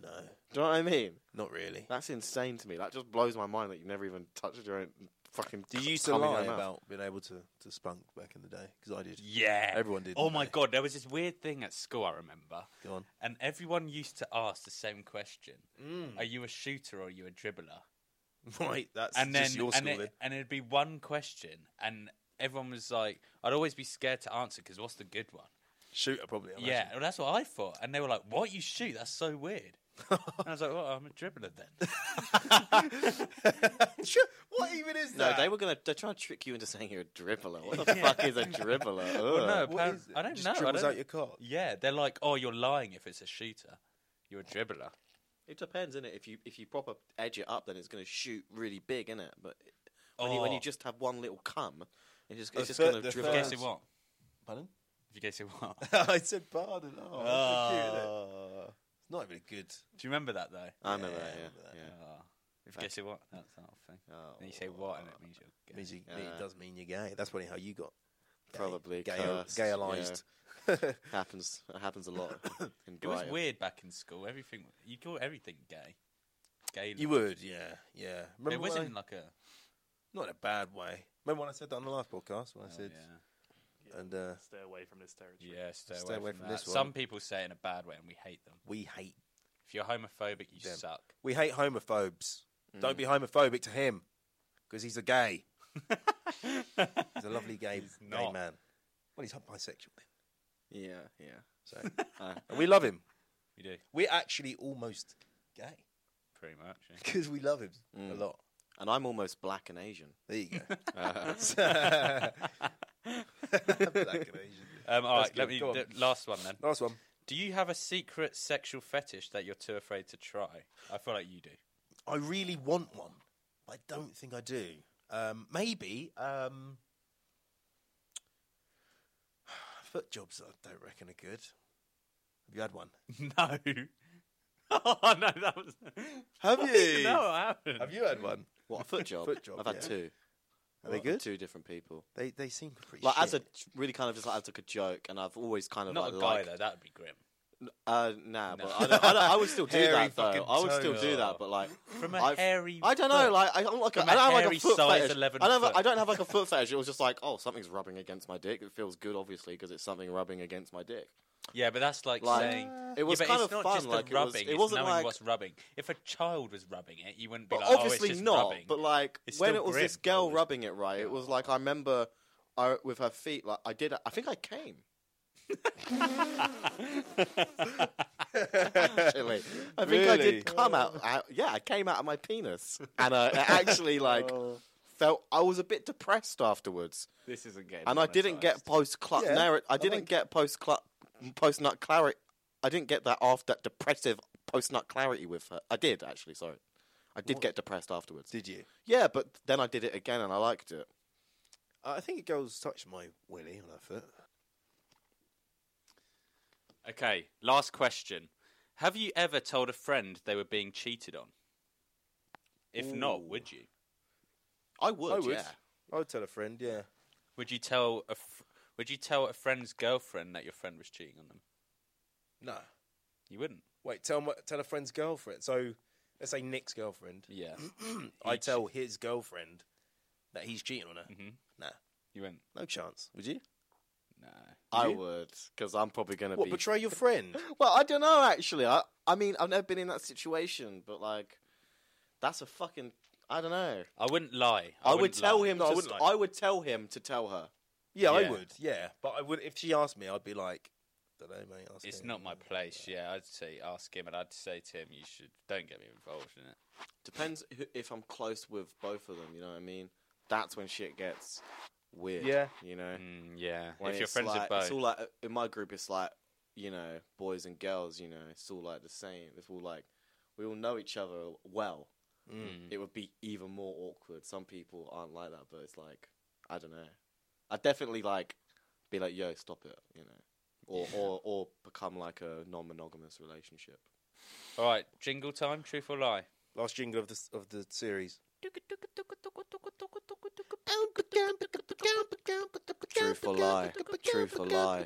Speaker 3: no,
Speaker 1: Do you know what I mean?
Speaker 3: not really.
Speaker 1: That's insane to me. That just blows my mind that you've never even touched your own fucking.
Speaker 3: Did
Speaker 1: c-
Speaker 3: you used to
Speaker 1: cum in your
Speaker 3: lie
Speaker 1: own mouth.
Speaker 3: about being able to, to spunk back in the day? Because I did.
Speaker 4: Yeah.
Speaker 3: Everyone did.
Speaker 4: Oh
Speaker 3: didn't
Speaker 4: my
Speaker 3: they?
Speaker 4: god, there was this weird thing at school I remember,
Speaker 3: Go on.
Speaker 4: and everyone used to ask the same question:
Speaker 3: Mm.
Speaker 4: Are you a shooter or are you a dribbler?
Speaker 3: Right, that's
Speaker 4: and then
Speaker 3: just your
Speaker 4: and,
Speaker 3: school
Speaker 4: it, and it'd be one question, and everyone was like, I'd always be scared to answer because what's the good one?
Speaker 3: Shooter probably. I
Speaker 4: Yeah, well, that's what I thought, and they were like, "What you shoot? That's so weird." and I was like, "Well, I'm a dribbler then."
Speaker 3: imagine. Sure, what even is
Speaker 1: No,
Speaker 3: that?
Speaker 1: they were gonna. They're trying to trick you into saying you're a dribbler. What the fuck is a dribbler?
Speaker 4: well, no,
Speaker 1: Ugh.
Speaker 3: What
Speaker 4: apparent-
Speaker 3: is it?
Speaker 4: I don't
Speaker 3: Just
Speaker 4: know. I
Speaker 3: dribbles
Speaker 4: don't-
Speaker 3: out your cock.
Speaker 4: yeah, they're like, "Oh, you're lying if it's a shooter. You're a dribbler."
Speaker 1: It depends, innit? If you if you proper edge it up, then it's gonna shoot really big, innit? But when, you, when
Speaker 4: Oh.
Speaker 1: you just have one little cum, it's just
Speaker 3: The
Speaker 1: it's just
Speaker 3: fir-
Speaker 1: gonna
Speaker 3: the
Speaker 1: dribble.
Speaker 4: If you
Speaker 3: first-
Speaker 1: out.
Speaker 4: guess it what?
Speaker 3: Pardon?
Speaker 4: If you guess it what? Do
Speaker 3: I said pardon. Oh, that's so cute, isn't it?
Speaker 1: Oh.
Speaker 3: Ah. It's not even good.
Speaker 4: you remember that though?
Speaker 1: I remember
Speaker 3: Yeah, I
Speaker 1: that. Yeah,
Speaker 3: remember that.
Speaker 1: yeah.
Speaker 4: Oh. If you guess it what? That's that whole thing.
Speaker 1: Oh,
Speaker 4: And you say what, and it means you're gay.
Speaker 3: Means you,
Speaker 1: Yeah.
Speaker 3: It does mean you're gay. That's probably how you got gay.
Speaker 1: Probably
Speaker 3: gay,
Speaker 1: cursed,
Speaker 3: gayalized.
Speaker 1: happens. It happens a lot in
Speaker 4: It was
Speaker 1: Brighton.
Speaker 4: weird back in school. Everything you call everything gay. Gay.
Speaker 3: You would, yeah, yeah.
Speaker 4: It
Speaker 3: Remember
Speaker 4: wasn't
Speaker 3: when I-
Speaker 4: like a.
Speaker 3: not in a bad way. Remember when I said that on the last podcast? When I
Speaker 4: oh,
Speaker 3: said,
Speaker 4: yeah.
Speaker 5: Yeah,
Speaker 3: and uh,
Speaker 5: stay away from this territory.
Speaker 4: Yeah, stay,
Speaker 3: Stay
Speaker 4: away,
Speaker 3: away
Speaker 4: from,
Speaker 3: from
Speaker 4: that.
Speaker 3: this one.
Speaker 4: Some people say it in a bad way, and we hate them.
Speaker 3: we hate,
Speaker 4: If you're homophobic, you
Speaker 3: Them.
Speaker 4: suck.
Speaker 3: we hate homophobes. Don't be homophobic to him, because he's a gay. He's a lovely gay,
Speaker 4: He's
Speaker 3: gay
Speaker 4: not.
Speaker 3: man. Well, he's bisexual. Then.
Speaker 1: Yeah, yeah.
Speaker 3: So,
Speaker 1: Uh,
Speaker 3: and we love him.
Speaker 4: We do
Speaker 3: We're actually almost gay
Speaker 4: pretty much. yeah.
Speaker 3: because we love him a
Speaker 1: Mm.
Speaker 3: lot.
Speaker 1: and I'm almost black and Asian.
Speaker 3: There you go.
Speaker 1: Uh,
Speaker 3: Black and Asian.
Speaker 4: Um, all
Speaker 3: That's
Speaker 4: right, let
Speaker 3: good.
Speaker 4: me
Speaker 3: Go on.
Speaker 4: the last one then.
Speaker 3: Last one.
Speaker 4: Do you have a secret sexual fetish that you're too afraid to try? I feel like you do.
Speaker 3: I really want one, but I don't think I do. Um, maybe um, foot jobs. I don't reckon are good. Have you had one?
Speaker 4: No. oh no, that was.
Speaker 3: Have you?
Speaker 4: no, I haven't.
Speaker 3: Have you had one?
Speaker 1: what a foot job?
Speaker 3: Foot job,
Speaker 1: I've had
Speaker 3: yeah.
Speaker 1: two.
Speaker 3: Are they
Speaker 1: What?
Speaker 3: good?
Speaker 1: Two different people.
Speaker 3: They they seem pretty.
Speaker 1: Like
Speaker 3: shit.
Speaker 1: as a really kind of just like as like a joke, and I've always kind of
Speaker 4: Not
Speaker 1: like
Speaker 4: a guy
Speaker 1: liked-
Speaker 4: though. That'd be grim.
Speaker 1: Uh, nah,
Speaker 4: No.
Speaker 1: but I, don't, I, don't, I would still do
Speaker 3: Hairy
Speaker 1: that
Speaker 3: fucking
Speaker 1: though. I would still
Speaker 3: toe.
Speaker 1: do that, but like
Speaker 4: From a
Speaker 1: I've-
Speaker 4: hairy.
Speaker 1: I don't know, like I don't like a,
Speaker 4: From
Speaker 1: I
Speaker 4: a
Speaker 1: don't have like a
Speaker 4: hairy
Speaker 1: foot
Speaker 4: size
Speaker 1: fetish.
Speaker 4: 11
Speaker 1: I don't have,
Speaker 4: foot.
Speaker 1: a, I don't have like a foot fetish. It was just like oh something's rubbing against my dick. It feels good obviously because it's something rubbing against my dick.
Speaker 4: yeah, but that's like,
Speaker 1: Like,
Speaker 4: saying.
Speaker 1: It was
Speaker 4: yeah, but
Speaker 1: kind
Speaker 4: it's
Speaker 1: of
Speaker 4: not
Speaker 1: fun.
Speaker 4: just
Speaker 1: like
Speaker 4: the rubbing.
Speaker 1: it, was,
Speaker 4: it's
Speaker 1: not
Speaker 4: knowing
Speaker 1: like
Speaker 4: what's rubbing. If a child was rubbing it, you wouldn't be
Speaker 1: but
Speaker 4: like, "Oh,
Speaker 1: obviously
Speaker 4: it's just
Speaker 1: not.
Speaker 4: rubbing."
Speaker 1: But like
Speaker 4: It's
Speaker 1: when
Speaker 4: still
Speaker 1: it was
Speaker 4: grim,
Speaker 1: this girl
Speaker 4: always.
Speaker 1: rubbing it right, it was like I remember I, with her feet like I did. I think I came. Actually, I think I
Speaker 3: Really?
Speaker 1: did come out, out. Yeah, I came out of my penis, and I, I actually like
Speaker 4: Oh.
Speaker 1: felt I was a bit depressed afterwards,
Speaker 7: This isn't getting.
Speaker 1: and I didn't get
Speaker 7: monetised.
Speaker 1: post clut.
Speaker 3: Yeah, I
Speaker 1: I didn't
Speaker 3: like-
Speaker 1: get post clut, post nut clarity. I didn't get that after that depressive post nut clarity with her. I did actually. Sorry, I did get depressed afterwards.
Speaker 3: Did you?
Speaker 1: Yeah, but then I did it again, and I liked it.
Speaker 3: I think it goes touch my willy on her foot.
Speaker 4: Okay, last question. Have you ever told a friend they were being cheated on? If not, would you?
Speaker 1: I would.
Speaker 3: I would.
Speaker 1: Yeah.
Speaker 3: I would tell a friend. Yeah.
Speaker 4: Would you tell a fr- would you tell a friend's girlfriend that your friend was cheating on them?
Speaker 3: No.
Speaker 4: You wouldn't.
Speaker 3: Wait. Tell my tell a friend's girlfriend. So let's say Nick's girlfriend.
Speaker 4: Yeah.
Speaker 3: I
Speaker 4: He che-
Speaker 3: tell his girlfriend that he's cheating on her.
Speaker 4: Mhm.
Speaker 3: Nah,
Speaker 4: You wouldn't.
Speaker 3: no chance. Mm-hmm. Would you?
Speaker 4: No.
Speaker 1: I
Speaker 3: you?
Speaker 1: would, because I'm probably gonna
Speaker 3: What
Speaker 1: be.
Speaker 3: betray your friend?
Speaker 1: well, I don't know. Actually, I. I mean, I've never been in that situation, but like, that's a fucking. I don't know.
Speaker 4: I wouldn't lie.
Speaker 1: I, would
Speaker 4: wouldn't
Speaker 1: tell
Speaker 4: lie.
Speaker 1: him.
Speaker 3: No, I
Speaker 1: to,
Speaker 3: wouldn't
Speaker 1: s-
Speaker 3: lie.
Speaker 1: I would tell him to tell her.
Speaker 3: Yeah,
Speaker 4: Yeah.
Speaker 3: I would. Yeah, but I would if she asked me, I'd be like, don't know, mate. ask
Speaker 4: It's
Speaker 3: him."
Speaker 4: not my place. Yeah, I'd say ask him, and I'd say to him, "You should don't get me involved in it."
Speaker 1: Depends who, if I'm close with both of them. You know what I mean? That's when shit gets weird.
Speaker 3: Yeah.
Speaker 1: You know.
Speaker 4: Mm, yeah,
Speaker 1: When
Speaker 4: if you're
Speaker 1: it's
Speaker 4: friends
Speaker 1: like,
Speaker 4: with both,
Speaker 1: It's all like uh, in my group. It's like you know, boys and girls. You know, it's all like the same. It's all like we all know each other well.
Speaker 4: Mm.
Speaker 1: It would be even more awkward. Some people aren't like that, but it's like I don't know. I definitely like be like, yo, stop it. You know. Or, or or become like a non-monogamous relationship.
Speaker 4: all right, jingle time. Truth or lie?
Speaker 3: Last jingle of the of the series.
Speaker 1: Truth or lie? Truth or lie?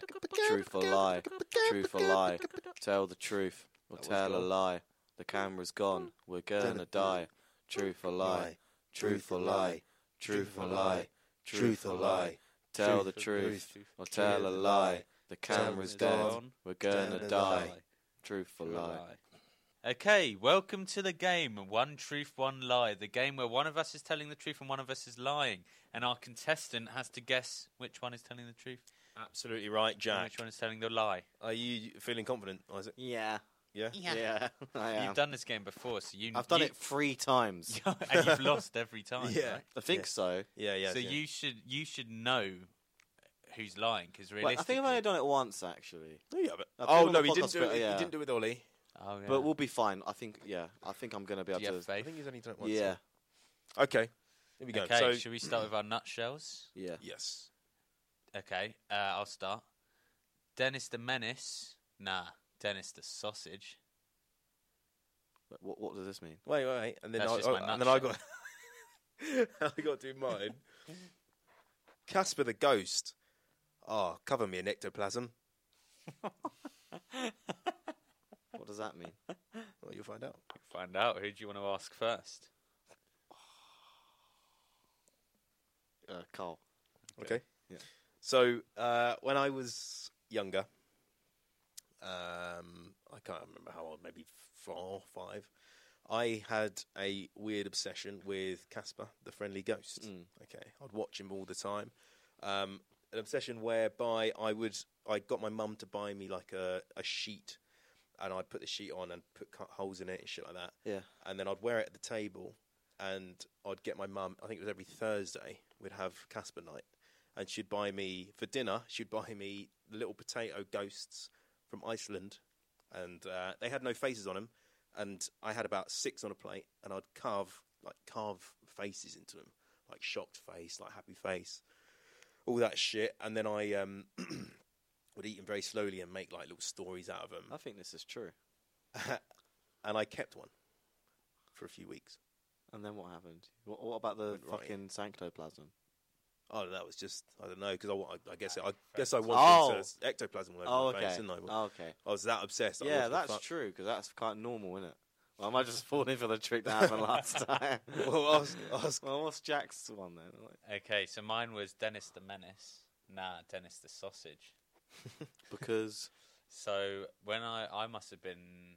Speaker 1: Truth or lie? Truth or lie? Tell the truth or
Speaker 3: That was
Speaker 1: tell a
Speaker 3: gone.
Speaker 1: lie. The camera's gone. We're gonna die. Truth or lie? Truth or lie? Truth or lie? Truth or lie? Tell the truth or tell a lie. The camera's gone. We're gonna die. Truth or lie?
Speaker 4: Okay, welcome to the game One Truth, One Lie, the game where one of us is telling the truth and one of us is lying, and our contestant has to guess which one is telling the truth
Speaker 3: Absolutely right,
Speaker 4: and
Speaker 3: Jack.
Speaker 4: which one is telling the lie.
Speaker 3: Are you feeling confident, Isaac?
Speaker 1: Yeah.
Speaker 3: Yeah.
Speaker 1: Yeah. I
Speaker 4: You've done this game before, so you
Speaker 1: I've done
Speaker 4: you-
Speaker 1: it three times.
Speaker 4: and you've lost every time.
Speaker 3: Yeah.
Speaker 4: right?
Speaker 1: I think
Speaker 3: Yeah.
Speaker 1: so.
Speaker 3: Yeah, yeah.
Speaker 4: so
Speaker 3: yeah.
Speaker 4: you should you should know who's lying because
Speaker 1: Wait, I
Speaker 4: realistically,
Speaker 1: think I've only done it once actually.
Speaker 3: Oh, yeah, but-
Speaker 1: I've been
Speaker 3: oh
Speaker 1: on
Speaker 3: no,
Speaker 1: the
Speaker 3: he didn't
Speaker 1: podcast,
Speaker 3: do
Speaker 1: but,
Speaker 3: it.
Speaker 1: yeah.
Speaker 3: He didn't do it with Ollie.
Speaker 4: Oh, yeah.
Speaker 1: But we'll be fine. I think yeah. I think I'm gonna be
Speaker 4: Do
Speaker 1: able
Speaker 4: you
Speaker 1: to
Speaker 4: have
Speaker 3: I
Speaker 4: faith?
Speaker 3: think he's only done it once.
Speaker 1: Yeah.
Speaker 3: Okay. Here we go.
Speaker 4: Okay,
Speaker 3: so
Speaker 4: should we start with our nutshells?
Speaker 1: Yeah.
Speaker 3: yes,
Speaker 4: Okay, uh, I'll start. Dennis the Menace. Nah, Dennis the Sausage.
Speaker 1: But What, what does this mean?
Speaker 3: wait, wait, wait, and then
Speaker 4: That's
Speaker 3: I,
Speaker 4: just
Speaker 3: I-
Speaker 4: my
Speaker 3: and then I got
Speaker 4: nutshell.
Speaker 3: I got to do mine. Casper the ghost. Oh, cover me in ectoplasm.
Speaker 1: What does that mean?
Speaker 3: Well, you'll find out.
Speaker 4: Find out. Who do you want to ask first?
Speaker 1: Uh, Carl.
Speaker 3: Okay.
Speaker 1: Yeah.
Speaker 3: So uh, when I was younger, um, I can't remember how old, maybe four, five. I had a weird obsession with Casper, the friendly ghost.
Speaker 1: Mm.
Speaker 3: Okay, I'd watch him all the time. Um, an obsession whereby I would, I got my mum to buy me like a, a sheet, and I'd put the sheet on and put cut holes in it and shit like that.
Speaker 1: Yeah.
Speaker 3: And then I'd wear it at the table, and I'd get my mum. I think it was every Thursday we'd have Casper night, and she'd buy me for dinner. She'd buy me little potato ghosts from Iceland, and uh, they had no faces on them. And I had about six on a plate, and I'd carve like carve faces into them, like shocked face, like happy face, all that shit. And then I um, would eat them very slowly and make like little stories out of them
Speaker 1: I think this is true.
Speaker 3: and I kept one for a few weeks.
Speaker 1: And then what happened? What, what about the
Speaker 3: Went right
Speaker 1: fucking sanctoplasm?
Speaker 3: Oh, that was just I don't know because I, wa- I guess I, guess I
Speaker 1: Oh.
Speaker 3: wanted to- ectoplasm all over
Speaker 1: Oh,
Speaker 3: my
Speaker 1: okay.
Speaker 3: face, didn't I?
Speaker 1: Oh, okay.
Speaker 3: I was that obsessed. I
Speaker 1: yeah,
Speaker 3: wanted to
Speaker 1: that's
Speaker 3: fuck.
Speaker 1: true because that's quite normal, isn't it? Well, I might just fall in for the trick that happened last time.
Speaker 3: Well, I was- I was-
Speaker 1: well, what's Jack's one then? Like,
Speaker 4: Okay, so mine was Dennis the Menace. Nah, Dennis the Sausage.
Speaker 1: Because
Speaker 4: So when I I must have been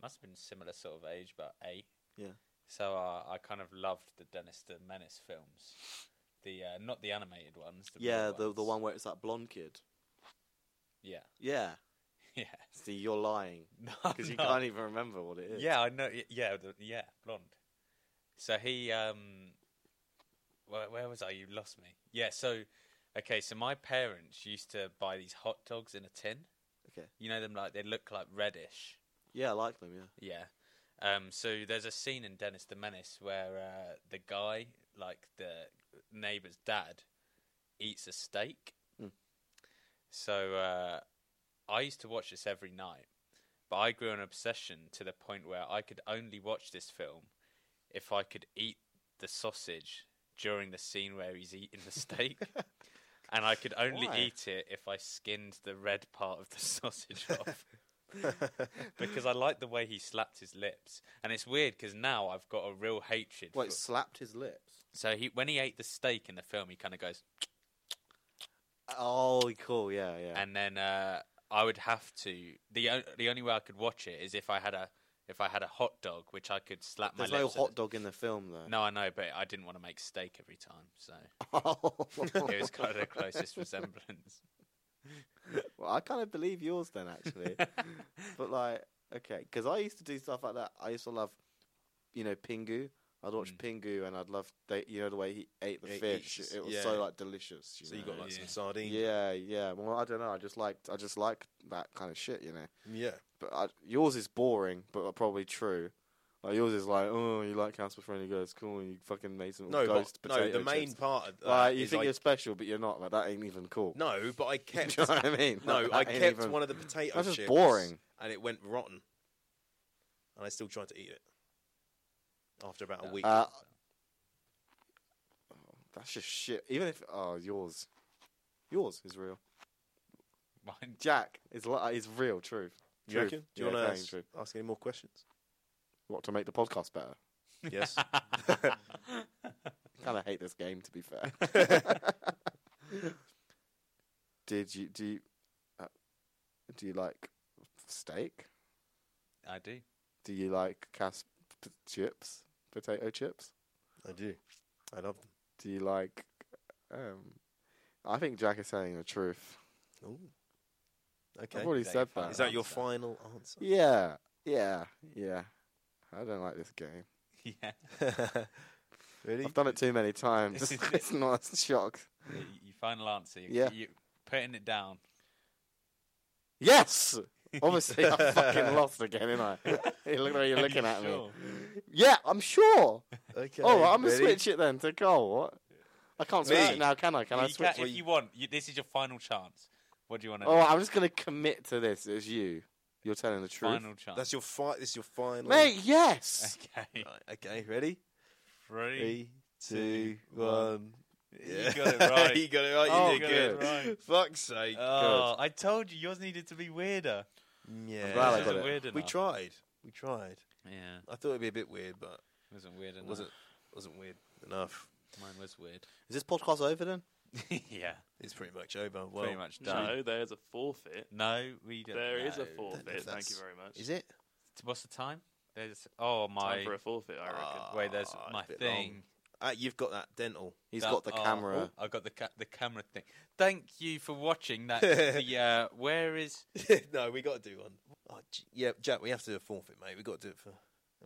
Speaker 4: must have been similar sort of age, about eight.
Speaker 1: Yeah.
Speaker 4: So uh, I kind of loved the Dennis the Menace films, the uh, not the animated ones. The
Speaker 1: yeah,
Speaker 4: real
Speaker 1: the the
Speaker 4: ones.
Speaker 1: one where it's that blonde kid.
Speaker 4: Yeah,
Speaker 1: Yeah.
Speaker 4: yeah.
Speaker 1: See, you're lying
Speaker 4: No,
Speaker 1: because you
Speaker 4: no.
Speaker 1: can't even remember what it is.
Speaker 4: Yeah, I know. y- Yeah, the, yeah, blonde. So he, um, where, where was I? You lost me. Yeah. So, okay. So my parents used to buy these hot dogs in a tin.
Speaker 1: Okay.
Speaker 4: You know them like they look like reddish.
Speaker 1: Yeah, I like them. Yeah.
Speaker 4: Yeah. Um. So there's a scene in Dennis the Menace where uh, the guy, like the neighbor's dad, eats a steak.
Speaker 1: Mm.
Speaker 4: So uh, I used to watch this every night, but I grew an obsession to the point where I could only watch this film if I could eat the sausage during the scene where he's eating the steak. And I could only
Speaker 1: Why?
Speaker 4: eat it if I skinned the red part of the sausage off because I like the way he slapped his lips, and it's weird because now I've got a real hatred.
Speaker 1: Wait,
Speaker 4: for...
Speaker 1: slapped his lips.
Speaker 4: So he, when he ate the steak in the film, he kind of goes,
Speaker 1: Oh, cool. Yeah, yeah.
Speaker 4: and then uh, I would have to the o- the only way I could watch it is if I had a if I had a hot dog, which I could slap
Speaker 1: There's
Speaker 4: my
Speaker 1: no
Speaker 4: lips. at
Speaker 1: hot
Speaker 4: the-
Speaker 1: dog in the film though.
Speaker 4: No, I know, but I didn't want to make steak every time, so it was kind of the closest resemblance.
Speaker 1: well, I kind of believe yours then actually. But like, okay, because I used to do stuff like that. I used to love, you know, Pingu. I'd watch
Speaker 4: Mm.
Speaker 1: Pingu, and I'd love, they, you know, the way he ate the
Speaker 8: He
Speaker 1: fish.
Speaker 8: eats-
Speaker 1: it was
Speaker 8: yeah.
Speaker 1: so like delicious. You
Speaker 3: So you
Speaker 1: know?
Speaker 3: got like
Speaker 4: Yeah.
Speaker 3: some sardine.
Speaker 1: yeah, yeah. Well, I don't know. I just liked, I just like that kind of shit, you know.
Speaker 3: Yeah.
Speaker 1: But I, yours is boring, but uh, probably true. Like yours is like, oh, you like Casper Friendly Ghost, cool. You fucking made some
Speaker 3: No,
Speaker 1: ghost
Speaker 3: but, no.
Speaker 1: potato
Speaker 3: The main
Speaker 1: chips.
Speaker 3: part. Of that
Speaker 1: Like you
Speaker 3: is
Speaker 1: think
Speaker 3: I-
Speaker 1: you're special, but you're not. Like that ain't even cool.
Speaker 3: No, but I
Speaker 1: Do you
Speaker 3: kept.
Speaker 1: know what I mean?
Speaker 3: No,
Speaker 1: Like,
Speaker 3: I
Speaker 1: that ain't
Speaker 3: kept
Speaker 1: even-
Speaker 3: one of the potato
Speaker 1: That's just
Speaker 3: chips,
Speaker 1: boring.
Speaker 3: and it went rotten, and I still tried to eat it after about a week.
Speaker 1: Uh, oh, That's just shit. Even if oh yours, yours is real.
Speaker 4: Mine-
Speaker 1: Jack is li- uh, is real. Truth.
Speaker 3: do you
Speaker 1: Truth.
Speaker 3: reckon? Do you
Speaker 1: Yeah,
Speaker 3: want
Speaker 1: that
Speaker 3: to
Speaker 1: ain't
Speaker 3: ask,
Speaker 1: true.
Speaker 3: ask any more questions?
Speaker 1: What to make the podcast better?
Speaker 3: Yes.
Speaker 1: kind of hate this game to be fair. Did you do? You, uh, do you like steak?
Speaker 4: I do.
Speaker 1: Do you like cas p- chips? Potato chips?
Speaker 3: I do. I love
Speaker 1: Do you like? Um, I think Jack is saying the truth.
Speaker 3: them. Ooh. Okay.
Speaker 1: I've already
Speaker 4: Is that
Speaker 1: said
Speaker 4: your
Speaker 1: that.
Speaker 3: Is that your
Speaker 4: Answer.
Speaker 3: final answer?
Speaker 1: Yeah, yeah, yeah. I don't like this game.
Speaker 4: Yeah,
Speaker 3: really?
Speaker 1: I've done it too many times. it's not a shock.
Speaker 4: Y- your final answer. You,
Speaker 1: Yeah.
Speaker 4: you putting it down.
Speaker 1: Yes. Obviously, I fucking lost again, didn't I? you look like you're
Speaker 4: Are
Speaker 1: looking
Speaker 4: you
Speaker 1: at
Speaker 4: sure?
Speaker 1: me. Yeah, I'm sure.
Speaker 3: Okay.
Speaker 1: All right, Oh, I'm gonna
Speaker 3: ready?
Speaker 1: switch it then to Cole. What? I can't switch
Speaker 3: Me?
Speaker 1: it now, can I? Can I
Speaker 4: you can,
Speaker 1: switch? Oh,
Speaker 4: if you want, you, this is your final chance. What do you want to
Speaker 1: All right, I'm just gonna commit to this. It's you. You're telling the
Speaker 4: do?
Speaker 1: truth,
Speaker 4: Final Eh, chance.
Speaker 3: That's your fi- This is your final.
Speaker 1: mate. Yes.
Speaker 4: okay.
Speaker 3: Right, okay. Ready?
Speaker 4: Three.
Speaker 3: Three, two, one.
Speaker 4: You got it right.
Speaker 3: you got it right. You
Speaker 1: Oh,
Speaker 3: did
Speaker 1: got
Speaker 3: good.
Speaker 1: it Uh,
Speaker 4: right.
Speaker 3: Fuck's sake.
Speaker 4: Oh, I told you yours needed to be weirder.
Speaker 3: yeah.
Speaker 1: glad I
Speaker 4: This
Speaker 1: got
Speaker 4: isn't
Speaker 1: it.
Speaker 4: Weird
Speaker 3: We
Speaker 4: enough.
Speaker 3: tried. We tried.
Speaker 4: Yeah,
Speaker 3: I thought it'd be a bit weird, but
Speaker 4: it wasn't weird
Speaker 3: it
Speaker 4: enough.
Speaker 3: wasn't. Wasn't weird enough.
Speaker 4: Mine was weird.
Speaker 1: Is this podcast over then?
Speaker 4: yeah,
Speaker 3: It's pretty much over. Well,
Speaker 4: pretty much done.
Speaker 5: No, there's a forfeit.
Speaker 4: No, we don't.
Speaker 5: There is a
Speaker 4: know.
Speaker 5: forfeit. Thank
Speaker 3: that's-
Speaker 5: you very much.
Speaker 3: Is it?
Speaker 4: What's the time? There's oh
Speaker 5: Time
Speaker 4: my
Speaker 5: for a forfeit, I reckon.
Speaker 4: wait. There's
Speaker 3: Ah,
Speaker 4: my
Speaker 3: a bit
Speaker 4: thing.
Speaker 3: long. Ah, you've got that dental.
Speaker 1: He's
Speaker 4: That-
Speaker 1: got the
Speaker 4: oh,
Speaker 1: camera.
Speaker 4: I got the ca- the camera thing. Thank you for watching that. the, uh, where is
Speaker 3: no, we got to do one. Oh, gee- yeah, Jack, we have to do a forfeit, mate. We got to do it for.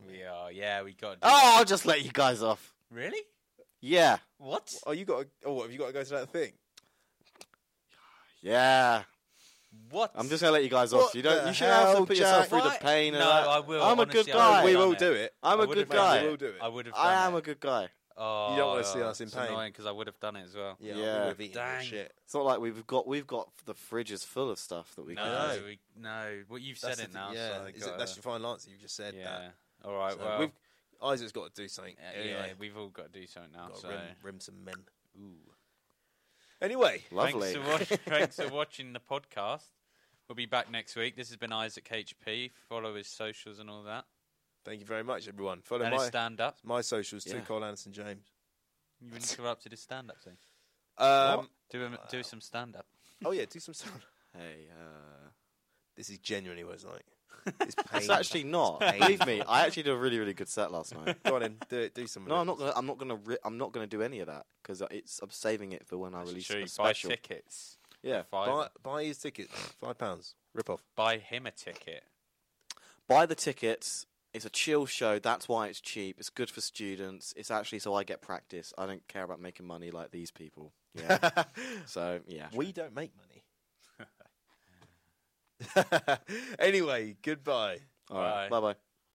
Speaker 4: we are? Yeah, we got.
Speaker 1: Oh,
Speaker 3: Ah!
Speaker 1: I'll just let you guys off.
Speaker 4: really?
Speaker 1: Yeah,
Speaker 4: What?
Speaker 3: Oh, you got. To, oh, what, have you got to go to that thing?
Speaker 1: yeah.
Speaker 4: What?
Speaker 1: I'm just gonna let you guys off.
Speaker 3: What
Speaker 1: You don't.
Speaker 3: the
Speaker 1: You should have to
Speaker 3: hell,
Speaker 1: put yourself
Speaker 3: Jack?
Speaker 1: through the
Speaker 4: What?
Speaker 1: pain. and
Speaker 4: No,
Speaker 1: that.
Speaker 4: I will,
Speaker 1: I'm a
Speaker 4: honestly,
Speaker 1: good
Speaker 4: I
Speaker 1: guy.
Speaker 4: will.
Speaker 3: we
Speaker 4: Oh, done
Speaker 3: will
Speaker 4: it.
Speaker 3: do it.
Speaker 1: I'm
Speaker 4: I
Speaker 1: a
Speaker 4: would've
Speaker 1: good
Speaker 4: done
Speaker 1: guy.
Speaker 4: it.
Speaker 3: We'll do it.
Speaker 4: I would have.
Speaker 1: I am
Speaker 4: it.
Speaker 1: a good guy.
Speaker 4: Oh,
Speaker 3: You don't wanna see us in
Speaker 4: it's
Speaker 3: pain.
Speaker 4: Annoying because I would have done it as well.
Speaker 3: Yeah,
Speaker 1: Yeah.
Speaker 3: we would have eaten that
Speaker 4: Dang.
Speaker 3: shit.
Speaker 1: It's not like we've got we've got the fridges full of stuff that we can.
Speaker 4: No,
Speaker 3: know.
Speaker 4: we, no. Well, you've
Speaker 3: That's
Speaker 4: said it
Speaker 3: the
Speaker 4: now.
Speaker 3: thing,
Speaker 4: so
Speaker 3: Yeah,
Speaker 4: I
Speaker 3: Is it,
Speaker 4: gotta-
Speaker 3: that's your final answer. You've just said
Speaker 4: yeah. All right.
Speaker 3: that. So
Speaker 4: well,
Speaker 3: we've, Isaac's got to do something.
Speaker 4: yeah, yeah,
Speaker 3: anyway,
Speaker 4: we've all got to do something now.
Speaker 3: got to
Speaker 4: So.
Speaker 3: rim, rim some men.
Speaker 4: Ooh.
Speaker 3: Anyway,
Speaker 1: Lovely.
Speaker 4: Thanks for, watch- thanks for watching the podcast. We'll be back next week. This has been Isaac HP. Follow his socials and all that.
Speaker 3: thank you very much, everyone. Follow
Speaker 4: and his
Speaker 3: my
Speaker 4: stand up.
Speaker 3: my socials too.
Speaker 1: Yeah.
Speaker 3: Cole Anderson James.
Speaker 4: You interrupted his stand up thing.
Speaker 3: Um,
Speaker 4: Do him, do some stand up.
Speaker 3: oh yeah, do some sound.
Speaker 1: Hey, uh,
Speaker 3: This is genuinely what it's like. It's pain.
Speaker 1: It's actually not. Believe me, I actually did a really, really good set last night.
Speaker 3: Go on in, do it. Do some.
Speaker 1: No,
Speaker 3: of it.
Speaker 1: I'm not gonna. I'm not gonna. Re- I'm not gonna do any of that because it's. I'm saving it for when I release
Speaker 4: True.
Speaker 1: a
Speaker 4: Buy
Speaker 1: special.
Speaker 4: tickets.
Speaker 1: Yeah.
Speaker 4: Buy,
Speaker 3: Buy,
Speaker 4: them.
Speaker 3: buy his ticket. Five pounds. Rip off.
Speaker 4: buy him a ticket.
Speaker 1: Buy the tickets. It's a chill show. That's why it's cheap. It's good for students. It's actually so I get practice. I don't care about making money like these people. Yeah. so yeah.
Speaker 3: we don't make money. anyway, goodbye.
Speaker 1: All right.
Speaker 4: Bye.
Speaker 1: Bye bye.